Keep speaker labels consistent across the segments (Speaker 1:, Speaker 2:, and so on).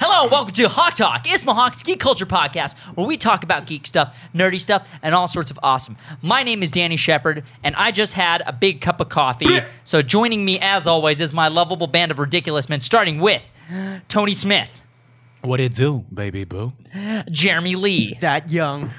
Speaker 1: welcome to Hawk Talk. It's Mohawk's Geek Culture Podcast, where we talk about geek stuff, nerdy stuff, and all sorts of awesome. My name is Danny Shepard, and I just had a big cup of coffee. so joining me, as always, is my lovable band of ridiculous men, starting with Tony Smith,
Speaker 2: What it do, baby boo?
Speaker 1: Jeremy Lee,
Speaker 3: that young.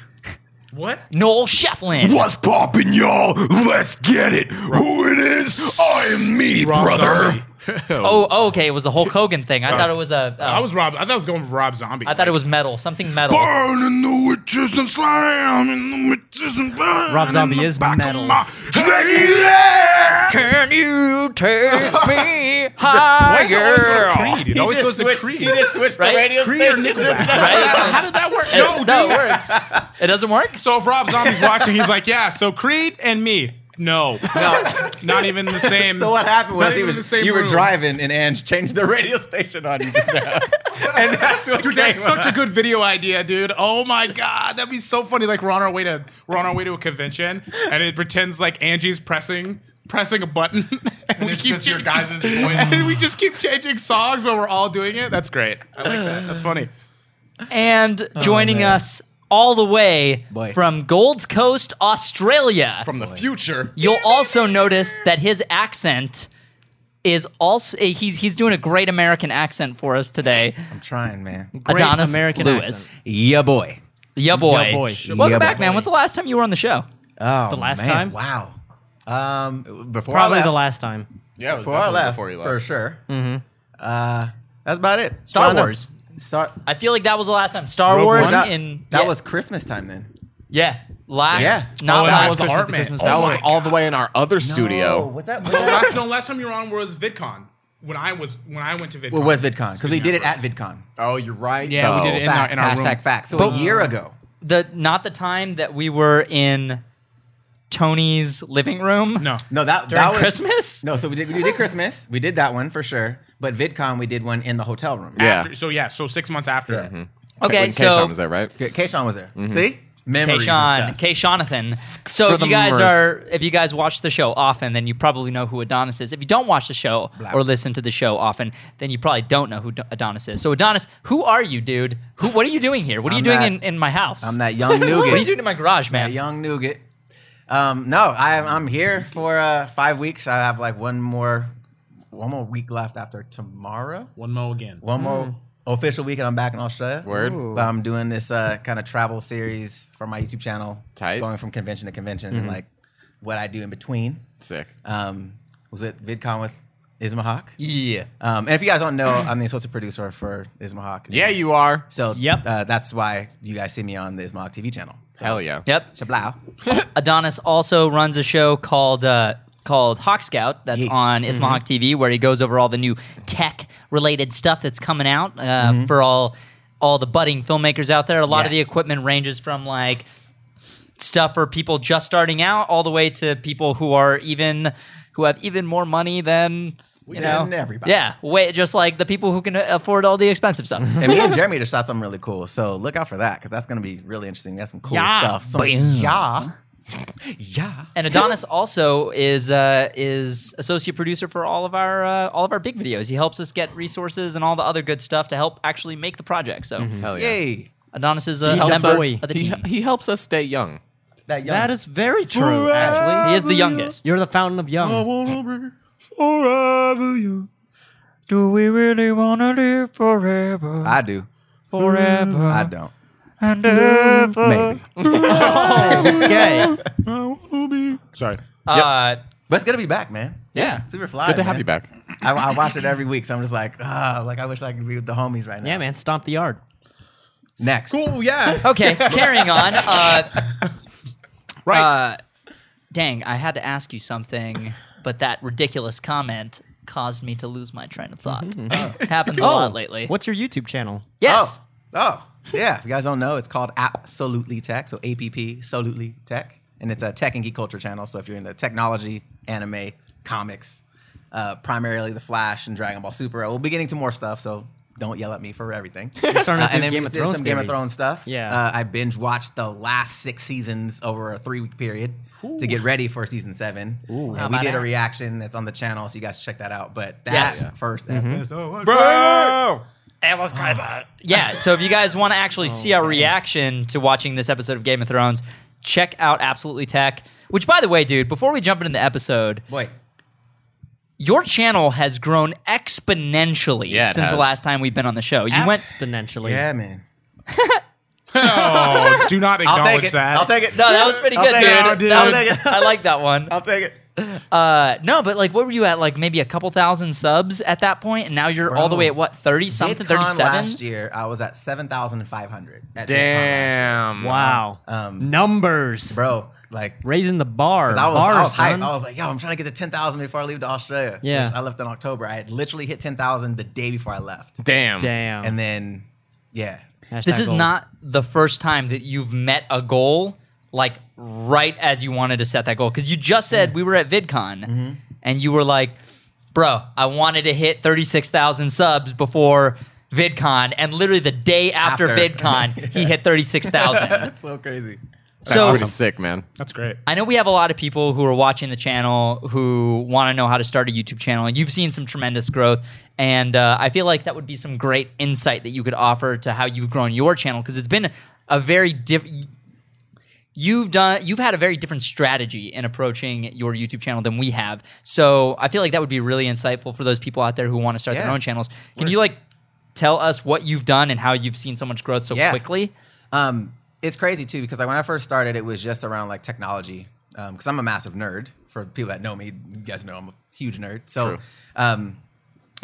Speaker 2: What?
Speaker 1: Noel Shefflin,
Speaker 4: What's poppin', y'all? Let's get it. Who it is? I am me, brother.
Speaker 1: Oh, oh, okay, it was a Hulk Hogan thing. I thought it was a. uh,
Speaker 2: I was Rob. I thought I was going for Rob Zombie.
Speaker 1: I thought it was metal, something metal.
Speaker 4: Burning the witches and slamming the witches and burning
Speaker 3: Rob Zombie
Speaker 4: the
Speaker 3: is
Speaker 4: back of
Speaker 3: metal.
Speaker 4: my- Yeah!
Speaker 1: Can you take me
Speaker 2: Why is it always going to
Speaker 1: higher?
Speaker 2: Creed? It always goes to Creed.
Speaker 5: switched
Speaker 1: Right?
Speaker 5: the radio
Speaker 2: Creed or
Speaker 5: station.
Speaker 2: Nickelback? How did that work?
Speaker 1: It's-
Speaker 2: No,
Speaker 1: no,
Speaker 2: dude.
Speaker 1: it works. It doesn't work.
Speaker 2: So if Rob Zombie's watching, he's like, yeah. So Creed and me. No, no, not even the same.
Speaker 5: So what happened
Speaker 2: Not
Speaker 5: was he
Speaker 2: even
Speaker 5: was
Speaker 2: the same
Speaker 5: you
Speaker 2: room.
Speaker 5: were driving and Ange changed the radio station on you just now, and that's what
Speaker 2: Dude,
Speaker 5: came
Speaker 2: that's such a good video idea, dude. Oh my god, that'd be so funny. Like we're on our way to we're on our way to a convention, and it pretends like Angie's pressing pressing a button, and, we
Speaker 4: it's
Speaker 2: keep
Speaker 4: just your
Speaker 2: changing-
Speaker 4: guys' voice.
Speaker 2: and we just keep changing songs, but we're all doing it. That's great. I like that. That's funny.
Speaker 1: And
Speaker 3: Oh,
Speaker 1: joining
Speaker 5: man.
Speaker 1: us all the way
Speaker 5: Boy.
Speaker 1: from Gold's Coast, Australia.
Speaker 4: From the future.
Speaker 1: You'll also notice that his accent is also eh, he's he's doing a great American accent for us today.
Speaker 5: I'm trying, man.
Speaker 3: Great
Speaker 1: Adonis
Speaker 3: American
Speaker 1: Lewis.
Speaker 3: accent.
Speaker 5: Yeah, boy.
Speaker 1: Yeah boy.
Speaker 3: Yeah, boy.
Speaker 1: Welcome
Speaker 5: Yeah,
Speaker 1: back,
Speaker 5: boy.
Speaker 1: man. When's the last time you were on the show?
Speaker 5: Oh,
Speaker 3: The last
Speaker 5: man,
Speaker 3: time?
Speaker 5: Wow. Um, before
Speaker 3: Probably
Speaker 5: I left,
Speaker 3: the last time.
Speaker 4: Yeah, it was
Speaker 5: before I
Speaker 4: definitely
Speaker 5: left,
Speaker 4: before you
Speaker 5: for
Speaker 4: left.
Speaker 5: sure. Mm-hmm. Uh, that's about it.
Speaker 1: Star
Speaker 5: Well, I know.
Speaker 1: Wars.
Speaker 5: Star
Speaker 1: I feel like that was the last time. Star
Speaker 5: Rogue
Speaker 1: Wars
Speaker 5: One? That,
Speaker 1: in
Speaker 5: that
Speaker 1: yeah,
Speaker 5: was Christmas time then.
Speaker 1: yeah last
Speaker 5: Yeah.
Speaker 1: not
Speaker 2: Oh, that
Speaker 1: last
Speaker 2: was
Speaker 1: Christmas,
Speaker 2: Art
Speaker 1: the
Speaker 2: Man.
Speaker 1: Christmas
Speaker 2: Oh
Speaker 1: before.
Speaker 6: That was all the way in our other
Speaker 5: Oh,
Speaker 6: studio.
Speaker 5: what's that?
Speaker 2: Last, no, last time you were on was VidCon. When I was when I went to VidCon.
Speaker 5: Well, it was VidCon because we
Speaker 2: Excuse
Speaker 5: did
Speaker 2: me,
Speaker 5: it at VidCon.
Speaker 6: Oh, you're right.
Speaker 2: Yeah, we
Speaker 6: though.
Speaker 2: did it in our,
Speaker 5: Facts,
Speaker 2: in our room.
Speaker 5: hashtag facts. So a year ago.
Speaker 1: the not the time that we were in Tony's living room.
Speaker 2: No,
Speaker 5: No, that
Speaker 1: during
Speaker 5: that was
Speaker 1: Christmas.
Speaker 5: No, so we did we did Christmas. We did that one for sure. But VidCon, we did one in the hotel room.
Speaker 6: Yeah.
Speaker 2: After- so yeah, so six months after.
Speaker 5: Mm-hmm.
Speaker 1: Okay,
Speaker 6: When
Speaker 1: so
Speaker 6: Kayshawn was there, right?
Speaker 5: K- Kayshawn was there. Mm-hmm.
Speaker 1: Mm-hmm.
Speaker 5: See, memories. and
Speaker 1: Kayshawn,
Speaker 5: stuff.
Speaker 1: Kayshawnathan. So
Speaker 6: For
Speaker 1: if
Speaker 6: the
Speaker 1: you guys
Speaker 6: memers.
Speaker 1: are, if you guys watch the show often, then you probably know who Adonis is. If you don't watch the show or listen to the show often, then you probably don't know who Do- Adonis is. So Adonis, who are you, dude? Who? What are you doing here? What are you doing
Speaker 5: I'm that-
Speaker 1: in, in my house?
Speaker 5: I'm that young
Speaker 1: What are you
Speaker 5: nougat.
Speaker 1: doing in my garage,
Speaker 5: that
Speaker 1: man?
Speaker 5: young nougat. Um, no, I, I'm here for uh, five weeks. I have like one more, one more week left after tomorrow.
Speaker 2: One mo again.
Speaker 5: One
Speaker 1: Mm.
Speaker 5: more official week, and I'm back in Australia.
Speaker 6: Word.
Speaker 5: But I'm doing this uh, kind of travel series for my YouTube channel.
Speaker 6: Tight.
Speaker 5: Going from convention to convention
Speaker 1: Mm-hmm.
Speaker 5: and like what I do in between.
Speaker 6: Sick.
Speaker 5: Um, was at VidCon with Isma Hawk.
Speaker 1: Yeah.
Speaker 5: Um, and if you guys don't know, I'm the associate producer for Isma Hawk.
Speaker 6: Yeah, you are.
Speaker 5: So
Speaker 3: Yep.
Speaker 5: uh, that's why you guys see me on the Isma Hawk TV channel. So,
Speaker 6: Hell yeah.
Speaker 1: Yep.
Speaker 5: Shablau.
Speaker 1: Adonis also runs a show called uh, called Hawk Scout that's
Speaker 5: Yeah.
Speaker 1: on Isma
Speaker 5: Mm-hmm.
Speaker 1: Hawk TV, where he goes over all the new tech related stuff that's coming out uh, for all all the budding filmmakers out there. A lot of the
Speaker 5: Mm-hmm. Yes.
Speaker 1: equipment ranges from like stuff for people just starting out, all the way to people who are even who have even more money than. You know,
Speaker 5: than everybody. Mm-hmm.
Speaker 1: Yeah, way just like the people who can afford all the expensive stuff.
Speaker 5: And me and Jeremy just shot something really cool. So look out for that because that's going to be really interesting. That's some cool
Speaker 1: Yeah.
Speaker 5: stuff. Some,
Speaker 1: Bam.
Speaker 5: yeah. Yeah.
Speaker 1: And Adonis also is uh, is associate producer for all of our uh, all of our big videos. He helps us get resources and all the other good stuff to help actually make the project. So
Speaker 6: Hell yeah.
Speaker 5: Yay.
Speaker 1: Adonis is a
Speaker 3: He helps
Speaker 1: member
Speaker 3: us-
Speaker 1: of the
Speaker 6: He,
Speaker 1: team.
Speaker 6: he helps us stay young.
Speaker 5: That, young-
Speaker 3: That is very true, actually.
Speaker 1: He is the youngest.
Speaker 3: You're the fountain of young.
Speaker 6: Forever young.
Speaker 1: Do we really wanna live forever?
Speaker 5: I do.
Speaker 1: Forever
Speaker 5: I don't.
Speaker 1: and ever.
Speaker 5: Maybe.
Speaker 3: Okay.
Speaker 2: Sorry.
Speaker 1: Uh,
Speaker 5: But it's going to be back, man.
Speaker 1: yeah.
Speaker 5: Super fly.
Speaker 6: Good to
Speaker 5: man.
Speaker 6: have you back.
Speaker 5: I, I watch it every week. So I'm just like, ah, like I wish I could be with the homies right now.
Speaker 3: yeah, man. Stomp the yard.
Speaker 5: Next.
Speaker 2: Cool. Yeah.
Speaker 1: Okay, carrying on. Uh,
Speaker 2: Right.
Speaker 1: uh, dang, I had to ask you something, but that ridiculous comment caused me to lose my train of thought. Happens
Speaker 3: Oh.
Speaker 1: a lot lately.
Speaker 3: What's your YouTube channel?
Speaker 1: Yes.
Speaker 5: Oh, yeah. If you guys don't know, it's called Absolutely Tech. So APP, Absolutely Tech. And it's a tech and geek culture channel. So if you're into technology, anime, comics, uh, primarily The Flash and Dragon Ball Super, we'll be getting to more stuff. So don't yell at me for everything.
Speaker 3: starting to
Speaker 5: Uh,
Speaker 3: do
Speaker 5: and then
Speaker 3: Game
Speaker 5: we
Speaker 3: of
Speaker 5: did
Speaker 3: Thrones
Speaker 5: some Game of
Speaker 3: theories.
Speaker 5: Thrones stuff.
Speaker 3: Yeah.
Speaker 5: Uh, I binge watched the last six seasons over a three week period to get ready for season seven. Ooh.
Speaker 1: How
Speaker 5: And we
Speaker 1: about
Speaker 5: did a
Speaker 1: that?
Speaker 3: Mm-hmm.
Speaker 5: reaction that's on the channel. So you guys check that out. But that
Speaker 1: Yes.
Speaker 6: Oh!
Speaker 5: first episode.
Speaker 2: Bro.
Speaker 1: It was crazy. yeah. So if you guys want to actually see our reaction to watching this episode of Game of Thrones, check out Absolutely Tech. Which, by the way, dude, before we jump into the episode,
Speaker 5: Wait.
Speaker 1: your channel has grown exponentially
Speaker 6: Yeah, it
Speaker 1: since the
Speaker 6: has.
Speaker 1: last time we've been on the show. You went.
Speaker 3: exponentially.
Speaker 5: Yeah, man.
Speaker 2: Oh, do not
Speaker 5: I'll
Speaker 2: acknowledge
Speaker 5: take it.
Speaker 2: that.
Speaker 5: I'll take it.
Speaker 1: No, that was pretty
Speaker 5: I'll
Speaker 1: good,
Speaker 5: take
Speaker 1: dude.
Speaker 5: it. I'll do
Speaker 1: That
Speaker 5: it.
Speaker 1: was-
Speaker 5: I'll take it.
Speaker 1: I like that one.
Speaker 5: I'll take it.
Speaker 1: Uh, no, but like, what were you at? Like maybe a couple thousand subs at that point, and now you're all the
Speaker 5: Bro.
Speaker 1: way at what thirty something,
Speaker 5: VidCon
Speaker 1: thirty seven.
Speaker 5: last year, I was at 7,500. at VidCon last year.
Speaker 6: Damn.
Speaker 3: Wow. Numbers.
Speaker 5: Um, Bro, like,
Speaker 3: Raising the bar.
Speaker 5: I was,
Speaker 3: Bars,
Speaker 5: I was hyped.
Speaker 3: son.
Speaker 5: I was like, yo, I'm trying to get to 10,000 before I leave to Australia.
Speaker 3: Yeah.
Speaker 5: Which I left in October. I had literally hit 10,000 the day before I left.
Speaker 6: Damn.
Speaker 3: Damn.
Speaker 5: And then, yeah.
Speaker 3: Hashtag
Speaker 1: This is
Speaker 3: goals.
Speaker 1: not the first time that you've met a goal like right as you wanted to set that goal because you just said we were at VidCon and you were like, "Bro, I wanted to hit thirty six thousand subs before." VidCon, and literally the day after,
Speaker 5: After.
Speaker 1: VidCon, he hit thirty six thousand.
Speaker 5: That's so crazy.
Speaker 6: That's
Speaker 1: so
Speaker 6: pretty sick, man.
Speaker 2: That's great.
Speaker 1: I know we have a lot of people who are watching the channel who want to know how to start a YouTube channel, and you've seen some tremendous growth. And uh, I feel like that would be some great insight that you could offer to how you've grown your channel because it's been a very different. You've done. You've had a very different strategy in approaching your YouTube channel than we have. So I feel like that would be really insightful for those people out there who want to start their
Speaker 5: Yeah.
Speaker 1: own channels. Can you like tell us what you've done and how you've seen so much growth so
Speaker 5: Yeah.
Speaker 1: quickly?
Speaker 5: Um, it's crazy too because like when I first started, it was just around like technology. Because I'm a massive nerd. For people that know me, you guys know I'm a huge nerd. So,
Speaker 6: True.
Speaker 5: um,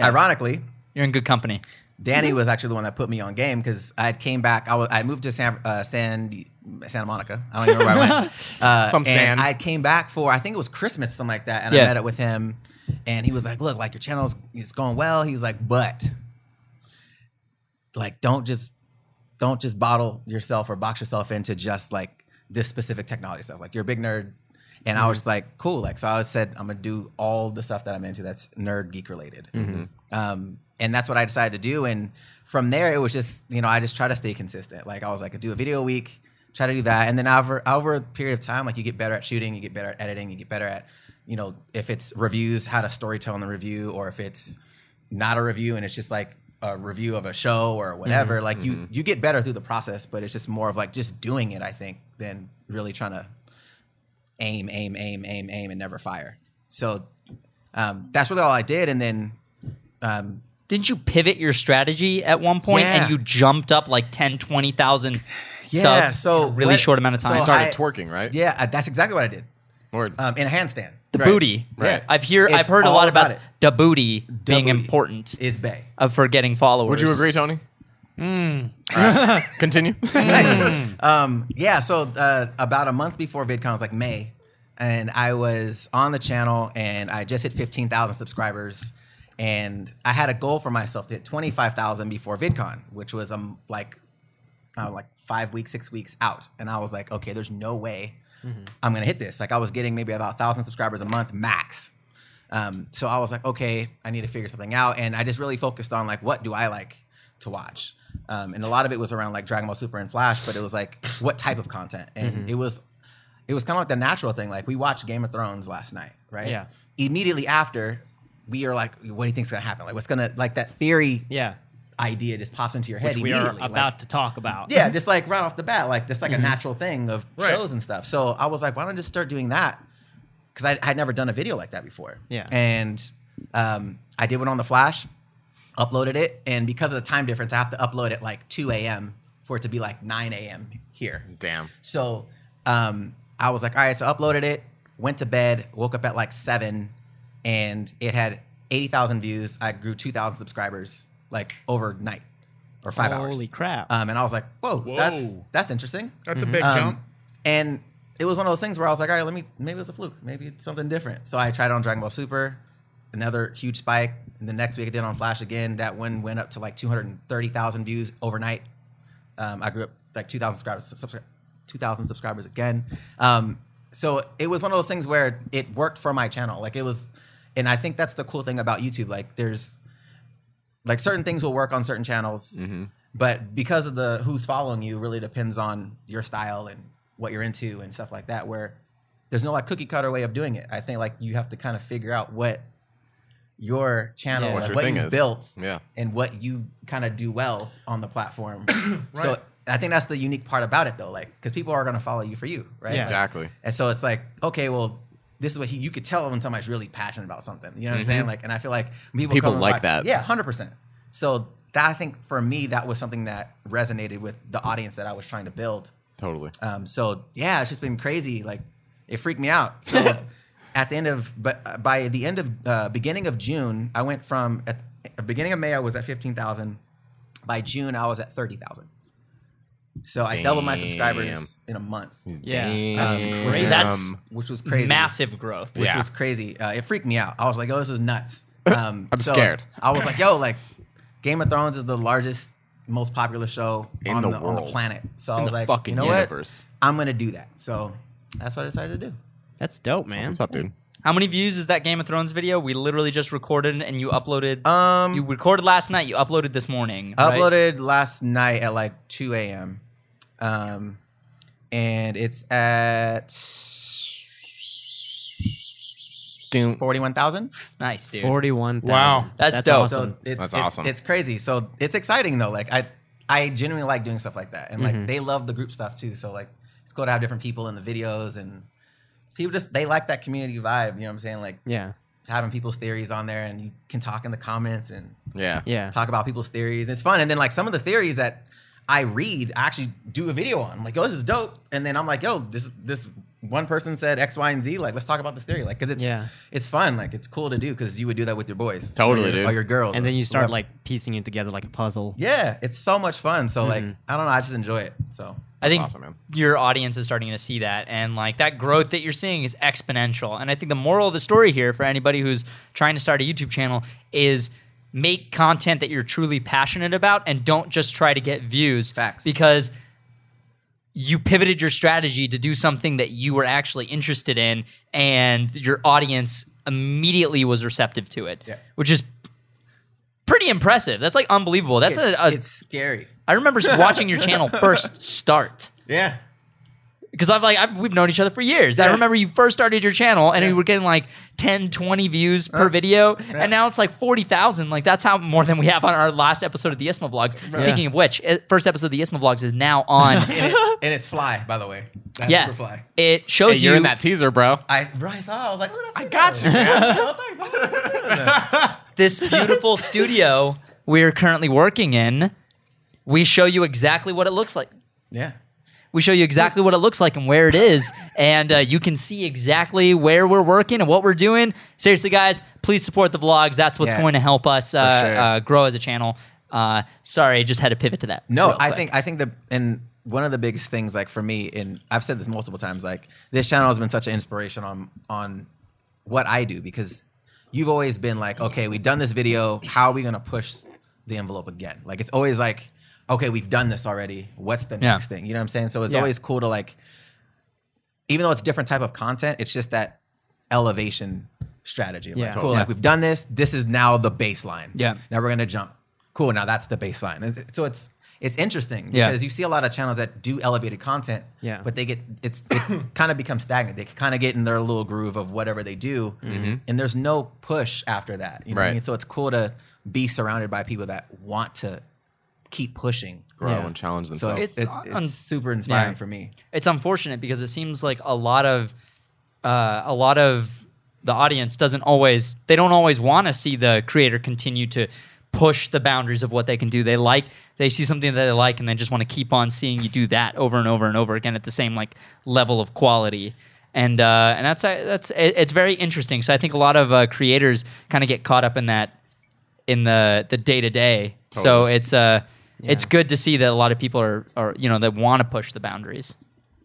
Speaker 5: ironically,
Speaker 1: You're in good company.
Speaker 6: Mm-hmm.
Speaker 5: Danny was actually the one that put me on game because I had came back. I was I moved to San uh, San Santa Monica. I don't even know where I went. Uh,
Speaker 6: Some
Speaker 5: and
Speaker 6: sand.
Speaker 5: I came back for I think it was Christmas, something like that, and
Speaker 1: Yeah.
Speaker 5: I met up with him, and he was like, "Look, like your channel's it's going well." He's like, "But like don't just don't just bottle yourself or box yourself into just like this specific technology stuff. Like you're a big nerd. And I was like, cool. Like, so I said, I'm gonna do all the stuff that I'm into that's nerd geek related. Um, and that's what I decided to do. And from there, it was just, you know, I just try to stay consistent. Like I was like, I do a video a week, try to do that. And then over, over a period of time, like you get better at shooting, you get better at editing, you get better at, you know, if it's reviews, how to story tell in the review, or if it's not a review and it's just like a review of a show or whatever
Speaker 1: Mm-hmm.
Speaker 5: like you you get better through the process but it's just more of like just doing it i think than really trying to aim aim aim aim aim and never fire so um, that's really all i did and then um,
Speaker 1: Didn't you pivot your strategy at one point
Speaker 5: Yeah.
Speaker 1: and you jumped up like 10, 20,000
Speaker 5: Yeah,
Speaker 1: subs
Speaker 5: so
Speaker 1: in a really
Speaker 5: what-
Speaker 1: short amount of time?
Speaker 5: so
Speaker 1: Sorry,
Speaker 6: Started
Speaker 5: I-
Speaker 6: twerking, right?
Speaker 5: yeah uh, that's exactly what i did
Speaker 6: Word.
Speaker 5: um, in a handstand
Speaker 1: the
Speaker 6: right,
Speaker 1: booty.
Speaker 6: right.
Speaker 1: I've hear I've
Speaker 5: It's
Speaker 1: heard a
Speaker 5: all
Speaker 1: lot
Speaker 5: about
Speaker 1: about,
Speaker 5: it.
Speaker 1: the booty being
Speaker 5: booty.
Speaker 1: important
Speaker 5: is bay
Speaker 1: of for getting followers.
Speaker 6: Would you agree, Tony? All right. Continue.
Speaker 5: Um, yeah, so uh, about a month before VidCon, it was like May, and I was on the channel and I just hit 15,000 subscribers. And I had a goal for myself to hit 25,000 before VidCon, which was um, like,
Speaker 3: Mm-hmm.
Speaker 5: uh, like five weeks, six weeks out. And I was like, okay, there's no way
Speaker 3: Mm-hmm.
Speaker 5: I'm going to hit this. Like, I was getting maybe about 1,000 subscribers a month max. Um, so I was like, okay, I need to figure something out. And I just really focused on like, what do I like to watch? Um, and a lot of it was around like Dragon Ball Super and Flash, but it was like, what type of content? And
Speaker 3: Mm-hmm.
Speaker 5: it was, it was kind of like the natural thing. Like we watched Game of Thrones last night, right?
Speaker 3: Yeah.
Speaker 5: Immediately after, we are like, what do you think's gonna happen? Like, what's gonna like that theory
Speaker 3: Yeah.
Speaker 5: idea just pops into your head
Speaker 3: Which we are
Speaker 5: immediately.
Speaker 3: about
Speaker 5: like-
Speaker 3: to talk about.
Speaker 5: yeah, just like right off the bat, like that's like
Speaker 3: Mm-hmm.
Speaker 5: a natural thing of
Speaker 2: Right.
Speaker 5: shows and stuff. So I was like, why don't I just start doing that? Because I had never done a video like that before.
Speaker 3: Yeah.
Speaker 5: And um, I did one on the Flash, uploaded it, and because of the time difference, I have to upload it like 2 a.m. for it to be like 9 a.m. here.
Speaker 6: Damn.
Speaker 5: So um, I was like, all right, so uploaded it, went to bed, woke up at like seven, and it had 80,000 views. I grew 2,000 subscribers like overnight or five hours.
Speaker 3: Holy crap.
Speaker 5: Um, and I was like, whoa, that's
Speaker 2: Whoa.
Speaker 5: that's interesting.
Speaker 2: That's a big
Speaker 5: Um,
Speaker 2: jump.
Speaker 5: And it was one of those things where I was like, all right, let me maybe it was a fluke, maybe it's something different. So I tried it on Dragon Ball Super, another huge spike. And the next week I did it on Flash again. That one went up to like 230,000 views overnight. Um, I grew up like 2,000 subscribers, subscri- 2,000 subscribers again. Um, so it was one of those things where it worked for my channel. Like it was, and I think that's the cool thing about YouTube. Like there's like certain things will work on certain channels
Speaker 6: Mm-hmm.
Speaker 5: but because of the who's following you really depends on your style and what you're into and stuff like that where there's no like cookie cutter way of doing it i think like you have to kind of figure out what your channel
Speaker 1: Yeah.
Speaker 5: and
Speaker 1: What
Speaker 6: your
Speaker 5: what
Speaker 6: thing
Speaker 5: you've
Speaker 6: is.
Speaker 5: built
Speaker 6: Yeah.
Speaker 5: and what you kind of do well on the platform. So I think that's the unique part about it though, like because people are gonna follow you for you, right?
Speaker 3: Yeah.
Speaker 5: Like,
Speaker 6: Exactly.
Speaker 5: and so it's like, okay, well, this is what he, you could tell when somebody's really passionate about something. You know what
Speaker 6: Mm-hmm.
Speaker 5: I'm saying? Like, and I feel like people,
Speaker 6: People
Speaker 5: come and
Speaker 6: like
Speaker 5: watch-
Speaker 6: that.
Speaker 5: Yeah, hundred percent. So that I think for me, that was something that resonated with the audience that I was trying to build.
Speaker 6: Totally.
Speaker 5: Um, so yeah, it's just been crazy. Like, it freaked me out. So at the end of, but by the end of uh, beginning of June, I went from at the beginning of May, I was at fifteen thousand. By June, I was at thirty thousand. So I doubled my subscribers in a month,
Speaker 3: Yeah.
Speaker 1: That's
Speaker 6: Damn.
Speaker 1: crazy. That's
Speaker 5: which was crazy.
Speaker 1: massive growth.
Speaker 5: which
Speaker 6: Yeah.
Speaker 5: was crazy. Uh, it freaked me out. I was like, "Oh, this is nuts." Um,
Speaker 6: I'm scared.
Speaker 5: I was like, "Yo, like, Game of Thrones is the largest, most popular show
Speaker 6: In
Speaker 5: on
Speaker 6: the
Speaker 5: the, on the
Speaker 6: world.
Speaker 5: planet." So I
Speaker 6: In
Speaker 5: was
Speaker 6: the
Speaker 5: like,
Speaker 6: fucking
Speaker 5: "You know
Speaker 6: universe.
Speaker 5: what? I'm gonna do that." So that's what I decided to do.
Speaker 3: That's dope, man.
Speaker 6: What's up, dude?
Speaker 1: How many views is that Game of Thrones video? We literally just recorded and you uploaded. Um, you recorded last night. You uploaded this morning. right?
Speaker 5: Uploaded last night at like 2 a.m. Um, and it's at
Speaker 6: Doom.
Speaker 5: 41,000.
Speaker 1: Nice, dude.
Speaker 3: Forty-one.
Speaker 2: Wow.
Speaker 1: That's dope.
Speaker 3: Awesome.
Speaker 5: So it's,
Speaker 6: That's
Speaker 5: it's-
Speaker 6: awesome.
Speaker 5: It's crazy. So it's exciting though. Like I, I genuinely like doing stuff like that, and
Speaker 3: Mm-hmm.
Speaker 5: like they love the group stuff too. So like it's cool to have different people in the videos, and people just they like that community vibe. You know what I'm saying? Like
Speaker 3: yeah.
Speaker 5: having people's theories on there, and you can talk in the comments and
Speaker 6: Yeah.
Speaker 3: Yeah.
Speaker 5: talk about people's theories. It's fun. And then like some of the theories that I read, I actually do a video on. I'm like, yo, this is dope. And then I'm like, yo, this this one person said X, Y, and Z. Like, let's talk about this theory. Like, cause it's
Speaker 3: Yeah.
Speaker 5: it's fun. like it's cool to do because you would do that with your boys, or
Speaker 6: Totally,
Speaker 5: your,
Speaker 6: dude.
Speaker 5: or your girls,
Speaker 3: And
Speaker 5: or
Speaker 3: then you start
Speaker 5: whoever.
Speaker 3: like piecing it together like a puzzle.
Speaker 5: yeah, it's so much fun. So like, I don't know, I just enjoy it. So
Speaker 1: Mm-hmm. I think
Speaker 6: awesome, man.
Speaker 1: your audience is starting to see that, and like that growth that you're seeing is exponential. And I think the moral of the story here for anybody who's trying to start a YouTube channel is make content that you're truly passionate about, and don't just try to get views.
Speaker 5: Facts.
Speaker 1: Because you pivoted your strategy to do something that you were actually interested in, and your audience immediately was receptive to it,
Speaker 5: Yeah.
Speaker 1: which is pretty impressive. That's like unbelievable. That's
Speaker 5: it's,
Speaker 1: a. a-
Speaker 5: it's scary.
Speaker 1: I remember watching your channel first start
Speaker 5: Yeah.
Speaker 1: because I've like I've, we've known each other for years. I remember you first started your channel and you were getting like 10, 20 views per
Speaker 5: Uh,
Speaker 1: video, and now it's like forty thousand. Like that's how more than we have on our last episode of the Isma vlogs. Speaking of which, eh, first episode of the Isma vlogs is now on.
Speaker 5: And, it- and it's fly, by the way. That's
Speaker 1: yeah,
Speaker 5: super fly.
Speaker 1: it
Speaker 6: Hey,
Speaker 1: shows you
Speaker 6: you're in that teaser, bro.
Speaker 5: I, bro, I saw. I was like, look, that's I
Speaker 6: got you,
Speaker 1: this beautiful studio we're currently working in. We show you exactly what it looks like.
Speaker 5: Yeah.
Speaker 1: We show you exactly what it looks like and where it is, and uh, you can see exactly where we're working and what we're doing. Seriously, guys, please support the vlogs. That's what's
Speaker 5: Yeah.
Speaker 1: going to help us uh,
Speaker 5: sure.
Speaker 1: uh, grow as a channel. Uh, sorry, I just had to pivot to that.
Speaker 5: No,
Speaker 1: real
Speaker 5: I
Speaker 1: quick.
Speaker 5: think I think the and one of the biggest things like for me, and I've said this multiple times, like this channel has been such an inspiration on on what I do because you've always been like, okay, we've done this video, how are we gonna push the envelope again? Like it's always like, okay, we've done this already. What's the
Speaker 1: Yeah.
Speaker 5: next thing? You know what I'm saying? So it's
Speaker 1: Yeah.
Speaker 5: always cool to like, even though it's different type of content, it's just that elevation strategy. Like,
Speaker 3: Yeah.
Speaker 5: cool. Like we've done this. This is now the baseline.
Speaker 1: Yeah.
Speaker 5: Now we're gonna jump. Cool. Now that's the baseline. And So it's it's interesting
Speaker 1: Yeah.
Speaker 5: because you see a lot of channels that do elevated content.
Speaker 3: Yeah.
Speaker 5: But they get it's it kind of becomes stagnant. They kind of get in their little groove of whatever they do, and there's no push after that. You know what I
Speaker 6: Mm-hmm. Right.
Speaker 5: mean? So it's cool to be surrounded by people that want to keep pushing.
Speaker 6: Grow
Speaker 3: Yeah.
Speaker 6: and challenge
Speaker 5: So
Speaker 6: themselves.
Speaker 5: it's,
Speaker 1: It's
Speaker 5: it's,
Speaker 1: un-
Speaker 5: super inspiring
Speaker 1: yeah.
Speaker 5: for me.
Speaker 1: it's unfortunate because it seems like a lot of uh, a lot of the audience doesn't always they don't always want to see the creator continue to push the boundaries of what they can do they like they see something that they like and they just want to keep on seeing you do that over and over and over again at the same like level of quality and uh, and that's that's it- it's very interesting so i think a lot of uh, creators kind of get caught up in that in the the day to day so it's uh it's good to see that a lot of people are are you know that want to push the boundaries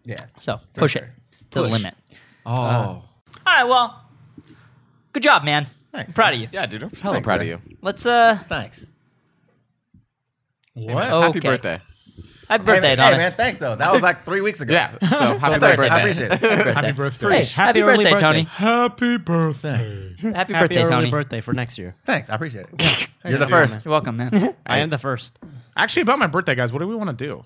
Speaker 5: Yeah.
Speaker 1: so push it to the
Speaker 5: Push.
Speaker 1: limit.
Speaker 5: Oh.
Speaker 1: Uh, All right. Well, good job, man. I'm proud of you.
Speaker 6: yeah, dude. I'm hella
Speaker 5: Thanks,
Speaker 6: proud
Speaker 5: man.
Speaker 6: of you.
Speaker 1: Let's uh.
Speaker 5: Thanks.
Speaker 2: What?
Speaker 1: Oh,
Speaker 6: Happy
Speaker 1: okay.
Speaker 6: birthday.
Speaker 1: Happy
Speaker 5: Hey,
Speaker 1: birthday,
Speaker 5: man, hey, man,
Speaker 1: Adonis.
Speaker 5: thanks though. That was like three weeks ago.
Speaker 6: Yeah. So happy
Speaker 5: Thanks,
Speaker 6: birthday.
Speaker 5: I appreciate it.
Speaker 2: Happy
Speaker 1: Hey,
Speaker 2: birthday.
Speaker 1: happy, birthday, Tony.
Speaker 2: Happy birthday.
Speaker 1: Happy
Speaker 3: Happy
Speaker 1: birthday,
Speaker 3: early
Speaker 1: Tony.
Speaker 3: birthday for next year.
Speaker 5: Thanks, I appreciate it. You're the
Speaker 2: Thanks,
Speaker 5: first.
Speaker 1: You're welcome, man.
Speaker 3: I am the first.
Speaker 2: Actually, about my birthday, guys, what do we want to do?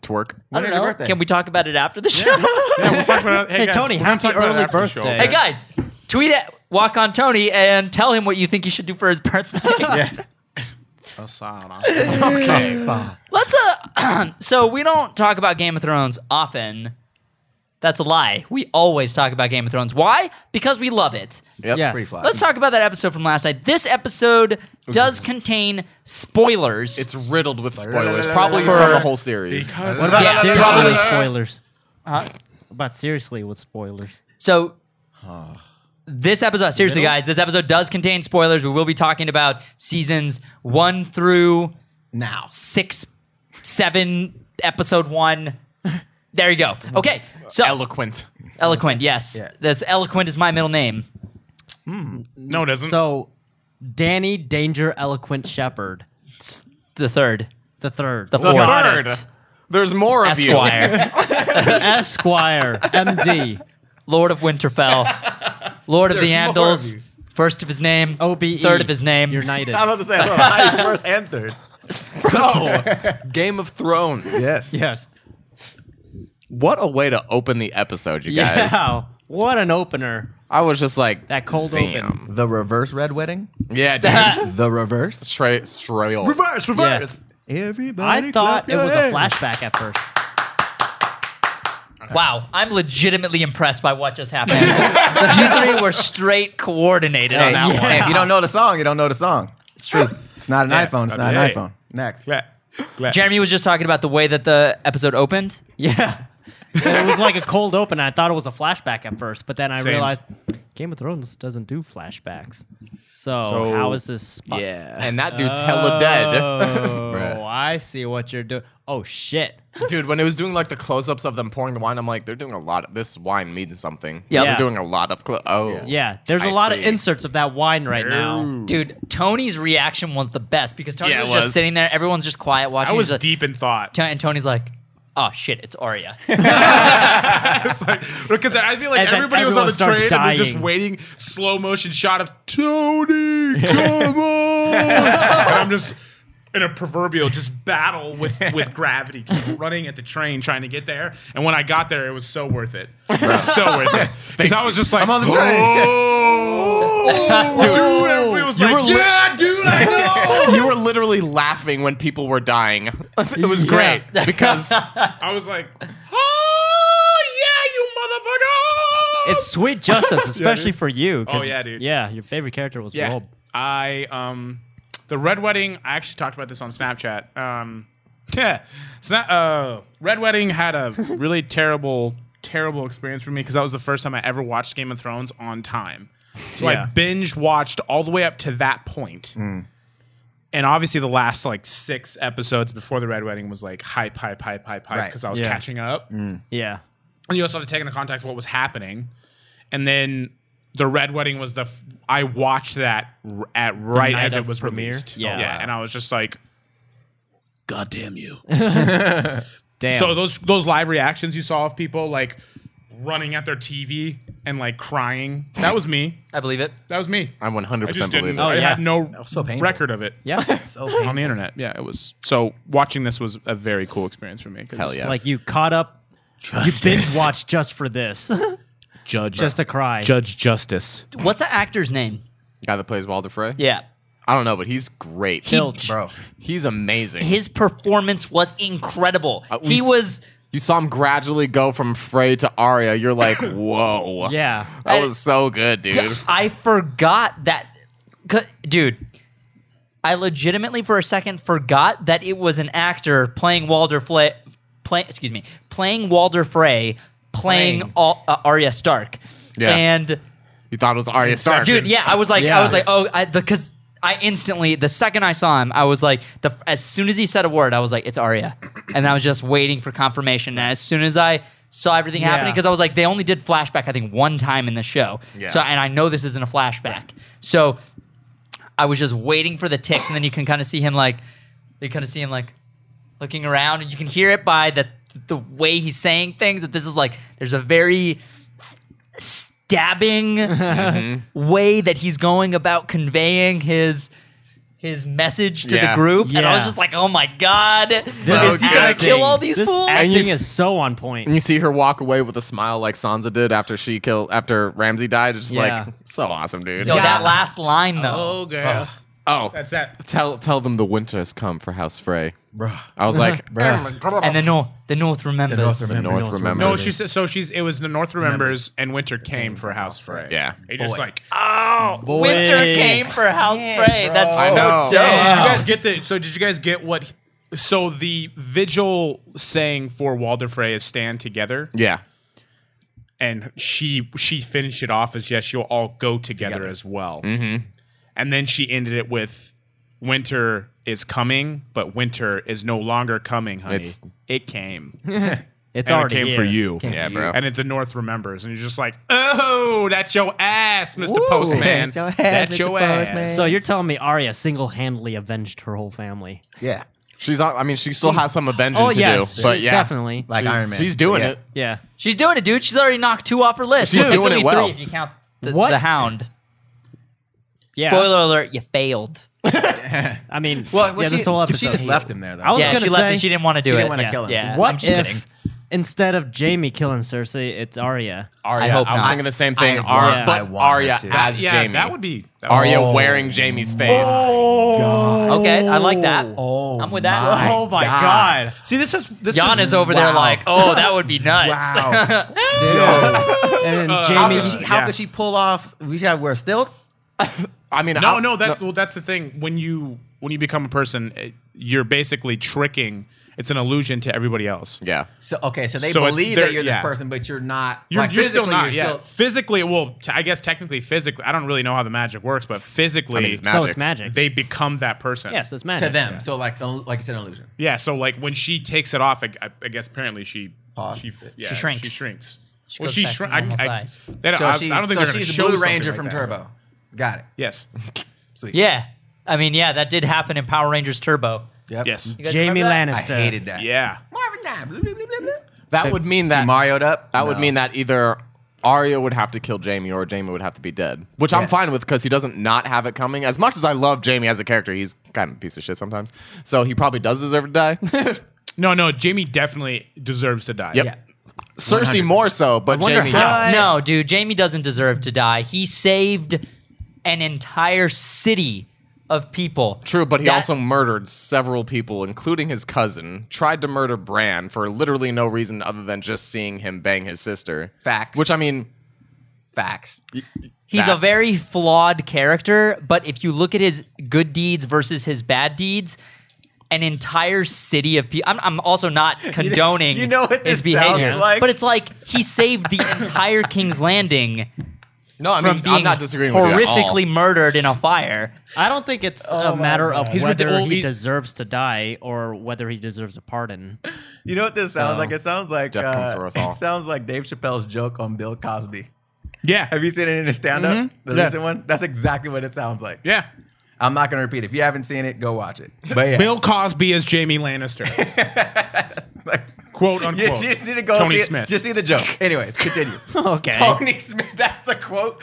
Speaker 6: Twerk.
Speaker 1: I don't know.
Speaker 5: birthday?
Speaker 1: Can we talk about it after the show?
Speaker 2: Yeah, we'll talk about, hey,
Speaker 3: Hey,
Speaker 2: guys,
Speaker 3: Tony,
Speaker 2: we're gonna
Speaker 3: happy
Speaker 2: talk about it
Speaker 3: early
Speaker 2: after the show.
Speaker 3: birthday.
Speaker 1: hey guys, tweet at Walk on Tony and tell him what you think you should do for his birthday.
Speaker 3: Yes.
Speaker 1: Let's uh so we don't talk about Game of Thrones often. That's a lie. We always talk about Game of Thrones. Why? Because we love it.
Speaker 6: Yep.
Speaker 3: Yes.
Speaker 5: Pretty fly.
Speaker 1: Let's talk about that episode from last night. This episode does contain spoilers.
Speaker 6: It's riddled with spoilers, probably from the whole series.
Speaker 3: What about
Speaker 1: Yeah.
Speaker 3: seriously
Speaker 1: Probably-
Speaker 3: with spoilers? About seriously with spoilers.
Speaker 1: So this episode, seriously,
Speaker 3: Middle?
Speaker 1: guys, this episode does contain spoilers. We will be talking about seasons one through
Speaker 5: now.
Speaker 1: six, seven, episode one. There you go. Okay, so
Speaker 6: Eloquent.
Speaker 1: eloquent. Yes,
Speaker 5: Yeah.
Speaker 1: that's eloquent is my middle name.
Speaker 2: No, it doesn't.
Speaker 3: So, Danny Danger Eloquent Shepherd,
Speaker 1: The third,
Speaker 3: the third,
Speaker 1: the fourth,
Speaker 2: third.
Speaker 6: There's more of you.
Speaker 1: Esquire,
Speaker 3: Esquire, MD,
Speaker 1: Lord of Winterfell, Lord of the
Speaker 2: There's more of
Speaker 1: Andals.
Speaker 2: you.
Speaker 1: First of his name,
Speaker 3: OBE,
Speaker 1: third of his name.
Speaker 3: United.
Speaker 5: I'm about to say, I don't know how you first and third.
Speaker 6: So, Game of Thrones.
Speaker 5: Yes.
Speaker 3: Yes.
Speaker 6: What a way to open the episode, you guys.
Speaker 3: Yeah. What an opener.
Speaker 6: I was just like
Speaker 3: That cold
Speaker 6: damn.
Speaker 5: The reverse red wedding.
Speaker 6: Yeah, dude.
Speaker 5: The reverse.
Speaker 6: Tra- trail.
Speaker 5: Reverse,
Speaker 3: reverse.
Speaker 5: Everybody.
Speaker 3: I thought it was
Speaker 5: clap
Speaker 3: a
Speaker 5: your hands.
Speaker 3: flashback at first.
Speaker 1: Wow, I'm legitimately impressed by what just happened. you three were straight coordinated on that
Speaker 5: Hey,
Speaker 1: one.
Speaker 5: if you don't know the song, you don't know the song. It's true. It's not an iPhone. It's not
Speaker 2: Hey.
Speaker 5: an iPhone. Next.
Speaker 2: Glad. Glad.
Speaker 1: Jeremy was just talking about the way that the episode opened.
Speaker 3: Yeah. it was like a cold open. I thought it was a flashback at first, but then I
Speaker 2: Same.
Speaker 3: realized Game of Thrones doesn't do flashbacks. So,
Speaker 6: So-
Speaker 3: how is this? fu-
Speaker 6: And that dude's hella dead.
Speaker 3: Oh, I see what you're doing. Oh shit.
Speaker 6: Dude, when it was doing like the close ups of them pouring the wine, I'm like, they're doing a lot of this wine means something.
Speaker 1: Yeah.
Speaker 6: They're doing a lot of clo- oh.
Speaker 3: Yeah, there's a
Speaker 6: I
Speaker 3: lot of
Speaker 6: see.
Speaker 3: inserts of that wine right now.
Speaker 1: Dude, Tony's reaction was the best because Tony
Speaker 6: Yeah, it
Speaker 1: was,
Speaker 6: was.
Speaker 1: just sitting there. Everyone's just quiet watching.
Speaker 2: I was
Speaker 1: He's like-
Speaker 2: deep in thought
Speaker 1: To- and Tony's like, "Oh shit, it's Arya."
Speaker 2: because I feel like
Speaker 3: And then
Speaker 2: everybody was
Speaker 3: everyone
Speaker 2: on the
Speaker 3: starts
Speaker 2: train and they're just
Speaker 3: dying.
Speaker 2: waiting slow motion shot of Tony. Come on! And I'm just in a proverbial just battle with with gravity, just running at the train trying to get there. And when I got there, it was so worth it, so worth it. Because I was just like, I'm on
Speaker 5: the train.
Speaker 2: Oh, dude, everybody was like, yeah, dude, I know.
Speaker 6: you were literally laughing when people were dying. It was
Speaker 3: Yeah.
Speaker 6: great because
Speaker 2: I was like, oh yeah, you motherfucker!
Speaker 3: It's sweet justice, especially for you. 'cause-
Speaker 2: Oh, yeah, dude.
Speaker 3: Yeah, your favorite character was
Speaker 2: yeah.
Speaker 3: Rob.
Speaker 2: I um, the red wedding. I actually talked about this on Snapchat. Um, yeah, Sna- uh, red wedding had a really terrible, terrible experience for me because that was the first time I ever watched Game of Thrones on time. So I
Speaker 3: Yeah.
Speaker 2: binge watched all the way up to that point. And obviously, the last like six episodes before the Red Wedding was like hype, hype, hype, hype, hype,
Speaker 5: Right.
Speaker 2: because I was
Speaker 3: Yeah.
Speaker 2: catching up.
Speaker 3: Yeah.
Speaker 2: and you also have to take into context what was happening. And then the red wedding was the f- I watched that r- at right
Speaker 3: night
Speaker 2: as it
Speaker 3: of
Speaker 2: was
Speaker 3: premiere?
Speaker 2: released.
Speaker 3: Yeah.
Speaker 2: yeah, and I was just like, "God damn you!"
Speaker 3: Damn.
Speaker 2: So those those live reactions you saw of people like running at their TV and like crying that was me.
Speaker 1: I believe it.
Speaker 2: That was me.
Speaker 6: I 100
Speaker 2: I just
Speaker 6: percent
Speaker 2: didn't.
Speaker 6: believe
Speaker 3: Oh,
Speaker 6: it.
Speaker 2: I
Speaker 3: yeah.
Speaker 2: had no
Speaker 5: was so painful.
Speaker 2: record of it
Speaker 3: yeah. It's
Speaker 5: So painful.
Speaker 2: on the internet. Yeah, it was. So watching this was a very cool experience for me. 'cause
Speaker 6: Hell yeah.
Speaker 3: like you caught up. You binge watched just for this,
Speaker 2: Judge
Speaker 3: just to cry.
Speaker 2: Judge Justice.
Speaker 1: What's the actor's name?
Speaker 6: Guy that plays Walder Frey.
Speaker 1: Yeah,
Speaker 6: I don't know, but he's great.
Speaker 3: Filch.
Speaker 5: Bro.
Speaker 6: He's amazing.
Speaker 1: his performance was incredible.
Speaker 6: Uh, we
Speaker 1: he
Speaker 6: s-
Speaker 1: was.
Speaker 6: you saw him gradually go from Frey to Arya. You're like, whoa.
Speaker 3: Yeah.
Speaker 6: That was so good, dude.
Speaker 1: I forgot that, c- dude. I legitimately, for a second, forgot that it was an actor playing Walder Frey. Play, excuse me, playing Walder Frey, playing,
Speaker 6: Playing.
Speaker 1: Al- uh, Arya Stark.
Speaker 6: Yeah.
Speaker 1: And
Speaker 6: You thought it was Arya Stark.
Speaker 1: dude, yeah, I was like, I
Speaker 3: Yeah.
Speaker 1: was like, oh, I, the because I instantly the second I saw him, I was like, the as soon as he said a word, I was like, it's Arya, and I was just waiting for confirmation. And as soon as I saw everything happening,
Speaker 3: Yeah.
Speaker 1: because I was like, they only did flashback, I think, one time in the show.
Speaker 6: Yeah.
Speaker 1: So and I know this isn't a flashback, so I was just waiting for the ticks, and then you can kind of see him like, you kind of see him like looking around, and you can hear it by the the way he's saying things that this is like there's a very
Speaker 6: Mm-hmm.
Speaker 1: stabbing way that he's going about conveying his his message to
Speaker 6: Yeah.
Speaker 1: the group, and I was
Speaker 3: Yeah.
Speaker 1: just like, "Oh my god, is he gonna
Speaker 6: acting.
Speaker 1: kill all these
Speaker 3: this
Speaker 1: fools?"
Speaker 3: Acting
Speaker 6: And you s-
Speaker 3: is so on
Speaker 6: And
Speaker 3: point.
Speaker 6: you see her walk away with a smile like Sansa did after she killed after Ramsey died. It's just
Speaker 3: Yeah.
Speaker 6: like so awesome, dude.
Speaker 1: Yo, that last line though.
Speaker 2: Oh, girl.
Speaker 6: oh,
Speaker 2: That's that.
Speaker 6: tell tell them the winter has come for House Frey. I was like,
Speaker 1: and the North, the North remembers.
Speaker 6: the North, remembers.
Speaker 2: No, she said. So she's. It was the North remembers, and winter came for House Frey.
Speaker 6: Yeah.
Speaker 2: It just like.
Speaker 1: Winter
Speaker 3: Boy.
Speaker 1: came for House Frey. That's
Speaker 6: I
Speaker 1: so
Speaker 6: know.
Speaker 1: dope.
Speaker 2: Hey, did you guys get the? So did you guys get what? So the vigil saying for Walder Frey is stand together,
Speaker 6: yeah.
Speaker 2: and she she finished it off as yes, you'll all go together, as well. Mm-hmm. And then she ended it with, "Winter is coming, but winter is no longer coming, honey.
Speaker 6: It's-
Speaker 2: it came."
Speaker 3: It's
Speaker 2: and it
Speaker 3: already
Speaker 2: came
Speaker 3: here.
Speaker 2: for you.
Speaker 6: Yeah, bro.
Speaker 2: And it, the North remembers, and you're just like, oh, that's your ass, Mr. Postman.
Speaker 1: That's your ass,
Speaker 2: That's
Speaker 1: Mr.
Speaker 2: your
Speaker 1: Postman."
Speaker 2: ass.
Speaker 3: So you're telling me Arya single-handedly avenged her whole family?
Speaker 5: Yeah.
Speaker 6: She's on. I mean, she still has some avenging
Speaker 3: Oh
Speaker 6: to
Speaker 3: yes,
Speaker 6: do, but
Speaker 3: she-
Speaker 6: yeah,
Speaker 3: definitely.
Speaker 5: Like
Speaker 6: She's-
Speaker 5: Iron Man.
Speaker 6: She's doing
Speaker 5: Yeah.
Speaker 6: it.
Speaker 3: yeah,
Speaker 1: She's doing it, dude. She's already knocked two off her list.
Speaker 6: She's doing
Speaker 1: Technically
Speaker 6: it well.
Speaker 1: Three if you count the,
Speaker 3: What?
Speaker 1: the Hound.
Speaker 3: yeah.
Speaker 1: Spoiler alert: you failed.
Speaker 3: I mean,
Speaker 5: Well, well,
Speaker 3: yeah,
Speaker 5: she,
Speaker 3: this whole episode.
Speaker 5: she just left him there though.
Speaker 3: I was
Speaker 1: yeah,
Speaker 3: gonna
Speaker 1: she left.
Speaker 3: say-
Speaker 1: it. She didn't want to do
Speaker 5: She
Speaker 1: it.
Speaker 5: didn't wanna
Speaker 1: yeah.
Speaker 5: kill him.
Speaker 1: Yeah,
Speaker 3: What
Speaker 1: I'm just
Speaker 3: if
Speaker 1: kidding.
Speaker 3: instead of Jamie killing Cersei, it's Arya?
Speaker 6: Arya, I,
Speaker 1: hope
Speaker 6: was
Speaker 1: not.
Speaker 6: thinking the same thing.
Speaker 5: I
Speaker 6: Ar-
Speaker 3: want- I
Speaker 6: but
Speaker 5: want her
Speaker 6: Arya
Speaker 5: to.
Speaker 6: as
Speaker 2: yeah,
Speaker 6: Jamie.
Speaker 2: that would be. Oh. That would-
Speaker 6: Arya wearing Jamie's face.
Speaker 1: Okay, I like that.
Speaker 5: Oh
Speaker 2: Oh,
Speaker 1: I'm with that.
Speaker 3: my
Speaker 5: God.
Speaker 2: See, this is this
Speaker 1: Jan is over there
Speaker 5: wow.
Speaker 1: like, oh, that would be nuts.
Speaker 5: Wow.
Speaker 3: And then
Speaker 5: how
Speaker 3: Jamie,
Speaker 5: could she? How
Speaker 2: yeah.
Speaker 5: could she pull off? We should have wear stilts.
Speaker 6: I mean,
Speaker 2: No,
Speaker 6: I-
Speaker 2: no, that well, that's the thing. When you when you become a person, it- you're basically tricking. It's an illusion to everybody else.
Speaker 6: Yeah,
Speaker 5: So okay, so they
Speaker 2: So it's-
Speaker 5: believe
Speaker 2: they're-
Speaker 5: that you're this
Speaker 2: yeah.
Speaker 5: person, but you're not.
Speaker 2: You're,
Speaker 5: like,
Speaker 2: you're still
Speaker 5: physically,
Speaker 2: not.
Speaker 5: you're
Speaker 2: yeah, physically, well, t- I guess technically, physically, I don't really know how the magic works, but physically,
Speaker 6: I mean, it's
Speaker 3: so
Speaker 6: magic.
Speaker 3: it's magic.
Speaker 2: they become that person.
Speaker 3: yes, it's
Speaker 5: still
Speaker 3: magic
Speaker 5: to them. So like, the, like you said, an illusion.
Speaker 2: Yeah, so like when she takes it off, I, I- I guess apparently she
Speaker 5: Pause.
Speaker 2: she, yeah,
Speaker 1: She shrinks.
Speaker 2: She shrinks.
Speaker 1: She goes back to
Speaker 2: shrunk.
Speaker 1: normal size.
Speaker 2: they don't,
Speaker 5: So
Speaker 2: I,
Speaker 5: she's,
Speaker 2: I don't think
Speaker 5: so
Speaker 2: they're going to
Speaker 5: she's
Speaker 2: show
Speaker 5: the Blue
Speaker 2: something
Speaker 5: Ranger
Speaker 2: like
Speaker 5: from
Speaker 2: that.
Speaker 5: Turbo. Got it.
Speaker 2: Yes.
Speaker 5: Sweet.
Speaker 1: Yeah. I mean, yeah, that did happen in Power Rangers Turbo.
Speaker 5: Yep.
Speaker 2: Yes.
Speaker 1: You guys
Speaker 3: Jamie
Speaker 1: remember
Speaker 5: I
Speaker 3: Lannister.
Speaker 5: hated that.
Speaker 2: Yeah.
Speaker 5: Marvin time. Blah, blah, blah, blah, blah.
Speaker 6: that would mean that
Speaker 5: Mario'd up.
Speaker 6: That would mean that either Arya would have to kill Jamie or Jamie would have to be dead, which
Speaker 5: Yeah.
Speaker 6: I'm fine with because he doesn't not have it coming. As much as I love Jamie as a character, he's kind of a piece of shit sometimes. So he probably does deserve to die.
Speaker 2: No, no, Jamie definitely deserves to die.
Speaker 6: Yep.
Speaker 5: Yeah.
Speaker 6: Cersei more so, but
Speaker 3: wonder
Speaker 6: Jamie,
Speaker 3: how-
Speaker 1: that?
Speaker 6: yes.
Speaker 1: No, dude, Jamie doesn't deserve to die. He saved an entire city of people.
Speaker 6: True, but he
Speaker 1: That-
Speaker 6: also murdered several people, including his cousin. Tried to murder Bran for literally no reason other than just seeing him bang his sister.
Speaker 5: Facts.
Speaker 6: Which I mean,
Speaker 5: Facts.
Speaker 1: He's a
Speaker 6: that.
Speaker 1: very flawed character, but if you look at his good deeds versus his bad deeds, an entire city of people. I'm, I'm also not condoning
Speaker 5: you know what
Speaker 1: his
Speaker 5: this sounds
Speaker 1: behavior,
Speaker 5: like?
Speaker 1: but it's like he saved the entire King's Landing
Speaker 6: no, I
Speaker 1: from
Speaker 6: mean,
Speaker 1: being
Speaker 6: I'm not disagreeing with you at all.
Speaker 1: horrifically murdered in a fire.
Speaker 3: I don't think it's a matter of
Speaker 2: He's
Speaker 3: whether
Speaker 2: ridiculous.
Speaker 3: he
Speaker 2: He-
Speaker 3: deserves to die or whether he deserves a pardon.
Speaker 5: You know what this sounds like? It sounds like uh,
Speaker 6: Death comes for us all.
Speaker 5: it sounds like Dave Chappelle's joke on Bill Cosby.
Speaker 2: Yeah.
Speaker 5: Have you seen it in his stand-up? The
Speaker 2: Yeah.
Speaker 5: recent one? That's exactly what it sounds like.
Speaker 2: yeah.
Speaker 5: Mm-hmm. I'm not gonna repeat it. If you haven't seen it, go watch it. But yeah.
Speaker 2: Bill Cosby is Jamie Lannister. Quote unquote.
Speaker 5: Yeah, you just need to go
Speaker 2: Tony
Speaker 5: see it-
Speaker 2: Smith.
Speaker 5: just see the joke. Anyways, continue.
Speaker 3: Okay.
Speaker 5: Tony Smith, that's the quote.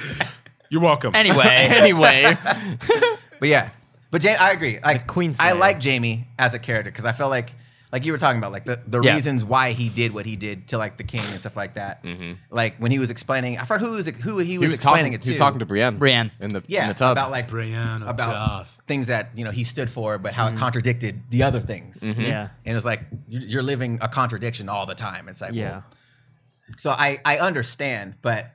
Speaker 2: You're welcome.
Speaker 1: Anyway,
Speaker 6: anyway,
Speaker 5: But yeah, but Jamie, I agree. Like
Speaker 3: Queen
Speaker 5: I
Speaker 3: Slayer.
Speaker 5: like Jamie as a character because I felt like, like you were talking about, like the, the
Speaker 1: Yeah.
Speaker 5: reasons why he did what he did to like the king and stuff like that. Like when he was explaining, I forgot who was who he was,
Speaker 6: he was
Speaker 5: explaining
Speaker 6: talking.
Speaker 5: it to.
Speaker 6: he was talking to Brienne.
Speaker 1: Brienne.
Speaker 6: in the
Speaker 5: yeah
Speaker 6: in the tub
Speaker 5: about like about things that you know he stood for, but
Speaker 6: Mm-hmm.
Speaker 5: how it contradicted the other things.
Speaker 3: Yeah.
Speaker 5: And it was like you- you're living a contradiction all the time. It's like well,
Speaker 3: Yeah.
Speaker 5: so I I understand, but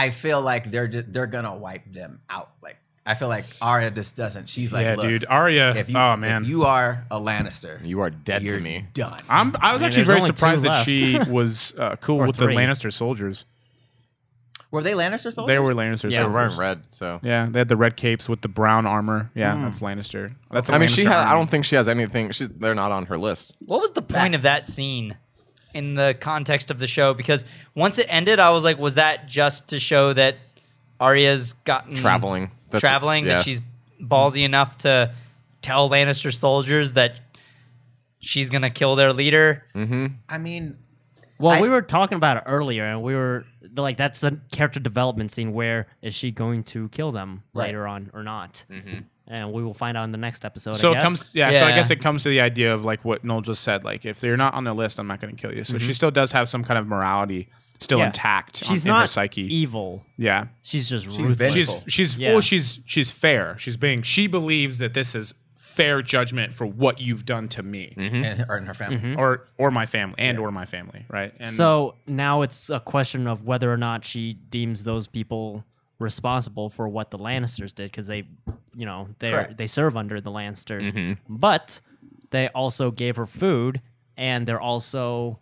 Speaker 5: I feel like they're just, they're gonna wipe them out. Like I feel like Arya just doesn't. She's like,
Speaker 2: Yeah,
Speaker 5: Look,
Speaker 2: dude, Arya-
Speaker 5: If you,
Speaker 2: oh, man.
Speaker 5: if you are a Lannister,
Speaker 6: You are dead
Speaker 5: you're
Speaker 6: to me.
Speaker 5: Done.
Speaker 2: I'm, I was actually
Speaker 3: there's
Speaker 2: very
Speaker 3: only two
Speaker 2: surprised that
Speaker 3: left.
Speaker 2: she was uh, cool
Speaker 3: Or
Speaker 2: with
Speaker 3: three.
Speaker 2: the Lannister soldiers.
Speaker 5: Were they Lannister soldiers?
Speaker 2: They were Lannister
Speaker 6: They're
Speaker 2: soldiers.
Speaker 6: wearing red, so
Speaker 2: Yeah, they had the red capes with the brown armor. Yeah, that's Lannister. That's. I
Speaker 6: Hmm. I mean, she had. I don't think she has anything. She's. They're not on her list.
Speaker 1: what was the point of that scene in the context of the show? Because once it ended, I was like, was that just to show that Arya's gotten
Speaker 6: Traveling. That's-
Speaker 1: traveling
Speaker 6: yeah.
Speaker 1: that she's ballsy enough to tell Lannister soldiers that she's gonna kill their leader?
Speaker 5: I mean,
Speaker 3: Well,
Speaker 5: I-
Speaker 3: we were talking about it earlier, and we were like, that's a character development scene. Where is she going to kill them
Speaker 5: Right.
Speaker 3: later on or not? Mm-hmm. And we will find out in the next episode.
Speaker 2: So
Speaker 3: I
Speaker 2: it
Speaker 3: guess.
Speaker 2: comes, yeah, So I
Speaker 1: Yeah.
Speaker 2: guess it comes to the idea of like what Noel just said. Like, if they're not on the list, I'm not going to kill you.
Speaker 6: Mm-hmm.
Speaker 2: So she still does have some kind of morality still
Speaker 3: Yeah.
Speaker 2: intact. on-
Speaker 3: She's
Speaker 2: in
Speaker 3: not
Speaker 2: her psyche.
Speaker 6: e-
Speaker 3: evil.
Speaker 2: yeah,
Speaker 3: She's just
Speaker 5: She's
Speaker 3: ruthless.
Speaker 5: vengeful.
Speaker 2: she's she's
Speaker 3: Yeah.
Speaker 2: well, she's she's fair. She's being she believes that this is fair judgment for what you've done to me
Speaker 6: Mm-hmm.
Speaker 5: and, or in her family.
Speaker 2: or or my family and or my family, right? And
Speaker 3: So now it's a question of whether or not she deems those people responsible for what the Lannisters did because they, you know, they are
Speaker 5: Correct.
Speaker 3: they serve under the Lannisters, but they also gave her food and they're also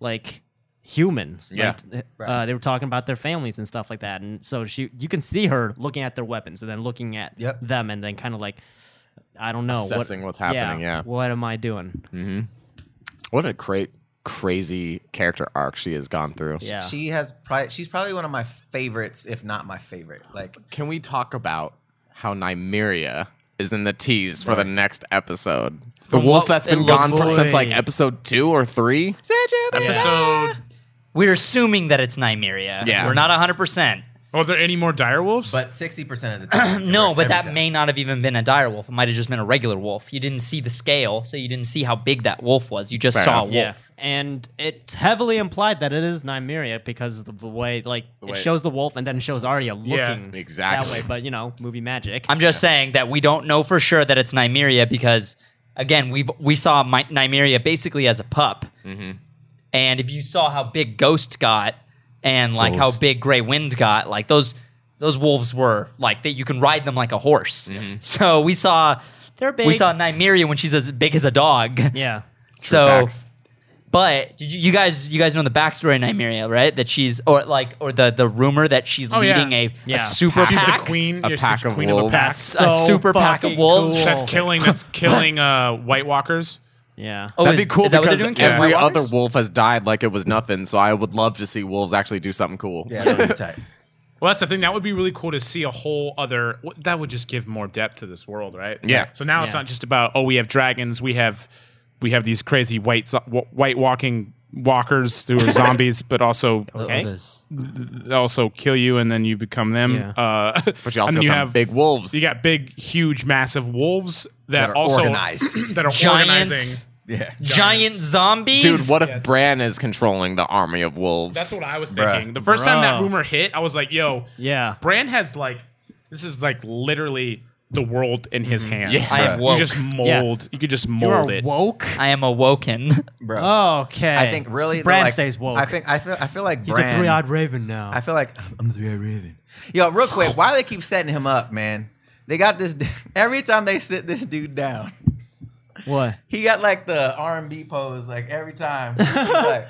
Speaker 3: like humans.
Speaker 6: Yeah.
Speaker 3: Like, uh, they were talking about their families and stuff like that, and so she, you can see her looking at their weapons and then looking at
Speaker 5: Yep.
Speaker 3: them and then kind of like. I don't know.
Speaker 6: Assessing what's happening, yeah.
Speaker 3: What am I doing?
Speaker 6: What a great, crazy character arc she has gone through.
Speaker 3: Yeah.
Speaker 5: She has probably she's probably one of my favorites, if not my favorite. Like
Speaker 6: Can we talk about how Nymeria is in the tease for the next episode? The
Speaker 1: From
Speaker 6: wolf
Speaker 1: what
Speaker 6: that's
Speaker 1: it
Speaker 6: been gone
Speaker 1: looks
Speaker 6: for, since like
Speaker 3: like.
Speaker 6: episode two or three.
Speaker 2: episode.
Speaker 1: We're assuming that it's Nymeria.
Speaker 6: Yeah.
Speaker 1: We're not 100%.
Speaker 2: Are there any more direwolves?
Speaker 5: but sixty percent of the time.
Speaker 1: No, but that may not have even been a dire wolf. It might have just been a regular wolf. You didn't see the scale, so you didn't see how big that wolf was. You just
Speaker 6: Fair
Speaker 1: saw
Speaker 6: enough.
Speaker 1: a wolf.
Speaker 3: Yeah, and it's heavily implied that it is Nymeria because of the way, like,
Speaker 6: way-
Speaker 3: it shows the wolf and then shows Arya looking
Speaker 2: Yeah,
Speaker 6: exactly.
Speaker 3: that way. But you know, movie magic.
Speaker 1: I'm just saying that we don't know for sure that it's Nymeria because, again, we we saw My- Nymeria basically as a pup,
Speaker 6: Mm-hmm.
Speaker 1: and if you saw how big Ghost got and like how
Speaker 6: Ghost.
Speaker 1: big Grey Wind got, like those those wolves were like that you can ride them like a horse.
Speaker 6: Mm-hmm.
Speaker 1: So we saw
Speaker 3: They're big.
Speaker 1: we saw Nymeria when she's as big as a dog.
Speaker 3: yeah,
Speaker 1: so.
Speaker 6: Facts.
Speaker 1: But did you, you guys, you guys know the backstory of Nymeria, right? That she's, or like, or the the rumor that she's
Speaker 2: yeah.
Speaker 1: leading a,
Speaker 3: Oh, Yeah.
Speaker 1: a super
Speaker 2: she's
Speaker 1: pack,
Speaker 2: the queen, yeah,
Speaker 6: A
Speaker 2: she's
Speaker 6: pack
Speaker 2: the
Speaker 6: of
Speaker 2: queen
Speaker 6: wolves.
Speaker 2: of a pack.
Speaker 1: a super pack of
Speaker 3: fucking
Speaker 1: wolves.
Speaker 3: cool.
Speaker 2: That's killing. That's killing uh, White Walkers.
Speaker 3: Yeah.
Speaker 1: Oh,
Speaker 6: That'd
Speaker 1: is-
Speaker 6: be cool
Speaker 1: is that what
Speaker 6: because
Speaker 1: they're doing?
Speaker 6: every
Speaker 1: White
Speaker 6: other
Speaker 1: Walkers?
Speaker 6: wolf has died like it was nothing. So I would love to see wolves actually do something cool.
Speaker 5: Yeah, that would be tight.
Speaker 2: Well, that's the thing. That would be really cool to see a whole other. wh- That would just give more depth to this world, right?
Speaker 6: Yeah.
Speaker 2: So now it's
Speaker 3: Yeah.
Speaker 2: not just about oh, we have dragons, we have, we have these crazy white zo- wh- white walking walkers who are zombies, but also
Speaker 3: Okay.
Speaker 2: also kill you and then you become them.
Speaker 3: Yeah.
Speaker 2: Uh,
Speaker 6: But you also
Speaker 2: and
Speaker 6: have, big wolves.
Speaker 2: You got big, huge, massive wolves that,
Speaker 5: That are
Speaker 2: also
Speaker 5: organized.
Speaker 2: that are
Speaker 1: giants,
Speaker 2: organizing.
Speaker 5: Yeah.
Speaker 1: giant zombies.
Speaker 6: Dude, what if
Speaker 2: Yes.
Speaker 6: Bran is controlling the army of wolves?
Speaker 2: That's what I was
Speaker 5: Bruh.
Speaker 2: thinking. The first time that
Speaker 3: Bruh.
Speaker 2: rumor hit, I was like, "Yo,
Speaker 3: Yeah.
Speaker 2: Bran has like, this is like literally the world in his hands.
Speaker 6: Yes,
Speaker 1: I am
Speaker 6: sir.
Speaker 1: woke.
Speaker 2: You just mold. You could just
Speaker 3: You
Speaker 2: mold
Speaker 3: are
Speaker 2: it.
Speaker 3: woke.
Speaker 1: I am awoken.
Speaker 5: Bro.
Speaker 3: Okay.
Speaker 5: I think really
Speaker 3: Bran
Speaker 5: like,
Speaker 3: stays woke.
Speaker 5: I think I feel I feel like
Speaker 3: he's
Speaker 5: Bran,
Speaker 3: a three-eyed raven now.
Speaker 5: I feel like I'm the three eyed raven. Yo, real quick, why they keep setting him up, man? They got this every time they sit this dude down.
Speaker 3: what?
Speaker 5: He got like the R and B pose, like every time. He's like,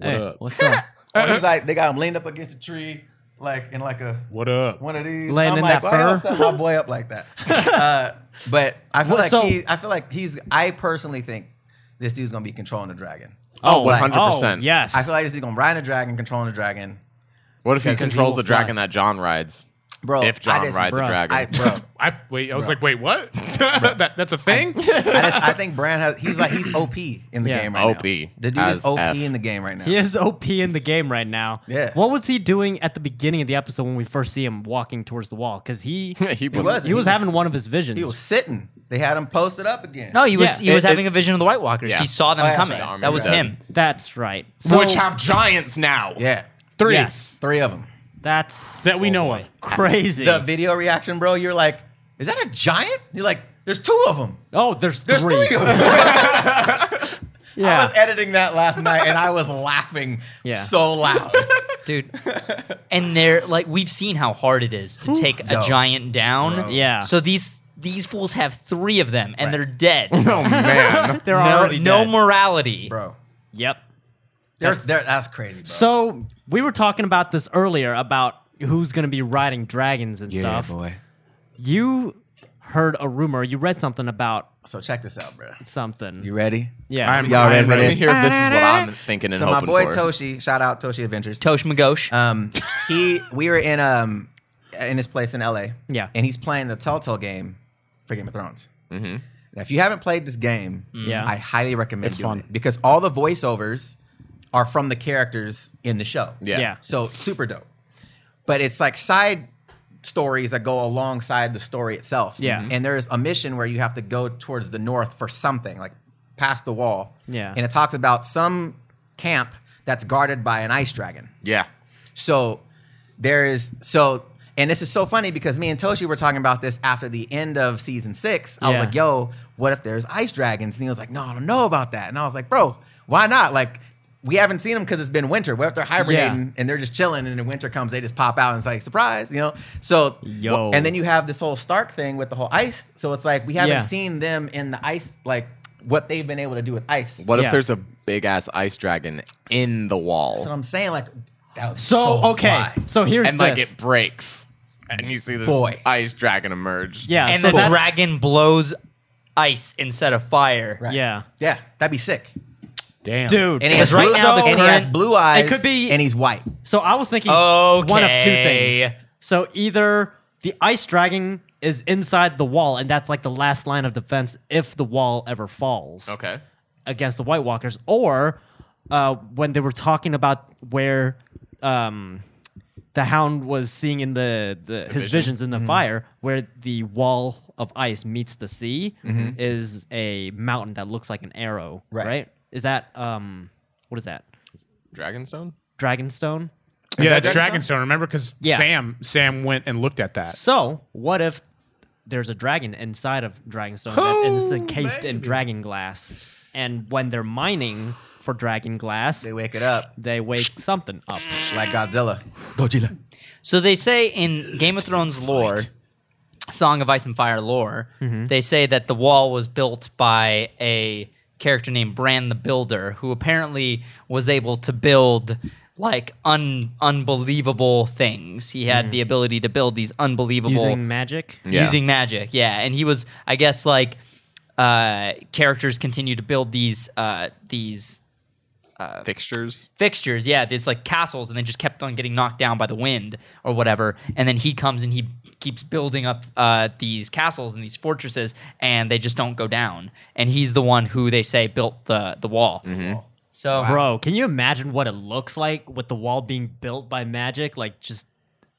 Speaker 3: Hey,
Speaker 6: up?
Speaker 3: What's up?
Speaker 5: or he's like, they got him leaned up against a tree, like in like a
Speaker 2: What up?
Speaker 5: one of these.
Speaker 3: Laying
Speaker 5: I'm
Speaker 3: in
Speaker 5: like,
Speaker 3: that
Speaker 5: why y'all
Speaker 3: fur?
Speaker 5: set my boy up like that? uh, but I feel
Speaker 3: Well,
Speaker 5: like
Speaker 3: so-
Speaker 5: he, I feel like he's. I personally think this dude's gonna be controlling the dragon.
Speaker 6: Oh,
Speaker 5: like-
Speaker 6: 100%.
Speaker 3: Oh, yes.
Speaker 5: I feel like this dude's gonna ride a dragon, controlling the dragon,
Speaker 6: What if he
Speaker 3: he
Speaker 6: controls
Speaker 3: will
Speaker 6: the
Speaker 3: fly.
Speaker 6: dragon that John rides?
Speaker 5: bro.
Speaker 6: if John
Speaker 5: Oh, I just,
Speaker 6: rides a
Speaker 3: bruh,
Speaker 6: dragon.
Speaker 5: I, bro,
Speaker 2: I wait. I was like, wait, what? that, that's a thing.
Speaker 5: I, just, I think Bran has. He's like he's OP in the
Speaker 3: Yeah.
Speaker 5: game right now.
Speaker 6: OP
Speaker 5: The dude
Speaker 6: as
Speaker 5: is OP
Speaker 6: F.
Speaker 5: in the game right now.
Speaker 3: He is OP in the game right now.
Speaker 5: Yeah.
Speaker 3: What was he doing at the beginning of the episode when we first see him walking towards the wall? Because he
Speaker 6: He was-
Speaker 5: wasn't.
Speaker 3: he was
Speaker 5: He
Speaker 3: having
Speaker 5: was-
Speaker 3: one of his visions.
Speaker 5: He was sitting. They had him posted up again.
Speaker 1: No, he was
Speaker 3: Yeah,
Speaker 1: he was
Speaker 6: it-
Speaker 1: having a vision of the White Walkers.
Speaker 6: Yeah.
Speaker 1: He saw them
Speaker 5: Oh, yeah,
Speaker 1: coming.
Speaker 5: sorry.
Speaker 1: That was
Speaker 5: Yeah.
Speaker 1: him.
Speaker 3: That's right. So,
Speaker 6: Which have giants now.
Speaker 5: Yeah,
Speaker 2: Three.
Speaker 3: Yes.
Speaker 5: three of them.
Speaker 3: That's oh
Speaker 2: That we know of.
Speaker 3: crazy.
Speaker 5: The video reaction, bro. You're like, is that a giant? You're like, there's two of them.
Speaker 3: oh, there's
Speaker 5: There's
Speaker 3: three.
Speaker 5: three, of them. I
Speaker 3: Yeah.
Speaker 5: was editing that last night and I was laughing
Speaker 3: Yeah.
Speaker 5: so loud.
Speaker 1: dude. and they're like, we've seen how hard it is to take a
Speaker 5: Yo.
Speaker 1: giant down.
Speaker 5: Bro.
Speaker 3: Yeah.
Speaker 1: So these these fools have three of them, and they're dead.
Speaker 6: Oh, man.
Speaker 3: They're
Speaker 1: no,
Speaker 3: already
Speaker 1: no
Speaker 3: dead.
Speaker 1: morality.
Speaker 5: bro.
Speaker 3: Yep.
Speaker 5: There's, there, that's crazy, bro.
Speaker 3: So we were talking about this earlier about who's going to be riding dragons and stuff. You heard a rumor. You read something about
Speaker 5: So check this out, bro.
Speaker 3: something.
Speaker 5: You ready?
Speaker 3: yeah.
Speaker 2: I'm-
Speaker 5: Y'all ready for
Speaker 6: Let me
Speaker 5: this?
Speaker 6: hear if this is what I'm thinking and
Speaker 5: So my
Speaker 6: hoping
Speaker 5: boy
Speaker 6: for.
Speaker 5: Toshi, shout out Toshi Adventures.
Speaker 1: Tosh Magosh.
Speaker 6: Uh,
Speaker 5: Um, he, we were in um, in his place in L.A.
Speaker 3: Yeah.
Speaker 5: and he's playing the Telltale game for Game of Thrones. Mm-hmm. Now, if you haven't played this game,
Speaker 3: Mm. Yeah.
Speaker 5: I highly recommend it's
Speaker 2: fun.
Speaker 5: it because all the voiceovers are from the characters in the show.
Speaker 6: Yeah.
Speaker 3: Yeah.
Speaker 5: So super dope. But it's like side stories that go alongside the story itself.
Speaker 3: Yeah.
Speaker 5: And there's a mission where you have to go towards the north for something, like past the wall.
Speaker 3: Yeah.
Speaker 5: And it talks about some camp that's guarded by an ice dragon.
Speaker 6: Yeah.
Speaker 5: So there is so and this is so funny because me and Toshi were talking about this after the end of season six. I was
Speaker 3: Yeah.
Speaker 5: like, yo, what if there's ice dragons? And he was like, no, I don't know about that. And I was like, bro, why not? Like, we haven't seen them because it's been winter. What if they're hibernating and they're just chilling and then winter comes, they just pop out and it's like, surprise, you know? So,
Speaker 3: Yo.
Speaker 5: and then you have this whole Stark thing with the whole ice. So it's like, we haven't
Speaker 3: Yeah.
Speaker 5: seen them in the ice, like what they've been able to do with ice.
Speaker 6: What
Speaker 3: Yeah.
Speaker 6: if there's a big ass ice dragon in the wall
Speaker 5: So I'm saying, like, that would be
Speaker 3: So, okay.
Speaker 5: fly.
Speaker 3: So here's
Speaker 6: and like
Speaker 3: this.
Speaker 6: it breaks and you see this
Speaker 5: Boy.
Speaker 6: ice dragon emerge?
Speaker 3: yeah.
Speaker 1: and
Speaker 3: so
Speaker 1: the
Speaker 3: that's-
Speaker 1: dragon blows ice instead of fire.
Speaker 5: Right.
Speaker 3: Yeah.
Speaker 5: Yeah, that'd be sick.
Speaker 2: Damn.
Speaker 3: Dude.
Speaker 5: And he has right
Speaker 1: blue-
Speaker 5: now the
Speaker 1: so-
Speaker 5: and he has
Speaker 1: current-
Speaker 5: blue eyes.
Speaker 3: it could be-
Speaker 5: and he's white.
Speaker 3: So I was thinking one of two
Speaker 1: Okay.
Speaker 3: things. So either the ice dragon is inside the wall, and that's like the last line of defense if the wall ever falls
Speaker 6: Okay.
Speaker 3: against the White Walkers, or uh, when they were talking about where um, the Hound was seeing in the, the, his visions in the fire, where the wall of ice meets the sea is a mountain that looks like an arrow.
Speaker 5: Right.
Speaker 3: Right? Is that um, what is that?
Speaker 6: Dragonstone?
Speaker 3: Dragonstone.
Speaker 2: Yeah, that's Dragonstone. Remember, because
Speaker 3: Yeah.
Speaker 2: Sam Sam went and looked at that.
Speaker 3: So, what if there's a dragon inside of Dragonstone that- and it's encased in dragon glass? And when they're mining for dragon glass,
Speaker 5: They wake it up
Speaker 3: they wake something up.
Speaker 5: like Godzilla.
Speaker 1: So they say in Game of Thrones lore, Song of Ice and Fire lore, they say that the wall was built by a character named Bran the Builder, who apparently was able to build like un- unbelievable things. He had the ability to build these unbelievable
Speaker 3: Using magic?
Speaker 6: Yeah.
Speaker 1: using magic. Yeah, and he was, I guess, like uh, characters continue to build these uh, these
Speaker 6: Fixtures.
Speaker 1: fixtures. Yeah, there's like castles, and they just kept on getting knocked down by the wind or whatever. And then he comes and he keeps building up uh, these castles and these fortresses, and they just don't go down. And he's the one who they say built the the wall. So
Speaker 3: Bro, can you imagine what it looks like with the wall being built by magic? Like, just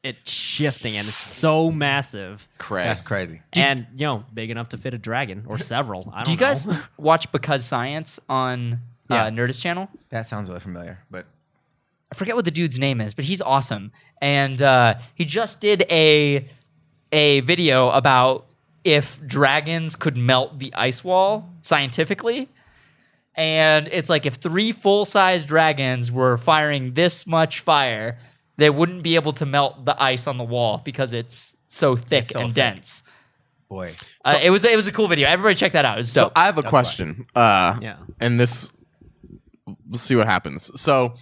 Speaker 3: it shifting and it's so massive
Speaker 6: Craig.
Speaker 5: That's crazy.
Speaker 3: and, you know, big enough to fit a dragon or several. I don't
Speaker 1: do you
Speaker 3: know.
Speaker 1: guys watch Because Science on uh,
Speaker 3: Yeah.
Speaker 1: Nerdist channel?
Speaker 5: That sounds really familiar, but
Speaker 1: I forget what the dude's name is, but he's awesome. And uh, he just did a a video about if dragons could melt the ice wall scientifically. And it's like if three full size dragons were firing this much fire, they wouldn't be able to melt the ice on the wall because it's so thick
Speaker 5: so
Speaker 1: and
Speaker 5: thick.
Speaker 1: dense.
Speaker 5: boy,
Speaker 1: uh, it was it was a cool video. Everybody check that out. It's
Speaker 6: So
Speaker 1: dope.
Speaker 6: I have a question. Uh,
Speaker 3: Yeah.
Speaker 6: And this, we'll see what happens. So,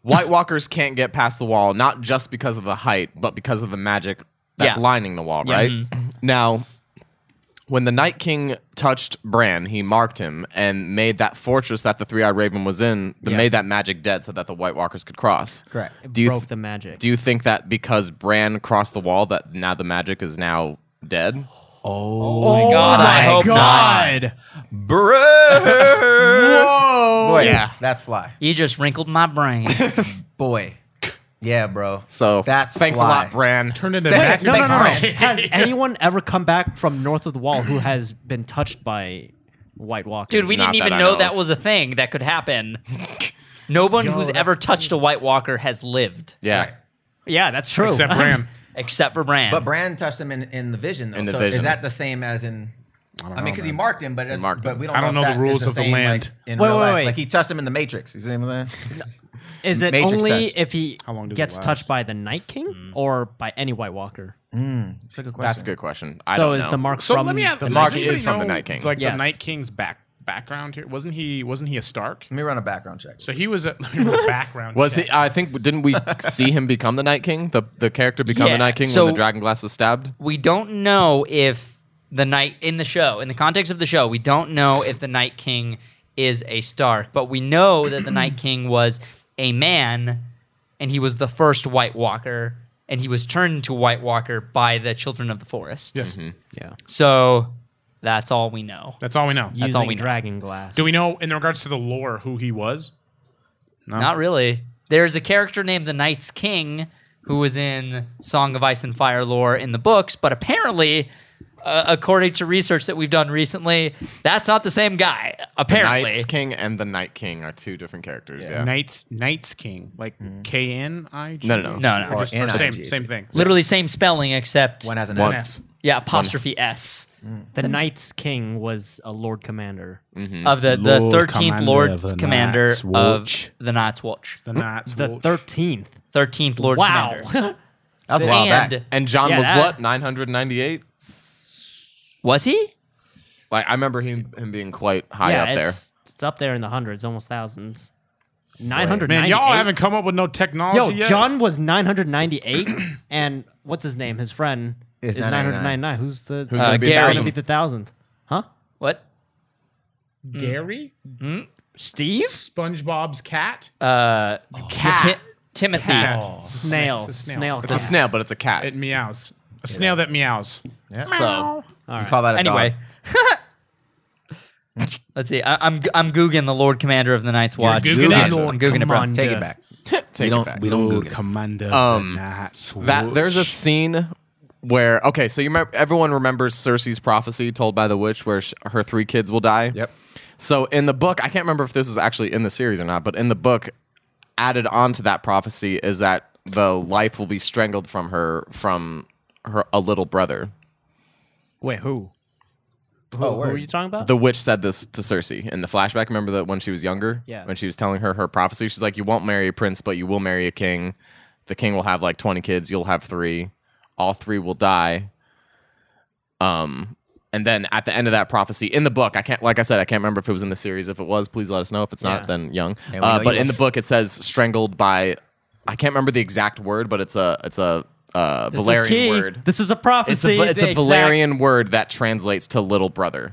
Speaker 6: White Walkers can't get past the wall, not just because of the height, but because of the magic that's
Speaker 1: Yeah.
Speaker 6: lining the wall,
Speaker 3: Yes.
Speaker 6: right? Now, when the Night King touched Bran, he marked him and made that fortress that the Three Eyed Raven was in, that made that magic dead so that the White Walkers could cross.
Speaker 5: Correct. It
Speaker 6: Do you,
Speaker 3: broke
Speaker 6: th-
Speaker 3: the magic.
Speaker 6: do you think that because Bran crossed the wall, that now the magic is now dead?
Speaker 3: oh my
Speaker 1: God, I hope not.
Speaker 3: God.
Speaker 5: boy,
Speaker 6: yeah.
Speaker 5: that's fly,
Speaker 1: you just wrinkled my brain.
Speaker 5: boy, yeah, bro.
Speaker 6: So
Speaker 5: that's
Speaker 6: thanks
Speaker 5: fly.
Speaker 6: a lot, Bran.
Speaker 2: Turned into
Speaker 5: Thank-
Speaker 2: vacuum.
Speaker 3: No, no, no, no.
Speaker 5: Brian.
Speaker 3: Has anyone ever come back from north of the wall who has been touched by White Walkers?
Speaker 1: Dude, we
Speaker 6: Not
Speaker 1: didn't even
Speaker 6: that I
Speaker 1: know
Speaker 6: know
Speaker 1: that
Speaker 6: of.
Speaker 1: was a thing that could happen. No one who's
Speaker 5: that's
Speaker 1: ever touched a White Walker has lived,
Speaker 6: Yeah.
Speaker 5: Right.
Speaker 3: yeah, that's true.
Speaker 2: Except Bram.
Speaker 1: except for Bran.
Speaker 5: But Bran touched him in, in the vision, though.
Speaker 6: In the
Speaker 5: so
Speaker 6: vision.
Speaker 5: is that the same as in? I,
Speaker 2: don't
Speaker 5: mean,
Speaker 2: know,
Speaker 5: because he
Speaker 2: man.
Speaker 5: marked him, but it's,
Speaker 6: marked
Speaker 5: but
Speaker 6: him.
Speaker 5: we don't.
Speaker 2: I don't
Speaker 5: know,
Speaker 2: know
Speaker 5: if
Speaker 2: the
Speaker 5: that is
Speaker 2: rules of the
Speaker 5: same, like,
Speaker 2: land.
Speaker 5: in
Speaker 3: Wait,
Speaker 5: real
Speaker 3: wait,
Speaker 5: life.
Speaker 3: wait.
Speaker 5: like he touched him in the Matrix. You see what I'm saying?
Speaker 3: Is it
Speaker 5: Matrix
Speaker 3: only
Speaker 5: touch.
Speaker 3: if he
Speaker 2: How long does it
Speaker 3: gets
Speaker 2: last? Hmm.
Speaker 3: touched by the Night King or by any White Walker?
Speaker 5: It's a good question.
Speaker 6: That's a good question. I
Speaker 3: so
Speaker 6: don't
Speaker 3: is
Speaker 6: know.
Speaker 3: the mark
Speaker 2: So
Speaker 3: from
Speaker 2: let me ask.
Speaker 3: the
Speaker 2: does
Speaker 6: Mark
Speaker 2: anybody
Speaker 6: is from the
Speaker 2: know,
Speaker 6: Night King.
Speaker 2: Like the
Speaker 3: Yes.
Speaker 2: Night King's back background here. Wasn't he? Wasn't he a Stark?
Speaker 5: Let me run a background check.
Speaker 2: So he was a, let me run a background.
Speaker 6: Was
Speaker 2: check.
Speaker 6: he? I think didn't we see him become the Night King? The the character become
Speaker 1: Yeah,
Speaker 6: the Night King
Speaker 1: so-
Speaker 6: when the dragon glass was stabbed.
Speaker 1: we don't know if the night in the show, in the context of the show, we don't know if the Night King is a Stark, but we know that the Night King was a man, and he was the first White Walker, and he was turned into a White Walker by the Children of the Forest.
Speaker 2: Yes.
Speaker 6: Mm-hmm.
Speaker 3: Yeah.
Speaker 1: So that's all we know.
Speaker 2: That's all we know.
Speaker 1: all
Speaker 3: Using
Speaker 1: we know.
Speaker 3: dragon glass.
Speaker 2: Do we know in regards to the lore who he was?
Speaker 6: Uh-huh.
Speaker 1: Not really. There's a character named the Knight's King who was in Song of Ice and Fire lore in the books, but apparently, uh, according to research that we've done recently, that's not the same guy. Apparently,
Speaker 6: Knight's King and the Night King are two different characters. Yeah.
Speaker 2: Knights Knights King, like K N I G.
Speaker 6: No, no, no.
Speaker 1: No, no.
Speaker 2: Or just-
Speaker 5: Or
Speaker 2: or same
Speaker 5: N-I-G-H.
Speaker 2: same thing.
Speaker 1: literally same spelling except
Speaker 5: One has an
Speaker 6: One.
Speaker 5: S.
Speaker 1: yeah apostrophe s
Speaker 3: The Knight's King was a Lord Commander.
Speaker 6: Mm-hmm. Hmm.
Speaker 1: of the the
Speaker 2: Lord
Speaker 1: thirteenth
Speaker 2: Commander
Speaker 1: Lord's
Speaker 2: of the
Speaker 1: Commander
Speaker 2: Night's Watch.
Speaker 1: of the Night's Watch.
Speaker 2: The Knights.
Speaker 3: The
Speaker 2: Watch.
Speaker 3: thirteenth.
Speaker 1: Thirteenth Lord's
Speaker 3: Wow.
Speaker 1: Commander.
Speaker 6: That was a while
Speaker 1: And-
Speaker 6: back. And John
Speaker 3: Yeah,
Speaker 6: was
Speaker 3: that-
Speaker 6: what? 998?
Speaker 1: Was he?
Speaker 6: Like, I remember him, him being quite high
Speaker 3: yeah,
Speaker 6: up there.
Speaker 3: it's, it's up there in the hundreds, almost thousands. Nine hundred.
Speaker 2: Man, y'all haven't come up with no technology
Speaker 6: Oh,
Speaker 3: Yo,
Speaker 2: yet.
Speaker 3: John was 998, and what's his name? His friend
Speaker 5: Is
Speaker 3: is
Speaker 5: 999.
Speaker 3: 999. Who's the
Speaker 6: Who's
Speaker 3: uh,
Speaker 6: gonna be
Speaker 1: Gary.
Speaker 3: gonna
Speaker 6: thousand?
Speaker 3: be the thousandth? Huh?
Speaker 1: What?
Speaker 2: Gary,
Speaker 3: Steve?
Speaker 2: Hmm. SpongeBob's cat.
Speaker 1: Cat. Timothy.
Speaker 2: Cat.
Speaker 3: Snail.
Speaker 2: It's a snail.
Speaker 3: Snail.
Speaker 6: It's a snail, but it's a cat.
Speaker 2: It meows. A snail that meows.
Speaker 6: so,
Speaker 5: You call that a
Speaker 1: Anyway.
Speaker 5: dog.
Speaker 1: Let's see. I, I'm I'm googing the Lord Commander of the Night's Watch.
Speaker 2: googing
Speaker 1: I'm
Speaker 2: it?
Speaker 1: I'm googing it, bro.
Speaker 3: Commander.
Speaker 5: Take it back.
Speaker 6: take
Speaker 5: we
Speaker 6: it
Speaker 5: don't.
Speaker 6: back.
Speaker 5: We don't Google it.
Speaker 2: Commander
Speaker 6: Um, that there's a scene where okay, so you remember everyone remembers Cersei's prophecy told by the witch, where sh- her three kids will die.
Speaker 4: Yep.
Speaker 6: So in the book, I can't remember if this is actually in the series or not, but in the book, added on to that prophecy is that the life will be strangled from her from her a little brother.
Speaker 3: Wait, who? Who,
Speaker 5: Oh,
Speaker 3: who
Speaker 5: word.
Speaker 3: are you talking about?
Speaker 6: The witch said this to Cersei in the flashback. Remember that when she was younger?
Speaker 3: Yeah.
Speaker 6: When she was telling her her prophecy, she's like, You won't marry a prince, but you will marry a king. The king will have like 20 kids. You'll have three. All three will die. Um, and then at the end of that prophecy in the book, I can't, like I said, I can't remember if it was in the series. If it was, please let us know. If it's
Speaker 3: Yeah.
Speaker 6: not, then young.
Speaker 5: we
Speaker 6: Uh,
Speaker 5: know
Speaker 6: but
Speaker 5: you
Speaker 6: in
Speaker 5: will.
Speaker 6: the book, it says strangled by, I can't remember the exact word, but it's a, it's a, uh,
Speaker 3: This is
Speaker 6: Valerian
Speaker 3: key.
Speaker 6: word.
Speaker 3: This is a prophecy.
Speaker 6: It's a, va- it's a
Speaker 3: Exact-
Speaker 6: Valerian word that translates to little brother.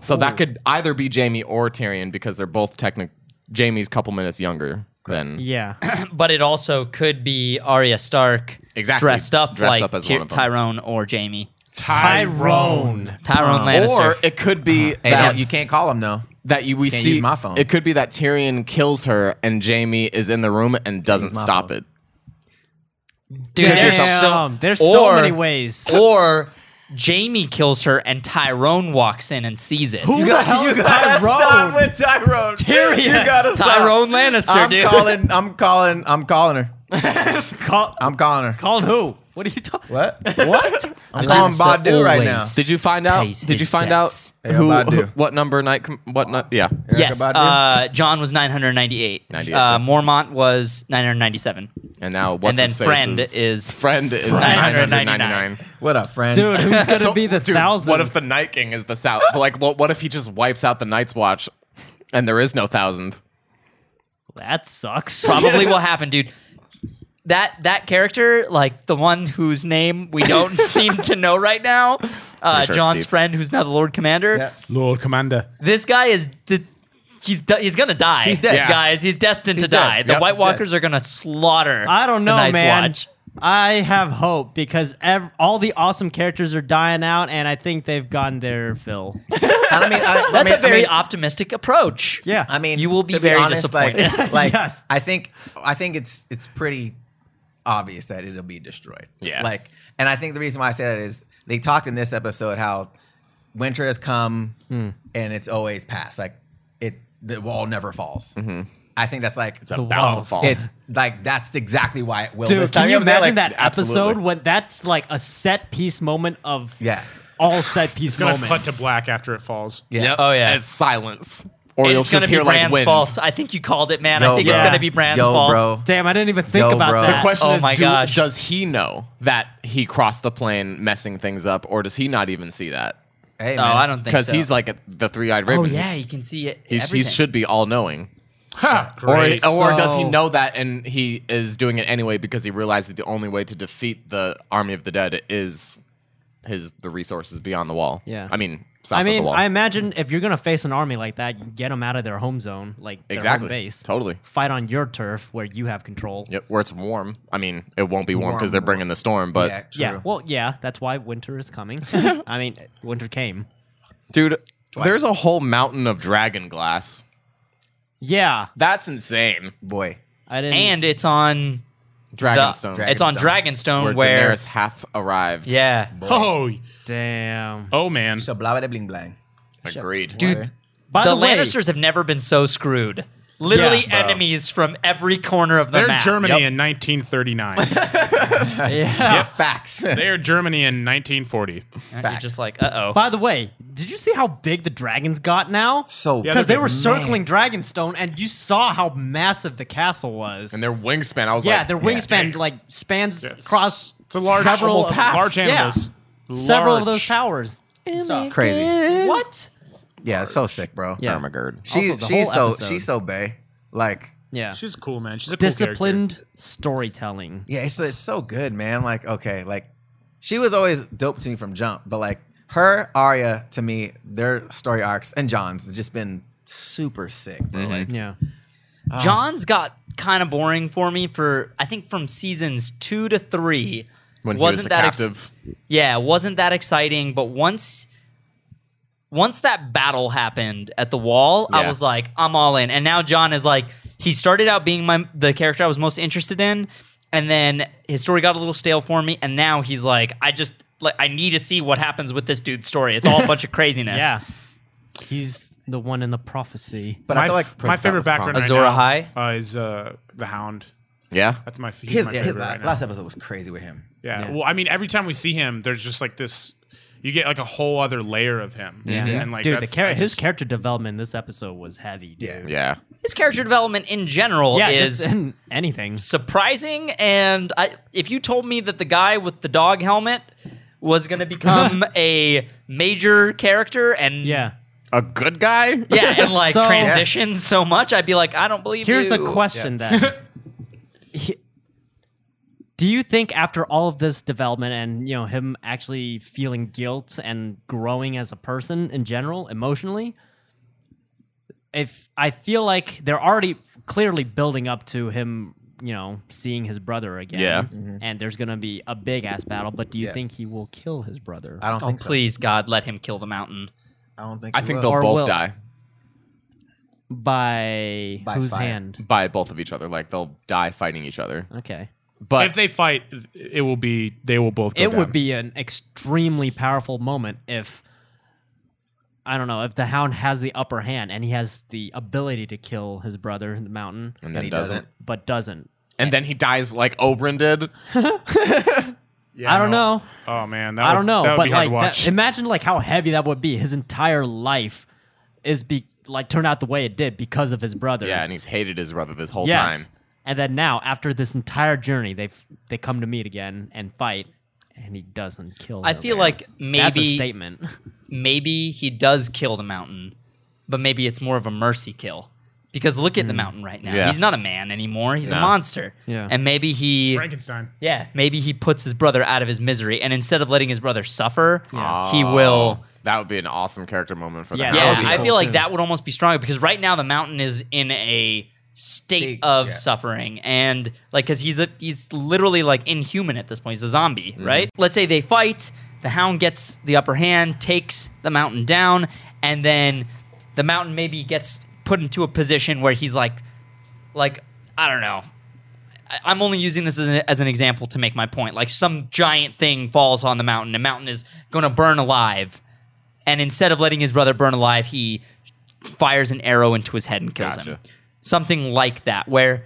Speaker 6: So that could either be Jamie or Tyrion because they're both technic. Jamie's a couple minutes younger than
Speaker 3: Yeah.
Speaker 1: But it also could be Arya Stark
Speaker 6: Exactly.
Speaker 1: dressed up
Speaker 6: Dressed
Speaker 1: like
Speaker 6: up as
Speaker 1: Ty-
Speaker 6: one of them.
Speaker 1: Tyrone or Jamie.
Speaker 2: Tyrone.
Speaker 1: Tyrone Lannister.
Speaker 6: Or it could be
Speaker 5: Hey,
Speaker 6: that,
Speaker 5: don't- you can't call him though.
Speaker 6: that you, we
Speaker 5: Can't
Speaker 6: see
Speaker 5: use my phone.
Speaker 6: It could be that Tyrion kills her and Jamie is in the room and doesn't
Speaker 5: use my
Speaker 6: stop
Speaker 5: phone.
Speaker 6: it.
Speaker 1: Dude, there's so,
Speaker 3: Damn, there's so
Speaker 1: or-
Speaker 3: many ways.
Speaker 1: Or Jamie kills her and Tyrone walks in and sees it.
Speaker 3: Who the hell is Tyrone?
Speaker 5: with Tyrone.
Speaker 1: Tyrion.
Speaker 5: You gotta stop.
Speaker 1: Tyrone Lannister,
Speaker 5: I'm
Speaker 1: dude.
Speaker 5: calling. I'm calling. I'm calling her.
Speaker 3: Call,
Speaker 5: I'm calling her.
Speaker 3: calling who? What are you talking?
Speaker 5: What? What? I'm
Speaker 1: you
Speaker 5: calling
Speaker 1: just
Speaker 5: Badu right
Speaker 1: always-
Speaker 5: now.
Speaker 6: Did you find out?
Speaker 1: Pays
Speaker 6: Did you
Speaker 1: his
Speaker 6: find
Speaker 1: debts.
Speaker 6: out
Speaker 5: Yeah,
Speaker 6: who,
Speaker 5: Badu.
Speaker 6: who- what number night? com- What nu- Yeah.
Speaker 1: Yes,
Speaker 5: Badu?
Speaker 1: uh, John was 998.
Speaker 6: 98,
Speaker 1: Uh,
Speaker 6: yeah.
Speaker 1: Mormont was 997.
Speaker 6: And now what's
Speaker 1: then
Speaker 6: his face
Speaker 1: friend is-
Speaker 6: friend is
Speaker 1: 999.
Speaker 6: 999.
Speaker 5: What up, friend?
Speaker 3: Dude, who's gonna
Speaker 6: So-
Speaker 3: be the
Speaker 6: dude,
Speaker 3: thousand?
Speaker 6: What if the Night King is the south? like, what, what if he just wipes out the Night's Watch, and there is no thousand?
Speaker 3: that sucks.
Speaker 1: Probably will happen, dude. That that character, like the one whose name we don't seem to know right now, uh,
Speaker 6: Pretty sure it's
Speaker 1: John's
Speaker 6: Steve.
Speaker 1: friend, who's now the Lord Commander.
Speaker 5: Yeah.
Speaker 2: Lord Commander.
Speaker 1: This guy is the. He's, de- he's gonna die. He's
Speaker 5: dead. Yeah.
Speaker 1: guys. He's destined to
Speaker 5: dead.
Speaker 1: die. The
Speaker 5: Yep,
Speaker 1: White
Speaker 5: he's
Speaker 1: Walkers are gonna slaughter.
Speaker 3: I don't
Speaker 1: the
Speaker 3: know,
Speaker 1: Night's
Speaker 3: man.
Speaker 1: Watch.
Speaker 3: I have hope because ev- all the awesome characters are dying out, and I think they've gotten their fill.
Speaker 5: And I mean, I, I
Speaker 1: That's
Speaker 5: mean,
Speaker 1: a very
Speaker 5: I mean,
Speaker 1: optimistic approach.
Speaker 3: Yeah,
Speaker 5: I mean,
Speaker 1: You will be
Speaker 5: to
Speaker 1: very
Speaker 5: honest,
Speaker 1: disappointed.
Speaker 5: Like, like
Speaker 3: Yes.
Speaker 5: I think, I think it's it's pretty obvious that it'll be destroyed.
Speaker 6: Yeah.
Speaker 5: Like, and I think the reason why I say that is they talked in this episode how winter has come
Speaker 1: Hmm.
Speaker 5: and it's always past. Like, it the wall never falls.
Speaker 1: Mm-hmm.
Speaker 5: I think that's like it's
Speaker 6: about to walls. fall.
Speaker 5: It's like that's exactly why it will.
Speaker 3: dude,
Speaker 5: this time.
Speaker 3: can you
Speaker 5: know what I'm
Speaker 3: imagine
Speaker 5: saying? Like,
Speaker 3: that episode
Speaker 6: absolutely.
Speaker 3: when that's like a set piece moment of
Speaker 5: Yeah.
Speaker 3: all set piece
Speaker 2: It's gonna
Speaker 3: moments?
Speaker 2: cut to black after it falls.
Speaker 5: Yeah.
Speaker 1: Oh, yeah.
Speaker 6: It's silence, or
Speaker 1: And
Speaker 6: you'll
Speaker 1: it's gonna
Speaker 6: just
Speaker 1: be
Speaker 6: hear like
Speaker 1: Brand's
Speaker 6: wind.
Speaker 1: fault. I think you called it, man. I
Speaker 5: Yo,
Speaker 1: think it's
Speaker 3: bro.
Speaker 1: gonna be Brand's
Speaker 5: Yo,
Speaker 1: fault.
Speaker 5: bro.
Speaker 3: Damn, I didn't even think
Speaker 5: Yo,
Speaker 3: about
Speaker 5: bro.
Speaker 3: that.
Speaker 5: The
Speaker 6: Question
Speaker 1: Oh
Speaker 6: is,
Speaker 1: my
Speaker 6: do-
Speaker 1: gosh.
Speaker 6: does he know that he crossed the plane, messing things up, or does he not even see that?
Speaker 5: Hey,
Speaker 1: No,
Speaker 5: man.
Speaker 1: Oh, I don't think
Speaker 6: Because
Speaker 1: so.
Speaker 6: he's like a, the three-eyed
Speaker 1: oh
Speaker 6: raven.
Speaker 1: yeah, you can see it.
Speaker 6: He's, he
Speaker 1: everything.
Speaker 6: should be all-knowing.
Speaker 2: Ha,
Speaker 6: Or,
Speaker 2: great.
Speaker 6: or does he
Speaker 3: So-
Speaker 6: know that and he is doing it anyway because he realizes the only way to defeat the army of the dead is his the resources beyond the wall.
Speaker 3: Yeah.
Speaker 6: I mean, south
Speaker 3: I
Speaker 6: of
Speaker 3: mean,
Speaker 6: the wall.
Speaker 3: I imagine if you're gonna face an army like that, you get them out of their home zone, like their
Speaker 6: exactly
Speaker 3: home base.
Speaker 6: totally.
Speaker 3: Fight on your turf where you have control.
Speaker 6: Yep, where it's warm. I mean, it won't be warm because they're
Speaker 5: Warm.
Speaker 6: bringing the storm. But
Speaker 5: Yeah, true.
Speaker 3: Yeah, well, yeah, that's why winter is coming. I mean, winter came.
Speaker 6: dude, there's a whole mountain of dragon glass
Speaker 3: Yeah,
Speaker 6: That's insane.
Speaker 5: Boy.
Speaker 3: I didn't.
Speaker 1: and it's on
Speaker 6: Dragonstone.
Speaker 1: The, it's on Dragonstone
Speaker 6: where,
Speaker 1: where,
Speaker 6: Daenerys half arrived.
Speaker 1: yeah,
Speaker 2: Oh,
Speaker 3: damn.
Speaker 2: oh man.
Speaker 5: Shablabada bling bling.
Speaker 6: Agreed.
Speaker 1: dude.
Speaker 3: By
Speaker 1: the,
Speaker 3: the, way,
Speaker 1: Lannisters have never been so screwed. Literally
Speaker 5: Yeah, bro.
Speaker 1: enemies from every corner of the
Speaker 2: They're
Speaker 1: map.
Speaker 2: Germany in 1939.
Speaker 3: Yeah.
Speaker 5: Facts.
Speaker 2: They're Germany in 1940.
Speaker 1: And You're just like, uh oh.
Speaker 3: By the way, did you see how big the dragons got now?
Speaker 5: so
Speaker 2: Yeah,
Speaker 3: Because they
Speaker 2: they're
Speaker 3: were circling Dragonstone, and you saw how massive the castle was.
Speaker 6: And their wingspan, I was
Speaker 3: yeah,
Speaker 6: like, Oh
Speaker 3: their wingspan like spans across
Speaker 2: It's a large,
Speaker 3: several
Speaker 2: almost
Speaker 3: of- half.
Speaker 2: large
Speaker 3: Yeah.
Speaker 2: animals.
Speaker 3: several of those
Speaker 2: Large. Eh.
Speaker 3: towers.
Speaker 5: crazy.
Speaker 3: What?
Speaker 5: Yeah, it's so sick, bro.
Speaker 3: Yeah.
Speaker 6: Ermagerd.
Speaker 5: She,
Speaker 3: Also, the
Speaker 5: she's so
Speaker 3: whole episode.
Speaker 5: she's so bae. Like
Speaker 3: Yeah.
Speaker 2: She's cool, man. She's a
Speaker 3: Disciplined storytelling.
Speaker 5: yeah, it's, it's so good, man. Like, okay, like she was always dope to me from jump, but like her Arya to me, their story arcs and John's just been super sick, bro. Like,
Speaker 3: Yeah.
Speaker 1: John's got kind of boring for me for I think from seasons two to three.
Speaker 6: When he
Speaker 1: wasn't
Speaker 6: was a
Speaker 1: that ex-
Speaker 6: captive.
Speaker 1: yeah, wasn't that exciting? But once once that battle happened at the wall, I
Speaker 6: Yeah.
Speaker 1: was like, I'm all in. And now John is like, he started out being my the character I was most interested in, and then his story got a little stale for me, and now he's like, I just like I need to see what happens with this dude's story. It's all a bunch of craziness.
Speaker 3: Yeah. He's the one in the prophecy.
Speaker 5: but I
Speaker 2: My,
Speaker 5: feel
Speaker 2: like
Speaker 5: like
Speaker 2: my favorite
Speaker 6: was promised.
Speaker 2: background right
Speaker 1: Azor
Speaker 2: now
Speaker 1: Ahai?
Speaker 2: Uh, is uh, the Hound.
Speaker 6: yeah.
Speaker 2: That's my, he's
Speaker 5: his,
Speaker 2: my
Speaker 5: yeah,
Speaker 2: favorite
Speaker 5: his la-
Speaker 2: right now.
Speaker 5: last episode was crazy with him.
Speaker 2: Yeah. Well, I mean, every time we see him, there's just like this. You get like a whole other layer of him.
Speaker 3: Yeah.
Speaker 2: And like
Speaker 3: dude, the
Speaker 2: that's-
Speaker 3: char-
Speaker 2: I
Speaker 3: his
Speaker 2: just-
Speaker 3: character development in this episode was heavy. Dude.
Speaker 5: Yeah.
Speaker 6: Yeah.
Speaker 1: His character development in general
Speaker 3: Yeah,
Speaker 1: is
Speaker 3: just in anything.
Speaker 1: surprising and I, if you told me that the guy with the dog helmet was going to become a major character and
Speaker 3: Yeah.
Speaker 6: A good guy?
Speaker 1: yeah, and like
Speaker 3: So-
Speaker 1: transition so much i'd be like i don't believe
Speaker 3: Here's a
Speaker 1: you.
Speaker 3: question then. He- Do you think after all of this development and you know him actually feeling guilt and growing as a person in general emotionally, if I feel like they're already clearly building up to him, you know, seeing his brother again,
Speaker 6: Yeah.
Speaker 3: and there's gonna be a big ass battle. But do you
Speaker 5: Mm-hmm. Yeah.
Speaker 3: think he will kill his brother?
Speaker 5: I don't
Speaker 1: oh
Speaker 5: think so.
Speaker 1: please god let him kill the mountain
Speaker 5: I don't think.
Speaker 6: I
Speaker 5: he
Speaker 6: think
Speaker 5: will.
Speaker 6: they'll
Speaker 3: Or
Speaker 6: both
Speaker 3: will.
Speaker 6: die
Speaker 3: by,
Speaker 5: By
Speaker 3: whose
Speaker 5: fire.
Speaker 3: hand?
Speaker 6: by both of each other. Like they'll die fighting each other.
Speaker 3: Okay.
Speaker 6: But
Speaker 2: if they fight, it will be they will both. Go
Speaker 3: it would
Speaker 2: down.
Speaker 3: be an extremely powerful moment if I don't know if the hound has the upper hand and he has the ability to kill his brother in the mountain,
Speaker 6: and
Speaker 5: And
Speaker 6: then
Speaker 5: he
Speaker 6: doesn't.
Speaker 5: doesn't.
Speaker 3: but doesn't.
Speaker 6: And then he dies like Oberyn did.
Speaker 2: Yeah,
Speaker 3: I don't
Speaker 2: no.
Speaker 3: know.
Speaker 2: Oh man, that
Speaker 3: I
Speaker 2: would-
Speaker 3: don't know,
Speaker 2: That would
Speaker 3: but
Speaker 2: be hard
Speaker 3: like
Speaker 2: to
Speaker 3: that-
Speaker 2: watch.
Speaker 3: imagine like how heavy that would be. His entire life is be like turned out the way it did because of his brother.
Speaker 6: Yeah, and he's hated his brother this whole
Speaker 3: yes.
Speaker 6: time.
Speaker 3: And then now after this entire journey, they they come to meet again and fight, and he doesn't kill.
Speaker 1: i
Speaker 3: their
Speaker 1: feel
Speaker 3: man.
Speaker 1: like
Speaker 3: that's a
Speaker 1: maybe
Speaker 3: statement.
Speaker 1: maybe he does kill the mountain but maybe it's more of a mercy kill because look at the mountain right now
Speaker 6: Yeah.
Speaker 1: he's not a man anymore he's a
Speaker 6: No.
Speaker 1: monster
Speaker 3: Hmm. Yeah.
Speaker 1: and maybe he
Speaker 2: Frankenstein.
Speaker 1: Yeah, maybe he puts his brother out of his misery, and instead of letting his brother suffer, he
Speaker 6: Oh,
Speaker 1: will.
Speaker 6: That would be an awesome character moment for
Speaker 3: Yeah.
Speaker 6: them.
Speaker 1: Yeah,
Speaker 5: would be
Speaker 1: I
Speaker 5: cool
Speaker 1: feel like
Speaker 3: too.
Speaker 1: that would almost be stronger because right now the mountain is in a state
Speaker 5: State,
Speaker 1: of
Speaker 5: yeah.
Speaker 1: suffering, and like because he's a he's literally like inhuman at this point. He's a zombie, right? Let's say they fight, the hound gets the upper hand, takes the mountain down, and then the mountain maybe gets put into a position where he's like, like I don't know, I- I'm only using this as an, as an example to make my point. Like some giant thing falls on the mountain. The mountain is going to burn alive. And instead of letting his brother burn alive, he fires an arrow into his head and kills him.
Speaker 6: Gotcha.
Speaker 1: Something like that, where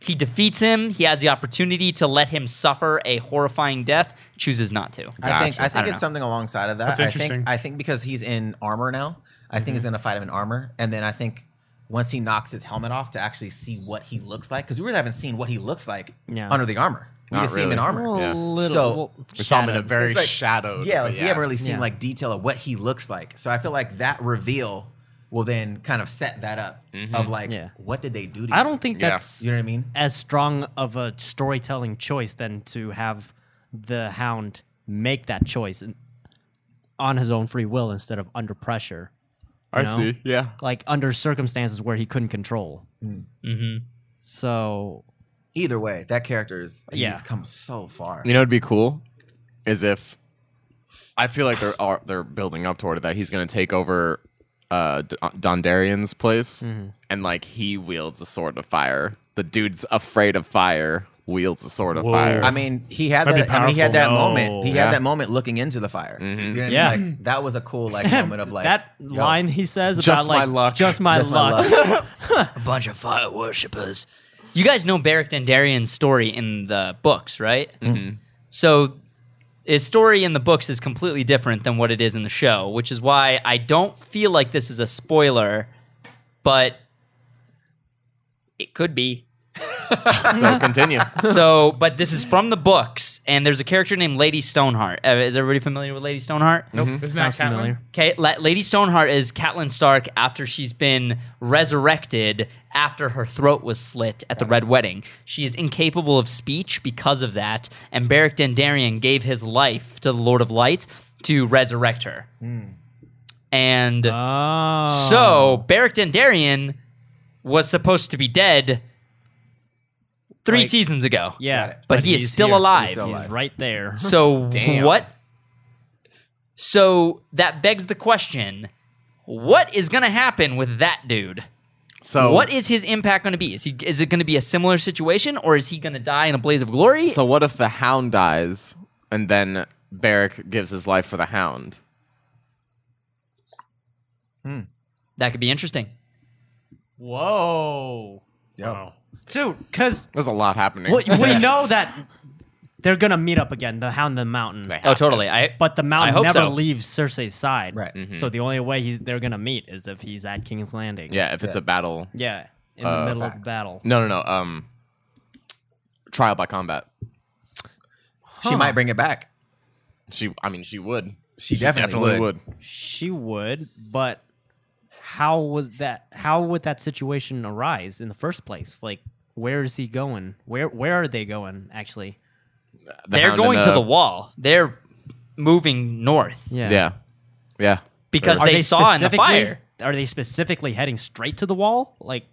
Speaker 1: he defeats him. He has the opportunity to let him suffer a horrifying death, chooses not to.
Speaker 5: I think I
Speaker 1: I don't
Speaker 5: think
Speaker 1: know.
Speaker 5: it's something alongside of that.
Speaker 2: That's
Speaker 5: I
Speaker 2: interesting.
Speaker 5: think I think because he's in armor now, I think he's
Speaker 3: Mm-hmm.
Speaker 5: gonna fight him in armor, and then I think once he knocks his helmet off to actually see what he looks like, because we really haven't seen what he looks like
Speaker 3: Yeah.
Speaker 5: under the armor. We
Speaker 6: Not
Speaker 5: just see him in
Speaker 6: really.
Speaker 5: armor.
Speaker 6: Yeah.
Speaker 3: Little-
Speaker 5: So-
Speaker 3: well,
Speaker 6: We saw him in a
Speaker 3: shadowed.
Speaker 6: very
Speaker 5: It's like-
Speaker 6: shadowed.
Speaker 5: Yeah,
Speaker 6: but
Speaker 5: like, we haven't really seen
Speaker 3: Yeah.
Speaker 5: like detail of what he looks like. So I feel like that reveal will then kind of set that up of like
Speaker 3: Mm-hmm. Yeah.
Speaker 5: what did they do to
Speaker 3: I
Speaker 5: you?
Speaker 3: don't think
Speaker 6: Yeah.
Speaker 3: that's
Speaker 5: You know what I mean?
Speaker 3: as strong of a storytelling choice than to have the hound make that choice and- on his own free will instead of under pressure,
Speaker 6: I
Speaker 3: know?
Speaker 6: see. Yeah.
Speaker 3: like under circumstances where he couldn't control. Mm-hmm. So
Speaker 5: either way, that character is
Speaker 3: Yeah.
Speaker 5: he's come so far.
Speaker 6: You know, it'd be cool is if I feel like they're are, they're building up toward it that he's going to take over uh, D- Dondarrion's place,
Speaker 5: Mm-hmm.
Speaker 6: and like he wields a sword of fire. The dude's afraid of fire, wields a sword of fire.
Speaker 5: I mean, he had
Speaker 2: That'd
Speaker 5: that.
Speaker 2: be
Speaker 5: I mean, he had that
Speaker 2: powerful.
Speaker 5: moment. He
Speaker 6: Yeah.
Speaker 5: had that moment looking into the fire.
Speaker 6: Mm-hmm.
Speaker 5: You know what I mean?
Speaker 1: Yeah.
Speaker 5: like, that was a cool like moment of like
Speaker 3: that
Speaker 5: yo,
Speaker 3: line he says
Speaker 6: Just
Speaker 3: about like
Speaker 6: my luck.
Speaker 3: just my
Speaker 5: that's my
Speaker 3: luck.
Speaker 5: luck.
Speaker 1: A bunch of fire worshippers. You guys know Beric Dondarrion's story in the books, right? Mm-hmm. So his story in the books is completely different than what it is in the show, which is why I don't feel like this is a spoiler, but it could be.
Speaker 6: so continue.
Speaker 1: so, but this is from the books, and there's a character named Lady Stoneheart. Uh, Is everybody familiar with Lady Stoneheart? Nope.
Speaker 2: Isn't that
Speaker 3: Sounds
Speaker 2: Catelyn?
Speaker 3: familiar.
Speaker 1: Okay, La- Lady Stoneheart is Catelyn Stark after she's been resurrected after her throat was slit at the Red Wedding. She is incapable of speech because of that, and Beric Dondarrion gave his life to the Lord of Light to resurrect her.
Speaker 3: Hmm.
Speaker 1: And
Speaker 3: Oh.
Speaker 1: so Beric Dondarrion was supposed to be dead three
Speaker 3: Like-
Speaker 1: seasons ago.
Speaker 3: yeah,
Speaker 5: Got it.
Speaker 1: But he is
Speaker 3: he's
Speaker 1: still
Speaker 3: here.
Speaker 1: alive.
Speaker 5: still alive.
Speaker 3: He's right there.
Speaker 1: So
Speaker 6: Damn.
Speaker 1: what? So that begs the question: What is going to happen with that dude?
Speaker 6: So
Speaker 1: What is his impact going to be? Is he is it going to be a similar situation, or is he going to die in a blaze of glory?
Speaker 6: So what if the hound dies and then Barrick gives his life for the hound?
Speaker 1: that could be interesting.
Speaker 3: Whoa,
Speaker 2: Wow.
Speaker 3: dude, because
Speaker 6: There's a lot happening.
Speaker 3: we, we know that they're gonna meet up again, the Hound and the Mountain.
Speaker 6: They have
Speaker 1: Oh,
Speaker 6: to.
Speaker 1: totally. I
Speaker 3: But the
Speaker 1: I
Speaker 3: Mountain
Speaker 1: hope
Speaker 3: never
Speaker 1: so. Mm-hmm.
Speaker 3: leaves Cersei's side,
Speaker 5: Right.
Speaker 3: So the only way he's they're gonna meet is if he's at King's Landing.
Speaker 6: Yeah, if it's a battle.
Speaker 3: yeah, in
Speaker 1: Uh,
Speaker 3: the middle of the battle.
Speaker 6: No, no, no. Um, trial by combat.
Speaker 5: She might bring it back.
Speaker 6: She, I mean, she would.
Speaker 5: She, definitely, would.
Speaker 3: She would, but how was that? How would that situation arise in the first place? Like, where is he going? Where Where are they going? Actually,
Speaker 6: The
Speaker 1: they're
Speaker 6: hound and
Speaker 1: going to the wall. They're moving north
Speaker 6: Yeah, yeah.
Speaker 1: because
Speaker 3: Are
Speaker 1: they, saw in the
Speaker 3: specifically-
Speaker 1: fire.
Speaker 3: Are they specifically heading straight to the wall, like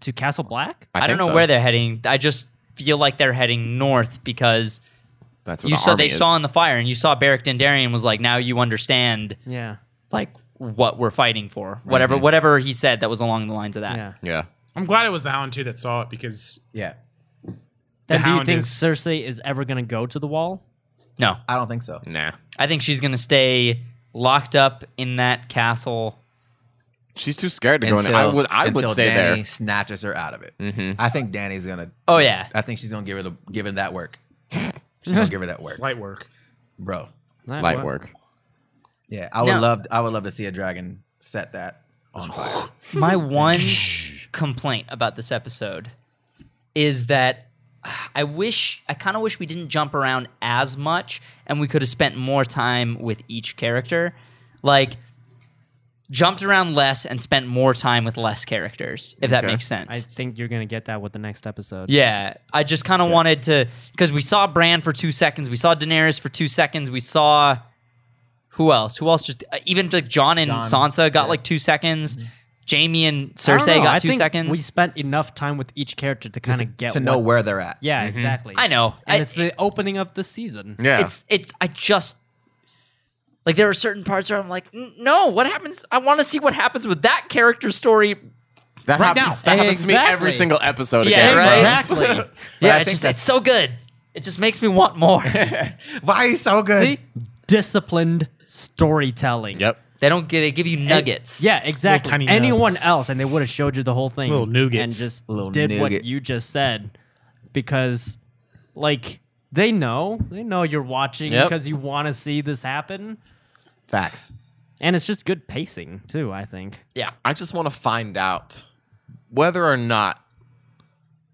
Speaker 3: to Castle Black?
Speaker 1: I, don't
Speaker 6: think
Speaker 1: know
Speaker 6: so.
Speaker 1: where they're heading. I just feel like they're heading north because
Speaker 6: That's where
Speaker 1: you
Speaker 6: the
Speaker 1: saw
Speaker 6: army
Speaker 1: they
Speaker 6: is.
Speaker 1: saw in the fire, and you saw Beric Dondarrion was like, "Now you understand."
Speaker 3: Yeah,
Speaker 1: like what we're fighting for. Whatever whatever he said that was along the lines of that.
Speaker 3: yeah.
Speaker 6: Yeah.
Speaker 2: I'm glad it was the Hound too that saw it because
Speaker 5: Yeah,
Speaker 3: Then do you
Speaker 2: Hound
Speaker 3: think
Speaker 2: is-
Speaker 3: Cersei is ever gonna go to the wall?
Speaker 1: No.
Speaker 5: I don't think so.
Speaker 6: Nah.
Speaker 1: I think she's going to stay locked up in that castle.
Speaker 6: She's too scared to go in. I would. I would
Speaker 5: until
Speaker 6: stay
Speaker 5: Danny
Speaker 6: there. Mm-hmm.
Speaker 5: snatches her out of it. I think Danny's gonna.
Speaker 1: Oh yeah.
Speaker 5: I think she's gonna give her the give him that work. She's gonna give her that work,
Speaker 2: light work.
Speaker 5: bro.
Speaker 6: Light work.
Speaker 5: Yeah, I would
Speaker 1: No.
Speaker 5: love. I would love to see a dragon set that on fire.
Speaker 1: My one complaint about this episode is that I wish I kind of wish we didn't jump around as much and we could have spent more time with each character. Like jumped around less and spent more time with less characters, if that
Speaker 6: Okay.
Speaker 1: makes sense.
Speaker 3: I think you're gonna get that with the next episode.
Speaker 1: Yeah, I just kind of wanted to because we saw Bran for two seconds, we saw Daenerys for two seconds, we saw who else? Who else? Just uh, even like John and Sansa got like two seconds. Jamie and
Speaker 3: Mm-hmm. I don't
Speaker 1: Cersei
Speaker 3: know.
Speaker 1: got
Speaker 3: I
Speaker 1: two
Speaker 3: think
Speaker 1: seconds.
Speaker 3: We spent enough time with each character to kind of get
Speaker 5: to know
Speaker 3: what-
Speaker 5: where Mm-hmm. they're at.
Speaker 3: Yeah, exactly.
Speaker 1: I know.
Speaker 3: And
Speaker 1: I-
Speaker 3: it's the opening of the season.
Speaker 6: Yeah.
Speaker 1: It's it's. I just like there are certain parts where I'm like, "N- no, what happens? I want to see what happens with that character story.
Speaker 6: that
Speaker 1: right
Speaker 6: happens.
Speaker 1: now.
Speaker 6: That happens to me every
Speaker 3: Exactly.
Speaker 6: single episode.
Speaker 1: Yeah,
Speaker 6: again,
Speaker 1: right?
Speaker 3: Exactly.
Speaker 1: yeah,
Speaker 6: I
Speaker 1: it's
Speaker 6: think
Speaker 1: just
Speaker 6: that's-
Speaker 1: it's so good. It just makes me want more.
Speaker 5: Why are you so good?
Speaker 3: See? Disciplined storytelling.
Speaker 6: Yep.
Speaker 1: they don't give they give you nuggets.
Speaker 3: Yeah, exactly.
Speaker 2: tiny
Speaker 3: Anyone
Speaker 2: nuggets.
Speaker 3: else, and they would have showed you the whole thing.
Speaker 2: Little nougats.
Speaker 3: And just
Speaker 5: Little
Speaker 3: did what
Speaker 5: nougat.
Speaker 3: you just said. Because, like, they know. They know you're watching
Speaker 6: Yep.
Speaker 3: because you want to see this happen.
Speaker 5: Facts.
Speaker 3: And it's just good pacing, too, I think.
Speaker 1: yeah.
Speaker 6: I just want to find out whether or not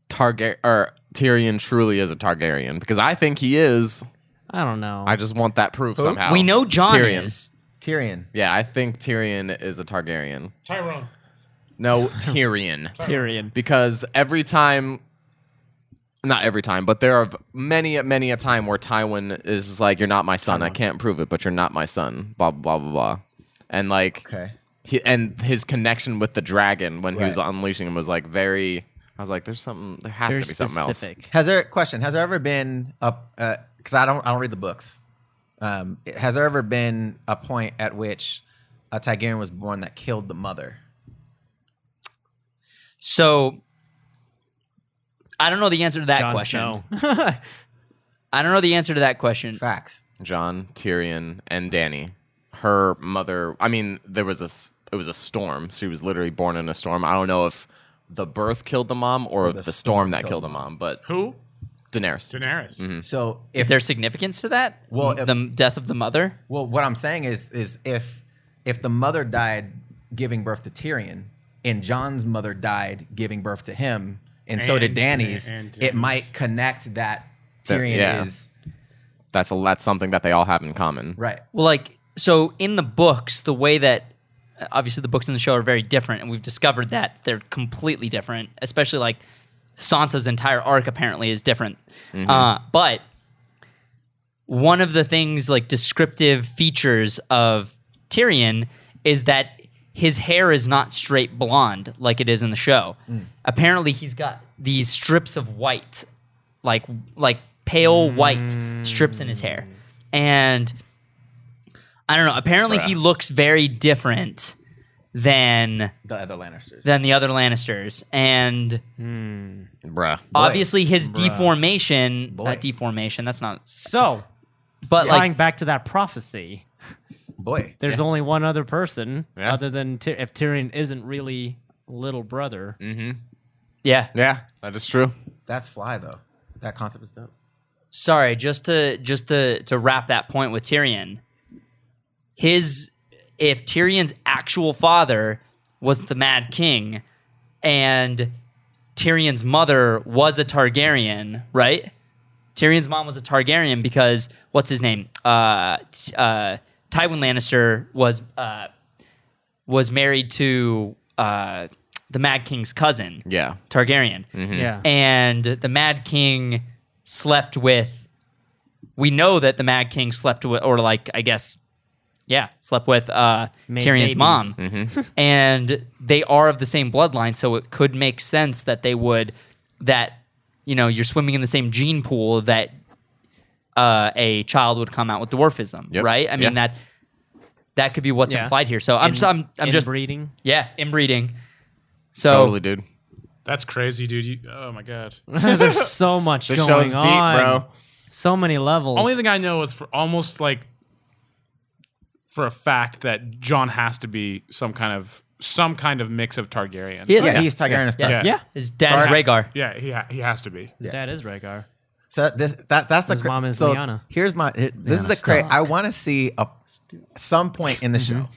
Speaker 6: Targa- or Tyrion truly is a Targaryen because I think he is.
Speaker 3: I don't know.
Speaker 6: I just want that proof somehow.
Speaker 1: We know John
Speaker 6: Tyrion.
Speaker 1: is.
Speaker 5: Tyrion.
Speaker 6: Yeah, I think Tyrion is a Targaryen.
Speaker 2: Tyrone.
Speaker 6: No, Tyrion.
Speaker 3: Tyrion.
Speaker 6: Because every time, not every time, but there are many, many a time where Tywin is just like, "You're not my son. I can't prove it, but you're not my son." Blah blah blah blah. blah. And like,
Speaker 5: Okay.
Speaker 6: he, and his connection with the dragon when he was
Speaker 5: Right.
Speaker 6: unleashing him was like very. I was like, "There's something. There has
Speaker 3: Very
Speaker 6: to be something else."
Speaker 3: specific.
Speaker 5: Has there question? Has there ever been a? uh, Because I don't. I don't read the books. Um, has there ever been a point at which a Tigerian was born that killed the mother.
Speaker 1: So I don't know the answer to that question. I don't know the answer to that question.
Speaker 5: Facts.
Speaker 6: John, Tyrion, and Danny. Her mother. I mean, there was a. s- It was a storm. She was literally born in a storm. I don't know if the birth killed the mom or, the, storm, that killed the mom, but
Speaker 2: Who?
Speaker 6: Daenerys.
Speaker 2: Daenerys.
Speaker 5: So
Speaker 1: Is
Speaker 5: if
Speaker 1: there significance to that?
Speaker 5: Well,
Speaker 1: the
Speaker 5: if-
Speaker 1: m- death of the mother.
Speaker 5: well, what I'm saying is is if if the mother died giving birth to Tyrion and John's mother died giving birth to him, and, so did
Speaker 2: And-
Speaker 5: Danny's,
Speaker 2: and Danny's.
Speaker 5: it might connect that
Speaker 6: That-
Speaker 5: Tyrion
Speaker 6: yeah.
Speaker 5: is
Speaker 6: That's a, that's something that they all have in common.
Speaker 5: right.
Speaker 1: Well, like so in the books, the way that obviously the books and the show are very different, and we've discovered that they're completely different. Especially like Sansa's entire arc apparently is different. Uh, but one of the things, like descriptive features of Tyrion, is that his hair is not straight blonde like it is in the show. Apparently, he's got these strips of white, like like pale white strips in his hair, and I don't know. Apparently, he looks very different than
Speaker 5: The other Lannisters.
Speaker 1: than the other Lannisters, and
Speaker 6: Bruh.
Speaker 1: obviously his deformation,
Speaker 5: Boy.
Speaker 1: not deformation. That's not,
Speaker 3: So,
Speaker 1: but
Speaker 3: tying
Speaker 1: like
Speaker 3: back to that prophecy,
Speaker 5: Boy,
Speaker 3: there's only one other person
Speaker 6: Yeah.
Speaker 3: other than Ty- if Tyrion isn't really little brother.
Speaker 1: yeah.
Speaker 6: Yeah, that is true.
Speaker 5: that's fly though. That concept is dope.
Speaker 1: Sorry, just to just to to wrap that point with Tyrion. His if Tyrion's actual father was the Mad King, and Tyrion's mother was a Targaryen, right? Tyrion's mom was a Targaryen because what's his name? Uh, t- uh, Tywin Lannister was uh, was married to uh, the Mad King's cousin,
Speaker 6: Yeah.
Speaker 1: Targaryen,
Speaker 3: Yeah.
Speaker 1: and the Mad King slept with. We know that the Mad King slept with, or like I guess, yeah, slept with uh,
Speaker 3: Made
Speaker 1: Tyrion's
Speaker 3: babies.
Speaker 1: mom,
Speaker 6: Mm-hmm.
Speaker 1: and they are of the same bloodline, so it could make sense that they would that you know you're swimming in the same gene pool that uh, a child would come out with dwarfism,
Speaker 6: Yep.
Speaker 1: right? I mean
Speaker 6: Yeah.
Speaker 1: that that could be what's
Speaker 3: Yeah.
Speaker 1: implied here. So I'm
Speaker 3: In-
Speaker 1: just I'm, I'm just
Speaker 3: inbreeding.
Speaker 1: yeah inbreeding. So
Speaker 6: Totally, dude.
Speaker 2: That's crazy, dude. You, oh my god.
Speaker 3: There's so much
Speaker 6: This
Speaker 3: going
Speaker 6: show's
Speaker 3: on,
Speaker 6: deep, bro.
Speaker 3: So many levels.
Speaker 2: Only thing I know is for almost like for a fact that John has to be some kind of some kind of mix of Targaryen.
Speaker 1: He is-
Speaker 5: Yeah, he's Tigerian stuff.
Speaker 2: Yeah.
Speaker 3: yeah,
Speaker 1: His dad's Rhaegar.
Speaker 2: Yeah, he ha- he has to be.
Speaker 3: his dad is Rhaegar.
Speaker 5: So this that that's the
Speaker 3: His mom is
Speaker 5: so
Speaker 3: Lyanna.
Speaker 5: Here's my here-
Speaker 1: Lyanna
Speaker 5: this is the cra-
Speaker 1: Stark.
Speaker 5: I want to see a some point in the
Speaker 3: Mm-hmm.
Speaker 5: show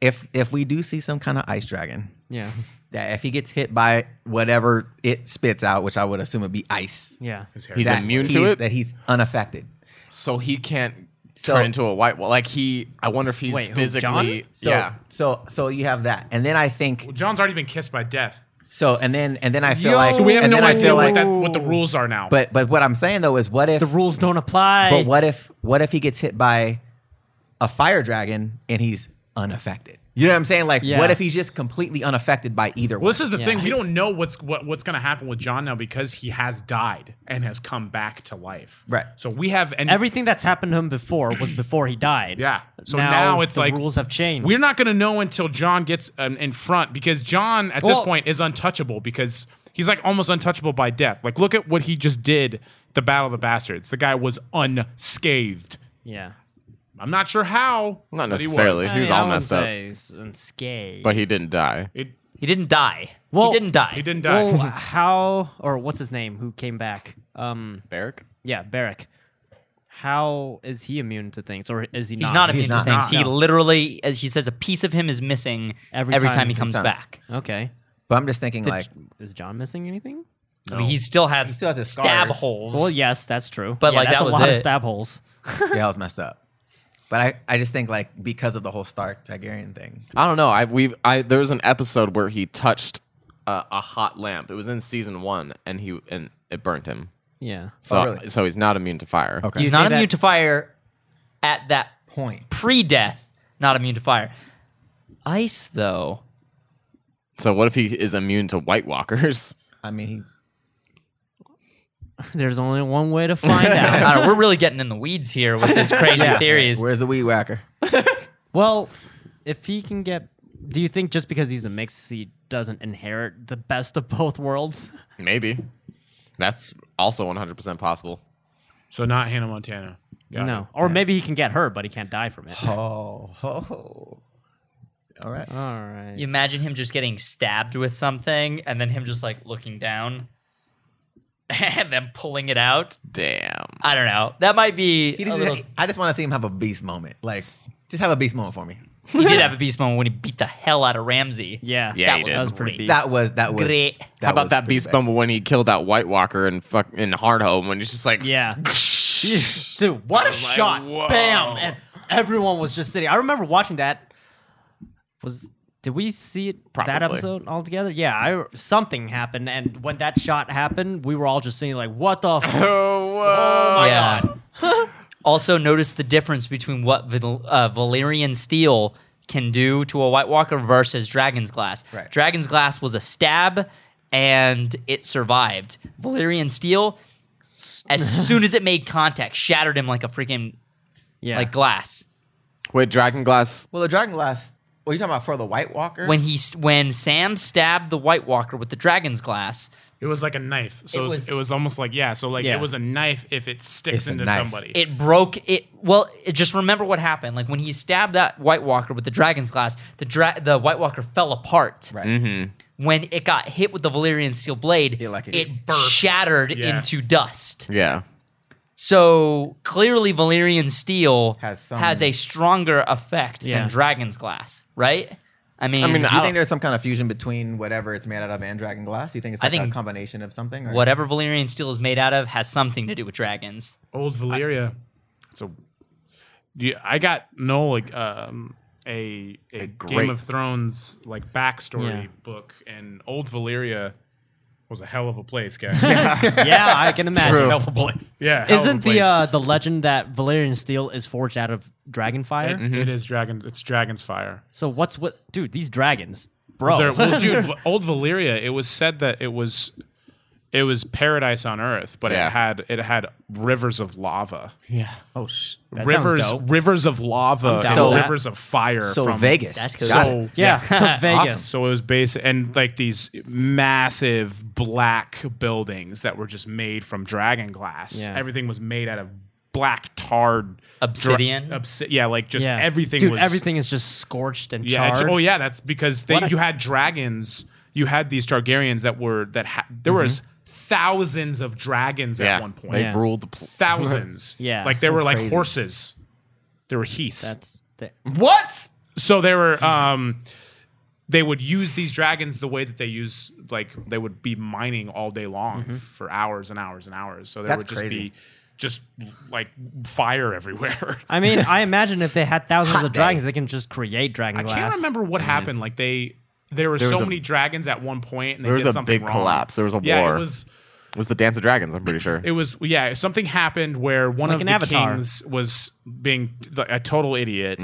Speaker 5: if if we do see some kind of ice dragon
Speaker 3: Yeah,
Speaker 5: that if he gets hit by whatever it spits out, which I would assume would be ice,
Speaker 3: yeah.
Speaker 6: He's
Speaker 5: that
Speaker 6: immune to
Speaker 5: he's-
Speaker 6: it?
Speaker 5: that he's unaffected.
Speaker 6: So he can't
Speaker 5: So-
Speaker 6: turn into a white wall. Like he, I wonder if he's
Speaker 3: Wait, who,
Speaker 6: physically.
Speaker 3: Jon?
Speaker 5: So,
Speaker 6: yeah.
Speaker 5: So so you have that, and then I think
Speaker 2: Well, John's already been kissed by death.
Speaker 5: so, and then and then I feel
Speaker 3: Yo.
Speaker 5: like
Speaker 3: So we have
Speaker 5: and
Speaker 2: no
Speaker 5: then I
Speaker 2: idea
Speaker 5: feel
Speaker 2: what
Speaker 5: like
Speaker 2: that what the rules are now.
Speaker 5: But but what I'm saying though is what if
Speaker 3: The rules don't apply.
Speaker 5: but what if what if he gets hit by a fire dragon and he's unaffected? You know what I'm saying? Like
Speaker 3: Yeah.
Speaker 5: what if he's just completely unaffected by either
Speaker 2: well,
Speaker 5: one?
Speaker 2: this is the thing. We don't know what's what, what's going to happen with John now because he has died and has come back to life.
Speaker 5: Right.
Speaker 2: So we have and
Speaker 3: Everything that's happened to him before was before he died.
Speaker 2: Yeah. So now,
Speaker 3: now,
Speaker 2: it's
Speaker 3: the
Speaker 2: like
Speaker 3: rules have changed.
Speaker 2: We're not going to know until John gets um, in front because John at this
Speaker 3: Well-
Speaker 2: point is untouchable because he's like almost untouchable by death. Like look at what he just did the Battle of the Bastards. The guy was unscathed.
Speaker 3: yeah.
Speaker 2: I'm not sure how.
Speaker 6: Not
Speaker 2: but he was.
Speaker 6: necessarily. He
Speaker 3: I
Speaker 6: was
Speaker 3: mean, I
Speaker 6: all
Speaker 3: wouldn't
Speaker 6: messed up.
Speaker 3: say he's unscathed.
Speaker 6: But he didn't die.
Speaker 2: It-
Speaker 1: He didn't die.
Speaker 3: Well,
Speaker 1: he didn't die.
Speaker 2: he didn't die.
Speaker 3: well, how or what's his name? Who came back? Um,
Speaker 6: Barrack?
Speaker 3: yeah, Barrack. How is he immune to things, or is he not?
Speaker 1: He's not immune to
Speaker 5: not.
Speaker 1: things. He
Speaker 2: No.
Speaker 1: literally, as he says, a piece of him is missing
Speaker 3: Every
Speaker 1: every,
Speaker 3: time.
Speaker 1: time, he comes
Speaker 5: Every time.
Speaker 1: back.
Speaker 3: Okay.
Speaker 5: But I'm just thinking
Speaker 3: Did-
Speaker 5: like
Speaker 3: is John missing anything?
Speaker 1: I mean, he still has,
Speaker 5: still has his
Speaker 1: stab
Speaker 5: scars.
Speaker 1: holes.
Speaker 3: Well, yes, that's true.
Speaker 1: But,
Speaker 3: Yeah,
Speaker 1: like,
Speaker 3: that's
Speaker 1: that
Speaker 3: a
Speaker 1: was
Speaker 3: lot of
Speaker 1: it.
Speaker 3: stab holes.
Speaker 5: yeah, I was messed up. But I, I just think like because of the whole Stark Targaryen thing.
Speaker 6: I don't know. I we I there was an episode where he touched uh, a, a hot lamp. It was in season one, and he and it burnt him.
Speaker 3: Yeah.
Speaker 6: So
Speaker 5: Oh, really?
Speaker 6: so he's not immune to fire.
Speaker 5: Okay.
Speaker 1: He's
Speaker 3: Do you
Speaker 1: not
Speaker 3: think
Speaker 1: immune
Speaker 3: that-
Speaker 1: to fire at that
Speaker 5: Point.
Speaker 1: pre-death. Not immune to fire. Ice though.
Speaker 6: So what if he is immune to White Walkers?
Speaker 5: I mean, he,
Speaker 3: There's only one way to find out.
Speaker 1: I don't know, we're really getting in the weeds here with this crazy theories.
Speaker 5: where's the weed whacker?
Speaker 3: Well, if he can get, do you think just because he's a mix, he doesn't inherit the best of both worlds?
Speaker 6: Maybe. That's also 100% possible.
Speaker 2: So not Hannah Montana. Got
Speaker 3: no, or maybe he can get her, but he can't die from it. All
Speaker 5: Oh, All right.
Speaker 3: Uh, right.
Speaker 1: You imagine him just getting stabbed with something and then him just like looking down and then pulling it out.
Speaker 6: Damn.
Speaker 1: I don't know. That might be.
Speaker 5: He
Speaker 1: a
Speaker 5: just-
Speaker 1: little,
Speaker 5: I just want to see him have a beast moment. Like, just have a beast moment for me.
Speaker 1: he did have a beast moment when he beat the hell out of Ramsey.
Speaker 3: Yeah.
Speaker 6: Yeah,
Speaker 1: that
Speaker 6: he
Speaker 1: was,
Speaker 6: did.
Speaker 3: That was pretty
Speaker 1: great.
Speaker 3: beast.
Speaker 5: That was that was
Speaker 1: Great.
Speaker 5: That
Speaker 6: How about
Speaker 5: was
Speaker 6: that
Speaker 5: pretty
Speaker 6: Beast
Speaker 5: bad.
Speaker 6: Bumble when he killed that White Walker in fuck in Hard Home when he's just like
Speaker 3: Yeah. Dude, what a
Speaker 6: like,
Speaker 3: shot.
Speaker 6: "Whoa."
Speaker 3: Bam. And everyone was just sitting. I remember watching that. Was did we see it that
Speaker 6: Probably.
Speaker 3: episode altogether? Yeah, I something happened and when that shot happened, we were all just sitting like, "What the f-
Speaker 6: Oh, whoa.
Speaker 1: my god. also, notice the difference between what Val- uh, Valyrian steel can do to a White Walker versus Dragon's Glass.
Speaker 5: Right.
Speaker 1: Dragon's Glass was a stab, and it survived. Valyrian steel, as soon as it made contact, shattered him like a freaking
Speaker 3: Yeah.
Speaker 1: like glass.
Speaker 6: Wait, Dragon Glass.
Speaker 5: Well, the dragon glass. Well, you talking about for the White Walker?
Speaker 1: When he s- when Sam stabbed the White Walker with the Dragon's Glass,
Speaker 2: It was like a knife. So
Speaker 1: It
Speaker 2: it was,
Speaker 1: was-
Speaker 2: it was almost like yeah. So like
Speaker 3: Yeah.
Speaker 2: it was a knife if it sticks
Speaker 5: It's a
Speaker 2: into
Speaker 5: knife.
Speaker 2: somebody.
Speaker 1: it broke it well it, just remember what happened like when he stabbed that white walker with the dragon's glass the dra- the white walker fell apart
Speaker 5: Right.
Speaker 1: when it got hit with the valyrian steel blade
Speaker 5: Yeah, like it-
Speaker 1: it shattered
Speaker 2: Yeah.
Speaker 1: into dust
Speaker 6: Yeah.
Speaker 1: so clearly valyrian steel
Speaker 5: Has some-
Speaker 1: a stronger effect
Speaker 3: Yeah.
Speaker 1: than dragon's glass right i mean,
Speaker 6: I mean,
Speaker 5: Do you
Speaker 6: I
Speaker 5: think there's some kind of fusion between whatever it's made out of and dragon glass? Do you think it's
Speaker 1: I
Speaker 5: like
Speaker 1: think-
Speaker 5: a combination of something? Or?
Speaker 1: whatever valyrian steel is made out of has something to do with dragons
Speaker 2: Old Valeria. It's a. Yeah, I got no like um a a, Game
Speaker 6: great-
Speaker 2: of Thrones like backstory
Speaker 3: Yeah.
Speaker 2: book, and Old Valeria was a hell of a place, guys.
Speaker 3: yeah, I can imagine.
Speaker 6: True.
Speaker 2: yeah, hell of a
Speaker 3: Isn't the
Speaker 2: place.
Speaker 3: uh, the legend that Valyrian steel is forged out of dragon fire?
Speaker 2: It- Mm-hmm. it is dragon. It's dragon's fire.
Speaker 3: So what's what Dude, these dragons. Bro.
Speaker 2: There- well, dude, v- old Valeria. It was said that it was, it was paradise on earth, but
Speaker 6: Yeah.
Speaker 2: it had it had rivers of lava,
Speaker 6: Yeah.
Speaker 5: Oh, sh-
Speaker 2: rivers
Speaker 3: dope.
Speaker 2: rivers of lava,
Speaker 3: down
Speaker 2: and
Speaker 5: with that.
Speaker 2: rivers of fire.
Speaker 5: so
Speaker 2: from,
Speaker 5: Vegas.
Speaker 1: That's cool.
Speaker 5: Got
Speaker 2: So
Speaker 5: it.
Speaker 3: yeah, so Vegas.
Speaker 2: So it was base and like these massive black buildings that were just made from dragon glass.
Speaker 3: Yeah.
Speaker 2: Everything was made out of black tarred dra-
Speaker 1: Obsidian?
Speaker 2: obsi- yeah, like just
Speaker 3: Yeah.
Speaker 2: everything
Speaker 3: Dude,
Speaker 2: was
Speaker 3: everything is just scorched and
Speaker 2: yeah, it's-
Speaker 3: charred.
Speaker 2: oh yeah, that's because they,
Speaker 3: What a-
Speaker 2: you had dragons. You had these Targaryens that were that ha- there was thousands of dragons
Speaker 6: Yeah.
Speaker 2: at one point.
Speaker 6: They
Speaker 3: Mm-hmm. Yeah.
Speaker 6: ruled the. Pl-
Speaker 2: Thousands.
Speaker 3: Yeah,
Speaker 2: like they
Speaker 3: so
Speaker 2: were like
Speaker 5: crazy.
Speaker 2: horses. They were heaths.
Speaker 3: That's the,
Speaker 6: what?
Speaker 2: So they were um they would use these dragons the way that they use like they would be mining all day long
Speaker 6: Mm-hmm.
Speaker 2: for hours and hours and hours. So there
Speaker 5: That's
Speaker 2: would just
Speaker 5: crazy.
Speaker 2: be just like fire everywhere.
Speaker 3: I mean, I imagine if they had thousands
Speaker 5: Hot
Speaker 3: of
Speaker 5: day.
Speaker 3: dragons, they can just create dragon
Speaker 2: I
Speaker 3: glass.
Speaker 2: can't remember what happened. Like they there were so
Speaker 6: Mm-hmm. was a-
Speaker 2: many dragons at one point and they
Speaker 6: There was
Speaker 2: did
Speaker 6: a
Speaker 2: something
Speaker 6: big
Speaker 2: wrong.
Speaker 6: collapse. There was a
Speaker 2: yeah,
Speaker 6: war.
Speaker 2: It was
Speaker 6: It was the Dance of Dragons, I'm pretty sure.
Speaker 2: it was yeah, something happened where one
Speaker 3: Like
Speaker 2: of
Speaker 3: an
Speaker 2: the
Speaker 3: avatar.
Speaker 2: kings was being like, a total idiot.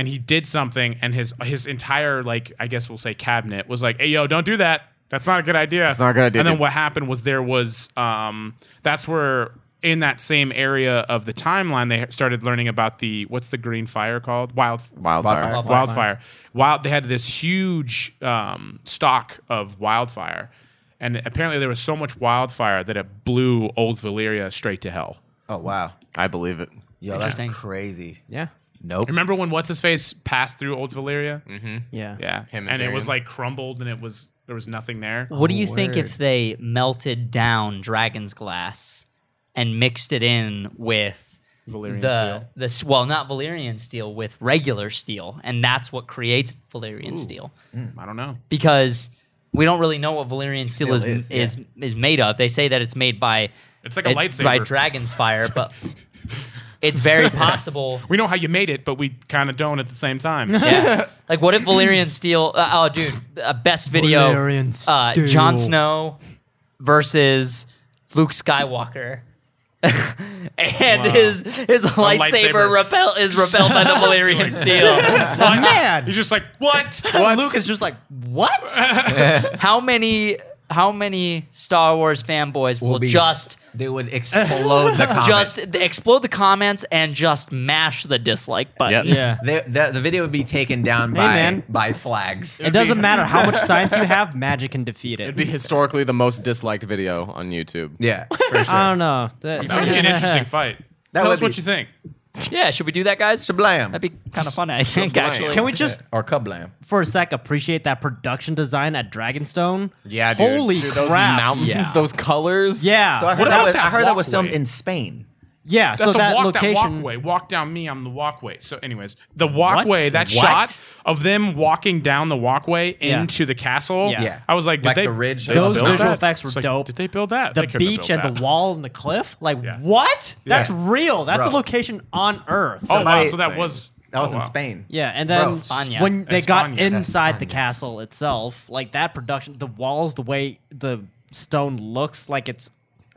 Speaker 2: And he did something, and his his entire like I guess we'll say cabinet was like, "Hey, yo, don't do that. That's not a good idea. That's
Speaker 6: not a good idea,
Speaker 2: And then
Speaker 6: dude.
Speaker 2: what happened was there was um that's where in that same area of the timeline they started learning about the what's the green fire called wild
Speaker 6: Wildfire.
Speaker 5: Wildfire.
Speaker 2: wildfire. Wild. They had this huge um, stock of wildfire, and apparently there was so much wildfire that it blew old Valeria straight to hell.
Speaker 5: Oh wow.
Speaker 6: I believe it.
Speaker 5: Yo, that's
Speaker 1: Interesting.
Speaker 5: crazy.
Speaker 3: Yeah.
Speaker 5: Nope.
Speaker 2: Remember when what's his face passed through old Valeria? Mm-hmm.
Speaker 3: Yeah.
Speaker 2: Yeah,
Speaker 6: Him and
Speaker 2: and it was
Speaker 6: Tyrion.
Speaker 2: like crumbled, and it was there was nothing there.
Speaker 5: Oh.
Speaker 1: What do you think
Speaker 5: word.
Speaker 1: if they melted down Dragon's Glass and mixed it in with
Speaker 2: Valyrian
Speaker 1: the,
Speaker 2: steel.
Speaker 1: the s well, not Valyrian steel, with regular steel, and that's what creates Valyrian steel?
Speaker 2: I don't know.
Speaker 1: Because we don't really know what Valyrian steel,
Speaker 5: Steel
Speaker 1: is
Speaker 5: is,
Speaker 1: is, is made of. They say that it's made by
Speaker 2: It's like a lightsaber.
Speaker 1: by dragon's fire, but it's very possible.
Speaker 2: We know how you made it, but we kind of don't at the same time.
Speaker 1: Yeah. Like, what if Valyrian Steel? Uh, oh, dude, uh, best video.
Speaker 3: Valyrian
Speaker 1: uh,
Speaker 3: Steel.
Speaker 1: Jon Snow versus Luke Skywalker. and his his lightsaber,
Speaker 2: lightsaber.
Speaker 1: repel is repelled by the Valyrian steel.
Speaker 2: What?
Speaker 3: Man.
Speaker 2: You're just like what?
Speaker 3: Luke is just like, what?
Speaker 1: How many how many Star Wars fanboys will, just
Speaker 5: they would explode the comments.
Speaker 1: just explode the comments and just mash the dislike button?
Speaker 6: Yep.
Speaker 3: Yeah.
Speaker 5: They, the, the video would be taken down by
Speaker 3: man.
Speaker 5: by flags.
Speaker 3: It doesn't matter how much science you have, magic can defeat it.
Speaker 6: It'd be historically the most disliked video on YouTube.
Speaker 5: Yeah, for sure.
Speaker 3: I don't know. That-
Speaker 2: That would be an interesting fight.
Speaker 5: That
Speaker 2: Tell
Speaker 5: would
Speaker 2: us what
Speaker 5: be-
Speaker 2: you think.
Speaker 1: Yeah, should we do that, guys?
Speaker 5: Shablam.
Speaker 1: That'd be kind of fun, I think.
Speaker 6: Shablam.
Speaker 1: Actually,
Speaker 3: Can we just
Speaker 5: or kablam.
Speaker 3: for a sec appreciate that production design at Dragonstone?
Speaker 6: Yeah, dude.
Speaker 3: Holy
Speaker 6: Dude,
Speaker 3: crap!
Speaker 6: Those mountains, those colors.
Speaker 3: yeah.
Speaker 5: So I heard,
Speaker 2: What
Speaker 5: that
Speaker 2: about
Speaker 5: was,
Speaker 2: that
Speaker 5: I heard that was filmed
Speaker 2: walkway?
Speaker 5: in Spain.
Speaker 3: yeah. So
Speaker 2: That's a
Speaker 3: that
Speaker 2: walk, that
Speaker 3: location.
Speaker 2: walkway. Walk down me, I'm the walkway. So, anyways, the walkway, that
Speaker 5: What?
Speaker 2: shot of them walking down the walkway
Speaker 3: Yeah.
Speaker 2: into the castle.
Speaker 3: Yeah. Yeah.
Speaker 2: I was like, did
Speaker 5: Like
Speaker 2: they
Speaker 5: the ridge.
Speaker 2: they
Speaker 3: Those
Speaker 2: built
Speaker 3: visual
Speaker 2: that?
Speaker 3: effects were
Speaker 2: It's like,
Speaker 3: dope.
Speaker 2: Did they build that?
Speaker 3: the
Speaker 2: They couldn't have
Speaker 3: beach
Speaker 2: built
Speaker 3: and the
Speaker 2: that.
Speaker 3: wall and the cliff. Like
Speaker 2: Yeah.
Speaker 3: what? That's
Speaker 2: Yeah.
Speaker 3: real. That's
Speaker 5: Bro.
Speaker 3: a location on Earth.
Speaker 2: Oh wow!
Speaker 5: Somebody-
Speaker 2: So that was
Speaker 5: That was
Speaker 2: oh,
Speaker 5: in
Speaker 2: wow.
Speaker 5: Spain.
Speaker 3: Yeah, and then
Speaker 5: Bro.
Speaker 1: España.
Speaker 3: when they got
Speaker 2: España.
Speaker 3: inside the castle itself, like that production, the walls, the way the stone looks, like it's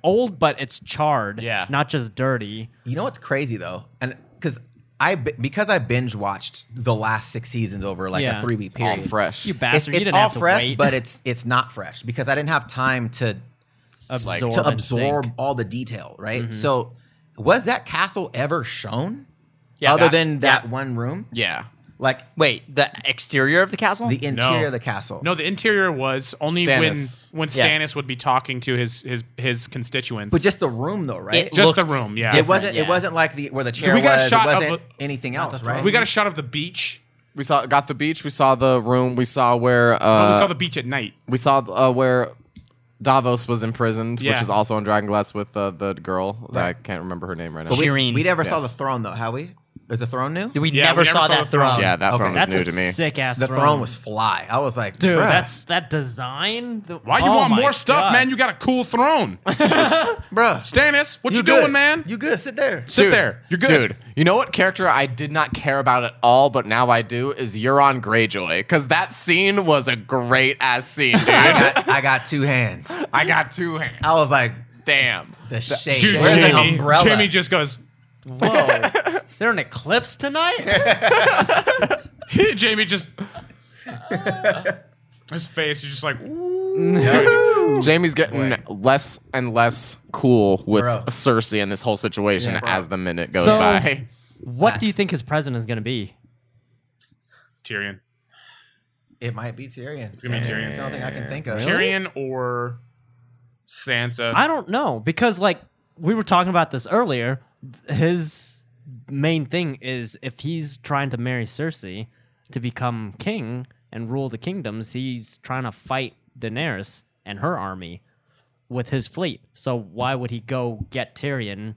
Speaker 3: old but it's charred.
Speaker 6: Yeah.
Speaker 3: not just dirty.
Speaker 5: You know what's crazy though, and because I bi- because I binge watched the last six seasons over like
Speaker 3: Yeah.
Speaker 5: a three week
Speaker 6: All
Speaker 5: period.
Speaker 6: fresh.
Speaker 3: You
Speaker 5: It's,
Speaker 3: bastard! you
Speaker 5: it's
Speaker 3: didn't
Speaker 5: all
Speaker 3: have to
Speaker 5: fresh,
Speaker 3: wait.
Speaker 5: but it's it's not fresh because I didn't have time to
Speaker 3: absorb
Speaker 5: to
Speaker 3: and sink.
Speaker 5: absorb all the detail, right? So, was that castle ever shown?
Speaker 1: Yeah.
Speaker 5: Other
Speaker 1: Yeah.
Speaker 5: than that one room,
Speaker 6: Yeah.
Speaker 5: like
Speaker 1: wait, the exterior of the castle.
Speaker 5: the interior of the castle.
Speaker 2: No, the interior was only
Speaker 6: Stannis.
Speaker 2: when when
Speaker 1: Yeah.
Speaker 2: Stannis would be talking to his his his constituents.
Speaker 5: but just the room though, right?
Speaker 1: It
Speaker 5: It,
Speaker 2: Just the
Speaker 1: looked
Speaker 2: room, yeah.
Speaker 1: different,
Speaker 5: wasn't.
Speaker 1: yeah.
Speaker 5: It wasn't like the where the chair
Speaker 2: We got a
Speaker 5: was.
Speaker 2: shot
Speaker 5: It
Speaker 2: of
Speaker 5: wasn't
Speaker 2: a-
Speaker 5: anything else, right?
Speaker 2: we got a shot of the beach.
Speaker 6: We saw got the beach. We saw the room. We saw where uh,
Speaker 2: Oh, we saw the beach at night.
Speaker 6: we saw uh, where Davos was imprisoned,
Speaker 2: Yeah.
Speaker 6: which is also on Dragon Glass with uh, the girl. that I can't remember her name right now.
Speaker 1: But
Speaker 5: we,
Speaker 1: Shireen.
Speaker 5: we never saw the
Speaker 6: Yes.
Speaker 5: throne though, have we? Is the throne new?
Speaker 1: we
Speaker 2: Yeah,
Speaker 1: never,
Speaker 2: we never
Speaker 1: saw,
Speaker 2: saw
Speaker 1: that
Speaker 2: the throne.
Speaker 1: throne.
Speaker 6: yeah, that
Speaker 5: Okay.
Speaker 6: throne was
Speaker 3: That's
Speaker 6: new
Speaker 3: a
Speaker 6: to me.
Speaker 3: sick ass.
Speaker 5: the throne was fly. I was like,
Speaker 3: dude.
Speaker 5: bruh.
Speaker 3: That's that design. the-
Speaker 2: Why you
Speaker 3: oh
Speaker 2: want
Speaker 3: my
Speaker 2: more stuff,
Speaker 3: God.
Speaker 2: man? You got a cool throne,
Speaker 5: bruh.
Speaker 2: Stannis. What you,
Speaker 5: good.
Speaker 2: doing, man?
Speaker 5: You good? Sit there.
Speaker 2: Sit there. You're good.
Speaker 6: Dude, you know what character I did not care about at all, but now I do is Euron Greyjoy because that scene was a great ass scene, dude.
Speaker 5: I got, I got two hands.
Speaker 6: I got two hands.
Speaker 5: I was like,
Speaker 6: Damn.
Speaker 5: the shade.
Speaker 2: Dude,
Speaker 5: Where's the
Speaker 2: Jimmy,
Speaker 5: umbrella?
Speaker 2: Jimmy just goes.
Speaker 3: Whoa. Is there an eclipse tonight?
Speaker 2: Jamie just. His face is just like, ooh.
Speaker 6: Jamie's getting less and less cool with
Speaker 5: Bro.
Speaker 6: Cersei in this whole situation as the minute goes
Speaker 3: So-
Speaker 6: by.
Speaker 3: what do you think his present is going to be?
Speaker 2: Tyrion.
Speaker 5: it might be Tyrion. It's
Speaker 2: gonna be Tyrion.
Speaker 5: It's the only thing I can think of.
Speaker 2: Tyrion or Sansa.
Speaker 3: I don't know because like we were talking about this earlier. th- His main thing is if he's trying to marry Cersei to become king and rule the kingdoms, he's trying to fight Daenerys and her army with his fleet. So why would he go get Tyrion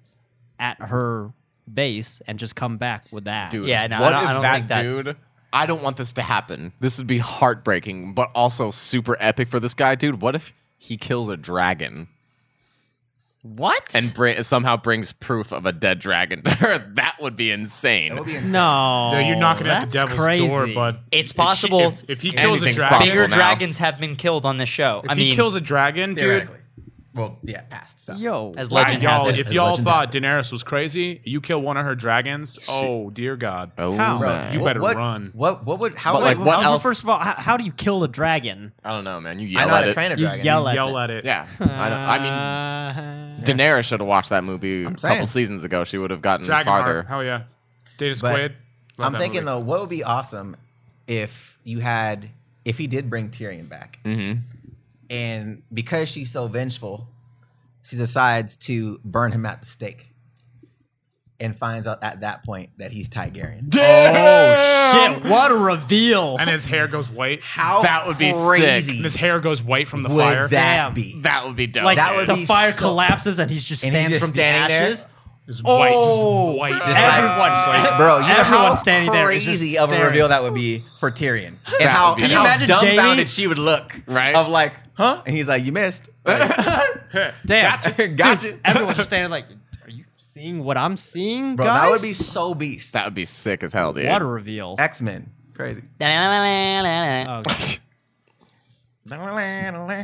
Speaker 3: at her base and just come back with that?
Speaker 6: Dude,
Speaker 1: Yeah, no, I
Speaker 6: what
Speaker 1: don't-
Speaker 6: if
Speaker 1: I don't
Speaker 6: that
Speaker 1: think that's-
Speaker 6: dude? I don't want this to happen. This would be heartbreaking, but also super epic for this guy, dude. What if he kills a dragon
Speaker 3: What?
Speaker 6: and bring, somehow brings proof of a dead dragon to her? That would be insane.
Speaker 5: That would be insane.
Speaker 3: no,
Speaker 2: Dude, you're knocking at the
Speaker 3: that's
Speaker 2: devil's
Speaker 3: crazy.
Speaker 2: door, bud.
Speaker 1: It's
Speaker 2: If she-
Speaker 1: possible-
Speaker 2: If, if he kills a
Speaker 6: Anything's
Speaker 2: dragon,
Speaker 6: possible.
Speaker 1: Bigger
Speaker 6: now.
Speaker 1: dragons have been killed on this show.
Speaker 2: if
Speaker 1: I
Speaker 2: he
Speaker 1: mean,
Speaker 2: kills a dragon, dude.
Speaker 5: Theoretically. Well, yeah, past. So.
Speaker 3: Yo,
Speaker 1: as
Speaker 2: Wow,
Speaker 1: legend
Speaker 2: y'all,
Speaker 1: has it.
Speaker 2: if
Speaker 5: As
Speaker 2: y'all
Speaker 5: legend
Speaker 2: thought
Speaker 5: has it.
Speaker 2: Daenerys was crazy, you kill one of her dragons. Oh dear God!
Speaker 6: Oh,
Speaker 3: How? Bro,
Speaker 6: man.
Speaker 2: you
Speaker 5: What-
Speaker 2: better
Speaker 5: what,
Speaker 2: run.
Speaker 5: What? What would? How
Speaker 6: But,
Speaker 5: would?
Speaker 6: like,
Speaker 5: I-
Speaker 6: what
Speaker 3: Well,
Speaker 6: else?
Speaker 3: First of all, how, how do you kill a dragon?
Speaker 6: I don't know, man. You
Speaker 5: I
Speaker 6: yell
Speaker 5: know how
Speaker 6: at
Speaker 5: to
Speaker 6: it.
Speaker 5: train a
Speaker 3: You
Speaker 5: dragon.
Speaker 3: yell at
Speaker 2: Yell
Speaker 3: it.
Speaker 2: at it.
Speaker 6: Yeah, I, know. I
Speaker 3: Uh,
Speaker 6: mean, Daenerys should have watched that movie a couple
Speaker 5: saying.
Speaker 6: seasons ago. She would have gotten
Speaker 2: Dragon
Speaker 6: farther.
Speaker 2: Hell yeah. Data
Speaker 5: But
Speaker 2: Squid. Love
Speaker 5: I'm
Speaker 2: that
Speaker 5: thinking
Speaker 2: movie.
Speaker 5: though, what would be awesome if you had if he did bring Tyrion back, and because she's so vengeful, she decides to burn him at the stake, and finds out at that point that he's Targaryen.
Speaker 6: Oh,
Speaker 3: Shit, what a reveal.
Speaker 2: And his hair goes white.
Speaker 5: How
Speaker 6: That would be
Speaker 5: crazy
Speaker 2: And his hair goes white from the
Speaker 5: would
Speaker 2: fire.
Speaker 5: that
Speaker 3: Damn.
Speaker 5: be?
Speaker 6: That would be dope.
Speaker 3: like
Speaker 5: that would
Speaker 3: the
Speaker 5: be
Speaker 3: fire
Speaker 5: so-
Speaker 3: collapses and he's just
Speaker 5: And he's
Speaker 3: stands
Speaker 5: just
Speaker 3: from the
Speaker 5: standing there?
Speaker 3: ashes.
Speaker 2: It's white.
Speaker 5: Oh,
Speaker 2: just white.
Speaker 5: Just like-
Speaker 3: Everyone-
Speaker 2: Just
Speaker 5: bro, you know
Speaker 3: Everyone
Speaker 5: how
Speaker 3: standing there is just
Speaker 5: crazy of a
Speaker 3: staring.
Speaker 5: reveal that would be for Tyrion, and
Speaker 6: That
Speaker 5: how
Speaker 6: would be-
Speaker 5: and
Speaker 6: Can you
Speaker 5: how
Speaker 3: imagine
Speaker 5: dumbfounded
Speaker 3: Jamie?
Speaker 5: she would look,
Speaker 6: Right.
Speaker 5: Of like, huh? And he's like, you missed.
Speaker 3: Damn.
Speaker 5: gotcha.
Speaker 3: Everyone's just standing like, are you seeing what I'm seeing,
Speaker 5: Bro,
Speaker 3: guys?
Speaker 5: that would be so beast.
Speaker 6: that would be sick as hell, dude.
Speaker 3: what a reveal.
Speaker 5: X Men, crazy.
Speaker 3: Oh,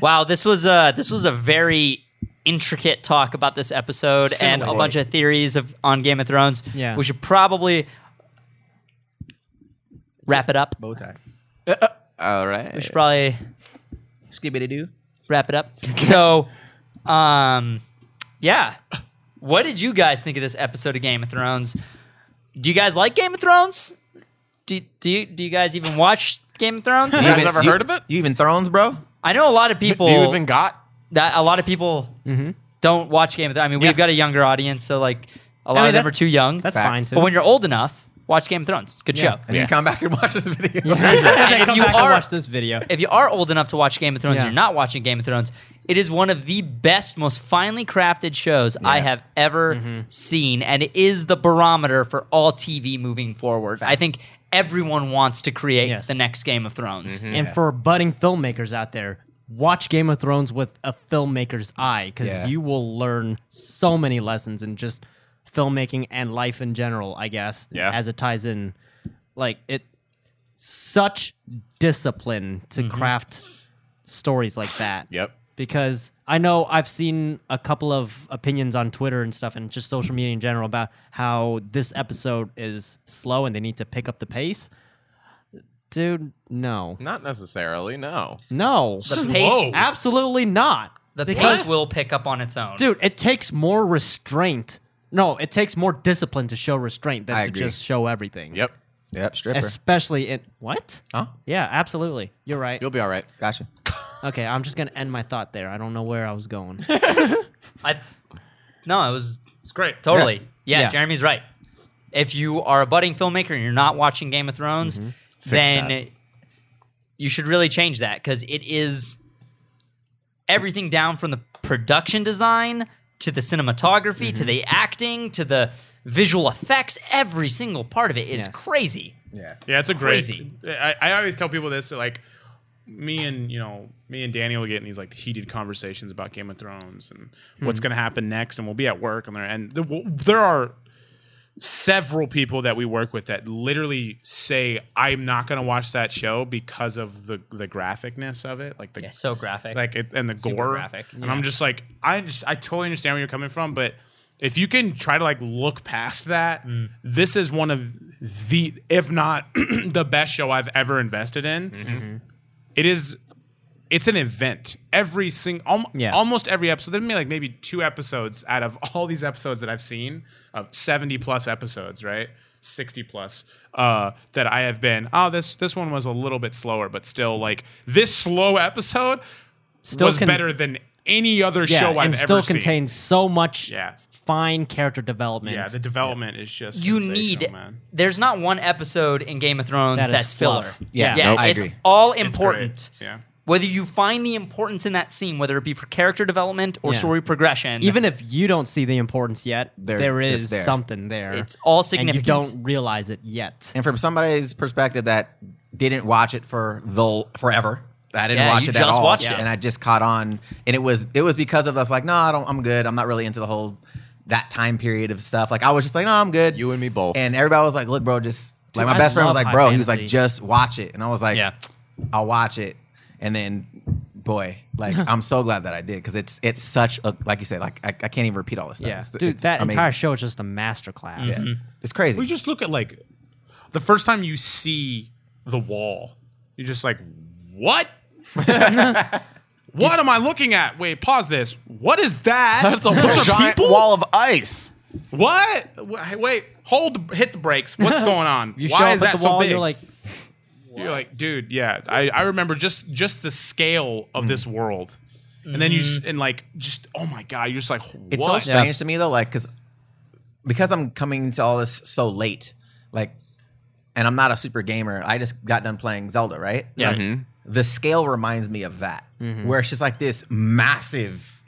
Speaker 1: Wow, this was a this was a very intricate talk about this episode and a
Speaker 5: Similarly.
Speaker 1: bunch of theories of on Game of Thrones.
Speaker 3: Yeah.
Speaker 1: we should probably wrap it up.
Speaker 5: Bow tie.
Speaker 6: All right.
Speaker 1: We should probably
Speaker 5: Skibbity doo.
Speaker 1: wrap it up. So, um, yeah. What did you guys think of this episode of Game of Thrones? Do you guys like Game of Thrones? Do, do, you, do you guys even watch Game of Thrones?
Speaker 6: You guys ever heard of it?
Speaker 5: You even Thrones, bro?
Speaker 1: I know a lot of people
Speaker 6: Do you even got?
Speaker 1: that a lot of people
Speaker 3: Mm-hmm.
Speaker 1: don't watch Game of Thrones. I mean, we've got a younger audience, so like a lot
Speaker 3: mean,
Speaker 1: of them are
Speaker 3: that's-
Speaker 1: too young.
Speaker 3: That's
Speaker 5: Facts.
Speaker 3: fine. Too.
Speaker 1: but when you're old enough, watch Game of Thrones. It's a good
Speaker 3: Yeah.
Speaker 1: show.
Speaker 5: And
Speaker 6: Yeah.
Speaker 5: then come back and watch this video.
Speaker 1: And if
Speaker 3: come
Speaker 1: you
Speaker 3: back and
Speaker 1: are
Speaker 3: watch this video,
Speaker 1: if you are old enough to watch Game of Thrones,
Speaker 3: Yeah.
Speaker 1: and you're not watching Game of Thrones. It is one of the best, most finely crafted shows I have ever
Speaker 3: Mm-hmm.
Speaker 1: seen, and it is the barometer for all TV moving forward. I think everyone wants to create
Speaker 3: Yes. Mm-hmm.
Speaker 1: the next Game of Thrones.
Speaker 3: and for budding filmmakers out there, watch Game of Thrones with a filmmaker's eye because
Speaker 5: Yeah.
Speaker 3: you will learn so many lessons in just filmmaking and life in general. I guess.
Speaker 6: Yeah.
Speaker 3: As it ties in, like it, such discipline to craft stories like that.
Speaker 6: Yep.
Speaker 3: because I know I've seen a couple of opinions on Twitter and stuff and just social media in general about how this episode is slow and they need to pick up the pace. Dude, no.
Speaker 6: Not necessarily. No.
Speaker 3: No.
Speaker 1: The pace,
Speaker 3: Absolutely not.
Speaker 1: the
Speaker 3: Because-
Speaker 1: pace will pick up on its own.
Speaker 3: Dude, it takes more restraint. No, it takes more discipline to show restraint than
Speaker 5: I
Speaker 3: to
Speaker 5: agree.
Speaker 3: just show everything.
Speaker 6: Yep.
Speaker 5: yep, stripper.
Speaker 3: Especially in what?
Speaker 5: Huh?
Speaker 3: Yeah, absolutely. You're right.
Speaker 6: You'll be all right.
Speaker 5: Gotcha.
Speaker 3: Okay, I'm just gonna end my thought there. I don't know where I was going.
Speaker 1: I, no, it was
Speaker 2: It's great.
Speaker 1: Totally. Yeah.
Speaker 3: Yeah.
Speaker 1: Jeremy's right. If you are a budding filmmaker and you're not watching Game of Thrones, then
Speaker 5: that.
Speaker 1: you should really change that because it is everything down from the production design to the cinematography to the acting to the visual effects. Every single part of it is
Speaker 3: Yes.
Speaker 1: crazy.
Speaker 5: Yeah.
Speaker 2: Yeah, it's a great.
Speaker 1: Crazy.
Speaker 2: I, I always tell people this like me and you know me and Danny will get in these like heated conversations about Game of Thrones and what's going to happen next, and we'll be at work and there and the, w- there are several people that we work with that literally say I'm not going to watch that show because of the the graphicness of it, like the
Speaker 1: It's so graphic.
Speaker 2: like it, and the
Speaker 1: Super
Speaker 2: gore
Speaker 1: graphic,
Speaker 2: and i'm just like i just i totally understand where you're coming from but if you can try to like look past that
Speaker 1: Mm.
Speaker 2: this is one of the if not the best show i've ever invested in
Speaker 1: Mm-hmm.
Speaker 2: It is it's an event every single al-
Speaker 3: Yeah.
Speaker 2: almost every episode there'd be like maybe two episodes out of all these episodes that i've seen of 70 plus episodes right 60 plus uh, that i have been oh this this one was a little bit slower but still like this slow episode
Speaker 3: Still
Speaker 2: was
Speaker 3: can-
Speaker 2: better than any other show I've
Speaker 3: and still
Speaker 2: ever seen.
Speaker 3: contains so much
Speaker 2: Yeah.
Speaker 3: fine character development.
Speaker 2: yeah, the development is just
Speaker 1: you
Speaker 2: sensational,
Speaker 1: need
Speaker 2: man.
Speaker 1: there's not one episode in Game of Thrones
Speaker 3: That is
Speaker 1: that's filler.
Speaker 3: fluff.
Speaker 5: Yeah,
Speaker 1: yeah,
Speaker 5: nope. I
Speaker 1: it's
Speaker 5: agree.
Speaker 1: all
Speaker 2: great.
Speaker 1: important.
Speaker 2: Yeah.
Speaker 1: Whether you find the importance in that scene, whether it be for character development or
Speaker 3: Yeah.
Speaker 1: story progression,
Speaker 3: Even if you don't see the importance yet,
Speaker 5: There's-
Speaker 3: there
Speaker 5: it's
Speaker 3: is
Speaker 5: there.
Speaker 3: something there.
Speaker 1: it's all significant.
Speaker 3: And you don't realize it yet.
Speaker 5: And from somebody's perspective that didn't watch it for the forever, I didn't
Speaker 1: Yeah,
Speaker 5: watch
Speaker 1: you
Speaker 5: it at
Speaker 1: just
Speaker 5: all,
Speaker 1: watched it.
Speaker 5: and I just caught on. And it was it was because of us like, no, I don't. I'm good. I'm not really into the whole that time period of stuff. Like I was just like, no, I'm good.
Speaker 6: You and me both.
Speaker 5: And everybody was like, look, bro, just like my
Speaker 3: I
Speaker 5: best friend was
Speaker 3: love
Speaker 5: like,
Speaker 3: high
Speaker 5: bro, he was like,
Speaker 3: fantasy.
Speaker 5: just watch it, and I was like,
Speaker 1: Yeah.
Speaker 5: I'll watch it, and then. Boy, like I'm so glad that I did because it's it's such a like you said like I, I can't even repeat all this stuff.
Speaker 3: Yeah.
Speaker 5: It's-
Speaker 3: Dude,
Speaker 5: it's
Speaker 3: that
Speaker 5: amazing.
Speaker 3: entire show is just a masterclass.
Speaker 5: Yeah. it's crazy.
Speaker 2: We just look at like the first time you see the wall, you're just like, what? what am I looking at? Wait, pause this. What is that? That's a
Speaker 6: Giant wall of ice.
Speaker 2: What? Wh- Wait, hold, hit the brakes. What's going on?
Speaker 3: You
Speaker 2: Why
Speaker 3: show
Speaker 2: is
Speaker 3: up
Speaker 2: that
Speaker 3: at the
Speaker 2: so
Speaker 3: wall,
Speaker 2: big?
Speaker 3: you're like,
Speaker 2: You're like, dude, yeah. I, I remember just just the scale of this world, and then you s- and like just oh my god, you're just like what?
Speaker 5: It's so strange to me though, like because because I'm coming to all this so late, like, and I'm not a super gamer. I just got done playing Zelda, right?
Speaker 1: Yeah.
Speaker 5: The scale reminds me of that, where it's just like this massive,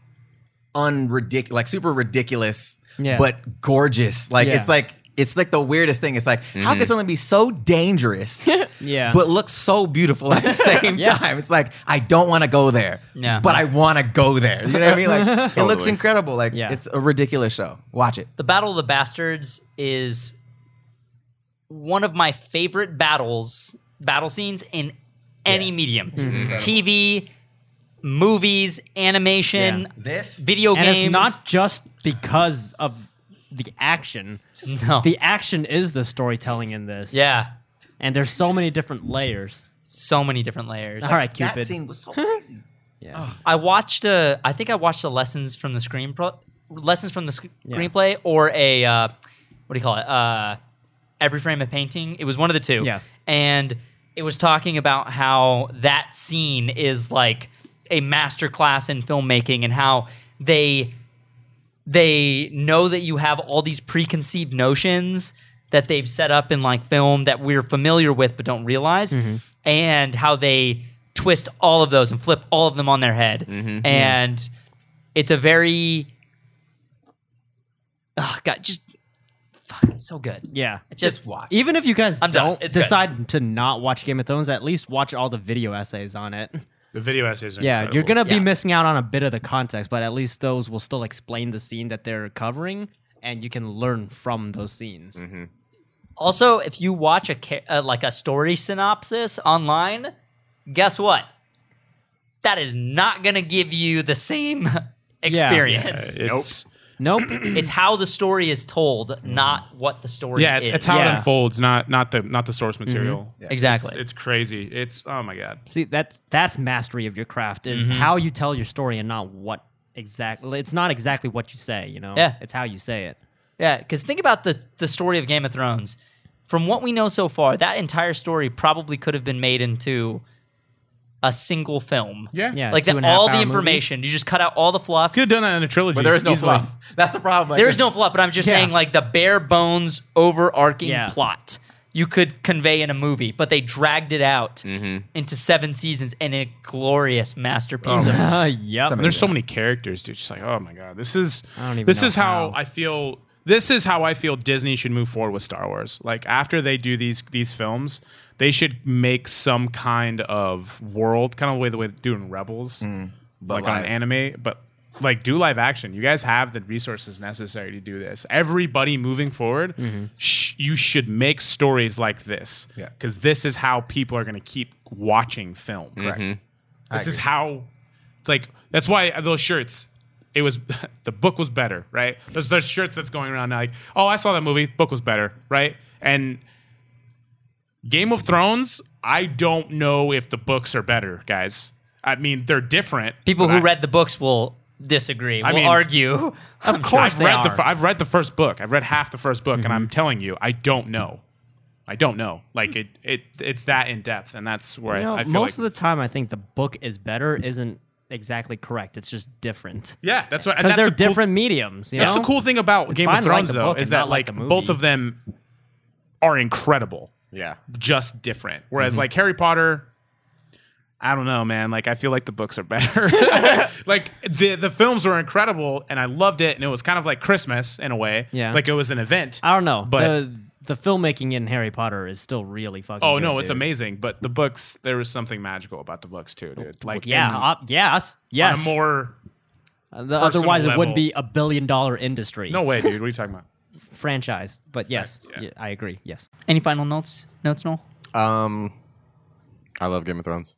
Speaker 5: unridiculous, like super ridiculous,
Speaker 3: Yeah.
Speaker 5: but gorgeous. Like
Speaker 3: Yeah.
Speaker 5: it's like. It's like the weirdest thing. It's like, how could something be so dangerous,
Speaker 3: Yeah.
Speaker 5: but look so beautiful at the same
Speaker 3: Yeah.
Speaker 5: time? It's like I don't want to go there,
Speaker 1: Yeah.
Speaker 5: but I want to go there. You know what I mean? Like it looks
Speaker 6: Totally.
Speaker 5: incredible. Like
Speaker 3: Yeah.
Speaker 5: it's a ridiculous show. Watch it.
Speaker 1: The Battle of the Bastards is one of my favorite battles, battle scenes in any medium. TV, movies, animation,
Speaker 3: Yeah.
Speaker 5: This
Speaker 1: video
Speaker 3: and
Speaker 1: games.
Speaker 3: it's not just because of the action.
Speaker 1: No.
Speaker 3: The action is the storytelling in this.
Speaker 1: yeah.
Speaker 3: And there's so many different layers.
Speaker 1: So many different layers.
Speaker 3: All right,
Speaker 5: that
Speaker 3: Cupid.
Speaker 5: scene was so crazy.
Speaker 3: Yeah.
Speaker 1: I watched a. I think I watched the lessons from the screen pro, lessons from the sc- screenplay or a uh, what do you call it? Uh, every frame a painting. It was one of the two.
Speaker 3: Yeah.
Speaker 1: And it was talking about how that scene is like a masterclass in filmmaking and how they they know that you have all these preconceived notions that they've set up in like film that we're familiar with but don't realize
Speaker 3: Mm-hmm.
Speaker 1: and how they twist all of those and flip all of them on their head
Speaker 3: Mm-hmm.
Speaker 1: and it's a very oh god just fuck it's so good
Speaker 3: Yeah.
Speaker 1: It
Speaker 5: Just watch.
Speaker 3: Even if you guys
Speaker 1: I'm done.
Speaker 3: don't
Speaker 1: It's good.
Speaker 3: decide to not watch Game of Thrones, at least watch all the video essays on it.
Speaker 2: The video essays are
Speaker 3: Yeah,
Speaker 2: incredible.
Speaker 3: you're gonna
Speaker 1: Yeah.
Speaker 3: be missing out on a bit of the context, but at least those will still explain the scene that they're covering, and you can learn from those scenes.
Speaker 1: Also, if you watch a ca- uh, like a story synopsis online, guess what? That is not going to give you the same experience.
Speaker 2: It's
Speaker 3: Nope.
Speaker 1: It's how the story is told, not what the story
Speaker 2: Mm-hmm. yeah, Mm-hmm.
Speaker 1: is.
Speaker 2: it's, it's how it
Speaker 3: Yeah.
Speaker 2: unfolds, not not the not the source material.
Speaker 1: exactly.
Speaker 2: It's, it's crazy. It's oh my god.
Speaker 3: See, that's that's mastery of your craft is how you tell your story and not what exactly. It's not exactly what you say, you know.
Speaker 1: Yeah.
Speaker 3: It's how you say it.
Speaker 1: yeah, because think about the the story of Game of Thrones. From what we know so far, that entire story probably could have been made into a single film.
Speaker 2: Yeah.
Speaker 3: Yeah.
Speaker 1: like
Speaker 3: two
Speaker 1: that,
Speaker 3: and a half
Speaker 1: all the
Speaker 3: hour movie.
Speaker 1: information. You just cut out all the fluff.
Speaker 2: Could have done that in a trilogy.
Speaker 6: But there is no
Speaker 2: easily.
Speaker 6: fluff.
Speaker 5: That's the problem. Like,
Speaker 1: There is no fluff, but I'm just
Speaker 3: Yeah.
Speaker 1: saying like the bare bones overarching
Speaker 3: Yeah.
Speaker 1: plot you could convey in a movie, but they dragged it out
Speaker 2: Mm-hmm.
Speaker 1: into seven seasons and a glorious masterpiece. of-
Speaker 3: Uh, yep.
Speaker 5: Some-
Speaker 2: And there's so many characters, dude. Just like, oh my god, this is
Speaker 3: I don't even
Speaker 2: this
Speaker 3: know
Speaker 2: is how,
Speaker 3: how.
Speaker 2: I feel. This is how I feel Disney should move forward with Star Wars. Like after they do these these films, they should make some kind of world, kind of way the way they're doing Rebels, like on
Speaker 5: Mm, live.
Speaker 2: anime, but like do live action. You guys have the resources necessary to do this. Everybody moving forward, sh- you should make stories like this
Speaker 5: Mm-hmm. Yeah.
Speaker 2: because this is how people are going to keep watching film.
Speaker 5: Correct.
Speaker 3: Mm-hmm.
Speaker 2: This is how, like, that's why those shirts. It was the book was better, right? There's there's shirts that's going around now, like, oh, I saw that movie, book was better, right? And Game of Thrones, I don't know if the books are better, guys. I mean, they're different.
Speaker 1: People
Speaker 2: but
Speaker 1: who
Speaker 2: I-
Speaker 1: read the books will disagree, will
Speaker 2: mean-
Speaker 1: argue.
Speaker 2: of course,
Speaker 3: sure
Speaker 2: I've
Speaker 3: they
Speaker 2: read the
Speaker 3: are.
Speaker 2: fir- I've read the first book. I've read half the first book, and I'm telling you, I don't know. I don't know. Like it, it, it's that in depth, and that's where
Speaker 3: You
Speaker 2: I,
Speaker 3: know,
Speaker 2: I feel
Speaker 3: most
Speaker 2: like,
Speaker 3: of the time, I think the book is better isn't exactly correct. It's just different
Speaker 2: yeah, that's what and
Speaker 3: because
Speaker 2: that's the
Speaker 3: they're
Speaker 2: cool-
Speaker 3: different mediums. You
Speaker 2: That's
Speaker 3: know?
Speaker 2: the cool thing about Game
Speaker 3: fine
Speaker 2: of
Speaker 3: to like
Speaker 2: Thrones,
Speaker 3: the
Speaker 2: though,
Speaker 3: book
Speaker 2: is
Speaker 3: and
Speaker 2: that
Speaker 3: not
Speaker 2: like,
Speaker 3: like the movie.
Speaker 2: both of them are incredible,
Speaker 6: Yeah.
Speaker 2: just different.
Speaker 3: Mm-hmm.
Speaker 2: Whereas like Harry Potter, I don't know, man. Like I feel like the books are better. like the the films were incredible, and I loved it, and it was kind of like Christmas in a way.
Speaker 3: Yeah.
Speaker 2: like it was an event.
Speaker 3: I don't know,
Speaker 2: but.
Speaker 3: the, the filmmaking in Harry Potter is still really fucking.
Speaker 2: Oh
Speaker 3: good,
Speaker 2: no, it's
Speaker 3: dude.
Speaker 2: amazing! But the books, there was something magical about the books too, dude. Like
Speaker 3: Yeah,
Speaker 2: in-
Speaker 3: uh, yes,
Speaker 2: on a
Speaker 3: yes.
Speaker 2: more
Speaker 3: The- otherwise, it
Speaker 2: level.
Speaker 3: would be a billion dollar industry.
Speaker 2: no way, dude. What are you talking about?
Speaker 3: franchise. But yes,
Speaker 2: yeah.
Speaker 3: y- I agree. Yes.
Speaker 1: Any final notes? Notes, Noel?
Speaker 6: Um, I love Game of Thrones.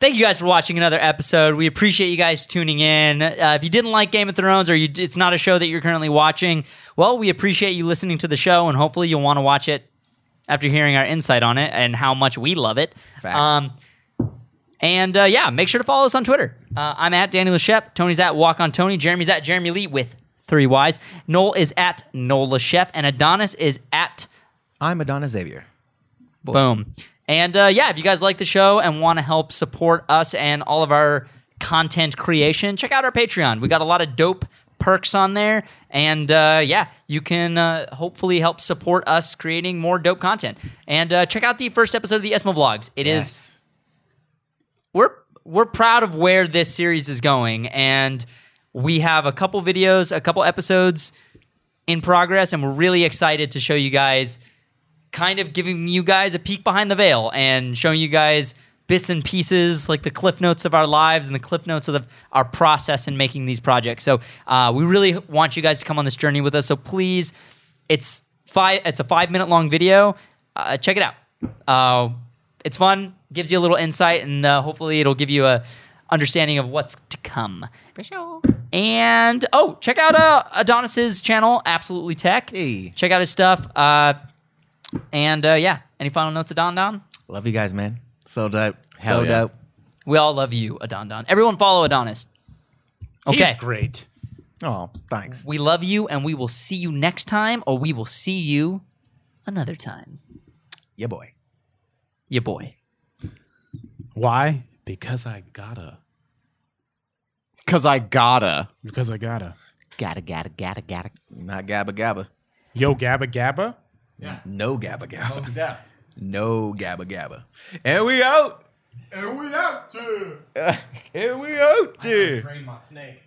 Speaker 1: Thank you guys for watching another episode. We appreciate you guys tuning in. Uh, if you didn't like Game of Thrones or you, it's not a show that you're currently watching, well, we appreciate you listening to the show and hopefully you'll want to watch it after hearing our insight on it and how much we love it. Um,
Speaker 5: Facts.
Speaker 1: and uh, yeah, make sure to follow us on Twitter. Uh, I'm at Danny Lachef. Tony's at Walk on Tony. Jeremy's at Jeremy Lee with three Y's. Noel is at Noel Lachef. And Adonis is at
Speaker 5: I'm Madonna Xavier.
Speaker 1: Boom. And uh, yeah, if you guys like the show and want to help support us and all of our content creation, check out our Patreon. We got a lot of dope perks on there. And uh, yeah, you can uh, hopefully help support us creating more dope content. And uh, check out the first episode of the Esmo Vlogs. It is we're we're proud of where this series is going and we have a couple videos a couple episodes in progress and we're really excited to show you guys kind of giving you guys a peek behind the veil and showing you guys bits and pieces like the cliff notes of our lives and the cliff notes of the, our process in making these projects so uh, we really want you guys to come on this journey with us so please it's five it's a five minute long video uh, check it out uh, it's fun, gives you a little insight, and uh, hopefully it'll give you a understanding of what's to come. For sure. And oh, check out uh, Adonis's channel, Absolutely Tech.
Speaker 5: Hey.
Speaker 1: Check out his stuff. Uh, and uh, yeah, any final notes, Don Don?
Speaker 5: Love you guys, man. So dope.
Speaker 6: Hell
Speaker 5: so
Speaker 6: yeah.
Speaker 5: dope.
Speaker 1: We all love you, Adondon. Everyone follow Adonis. Okay.
Speaker 2: He's great.
Speaker 5: Oh, thanks.
Speaker 1: We love you, and we will see you next time, or we will see you another time.
Speaker 5: Yeah, boy.
Speaker 1: Ya boy.
Speaker 2: Why? Because I gotta.
Speaker 6: Because I gotta.
Speaker 2: Because I gotta.
Speaker 5: Gotta, gotta, gotta, gotta. Not gabba gabba.
Speaker 2: Yo, Gabba Gabba.
Speaker 5: No gabba gabba. No gabba gabba. And we out. And we out, too. and we out, too.
Speaker 2: my snake.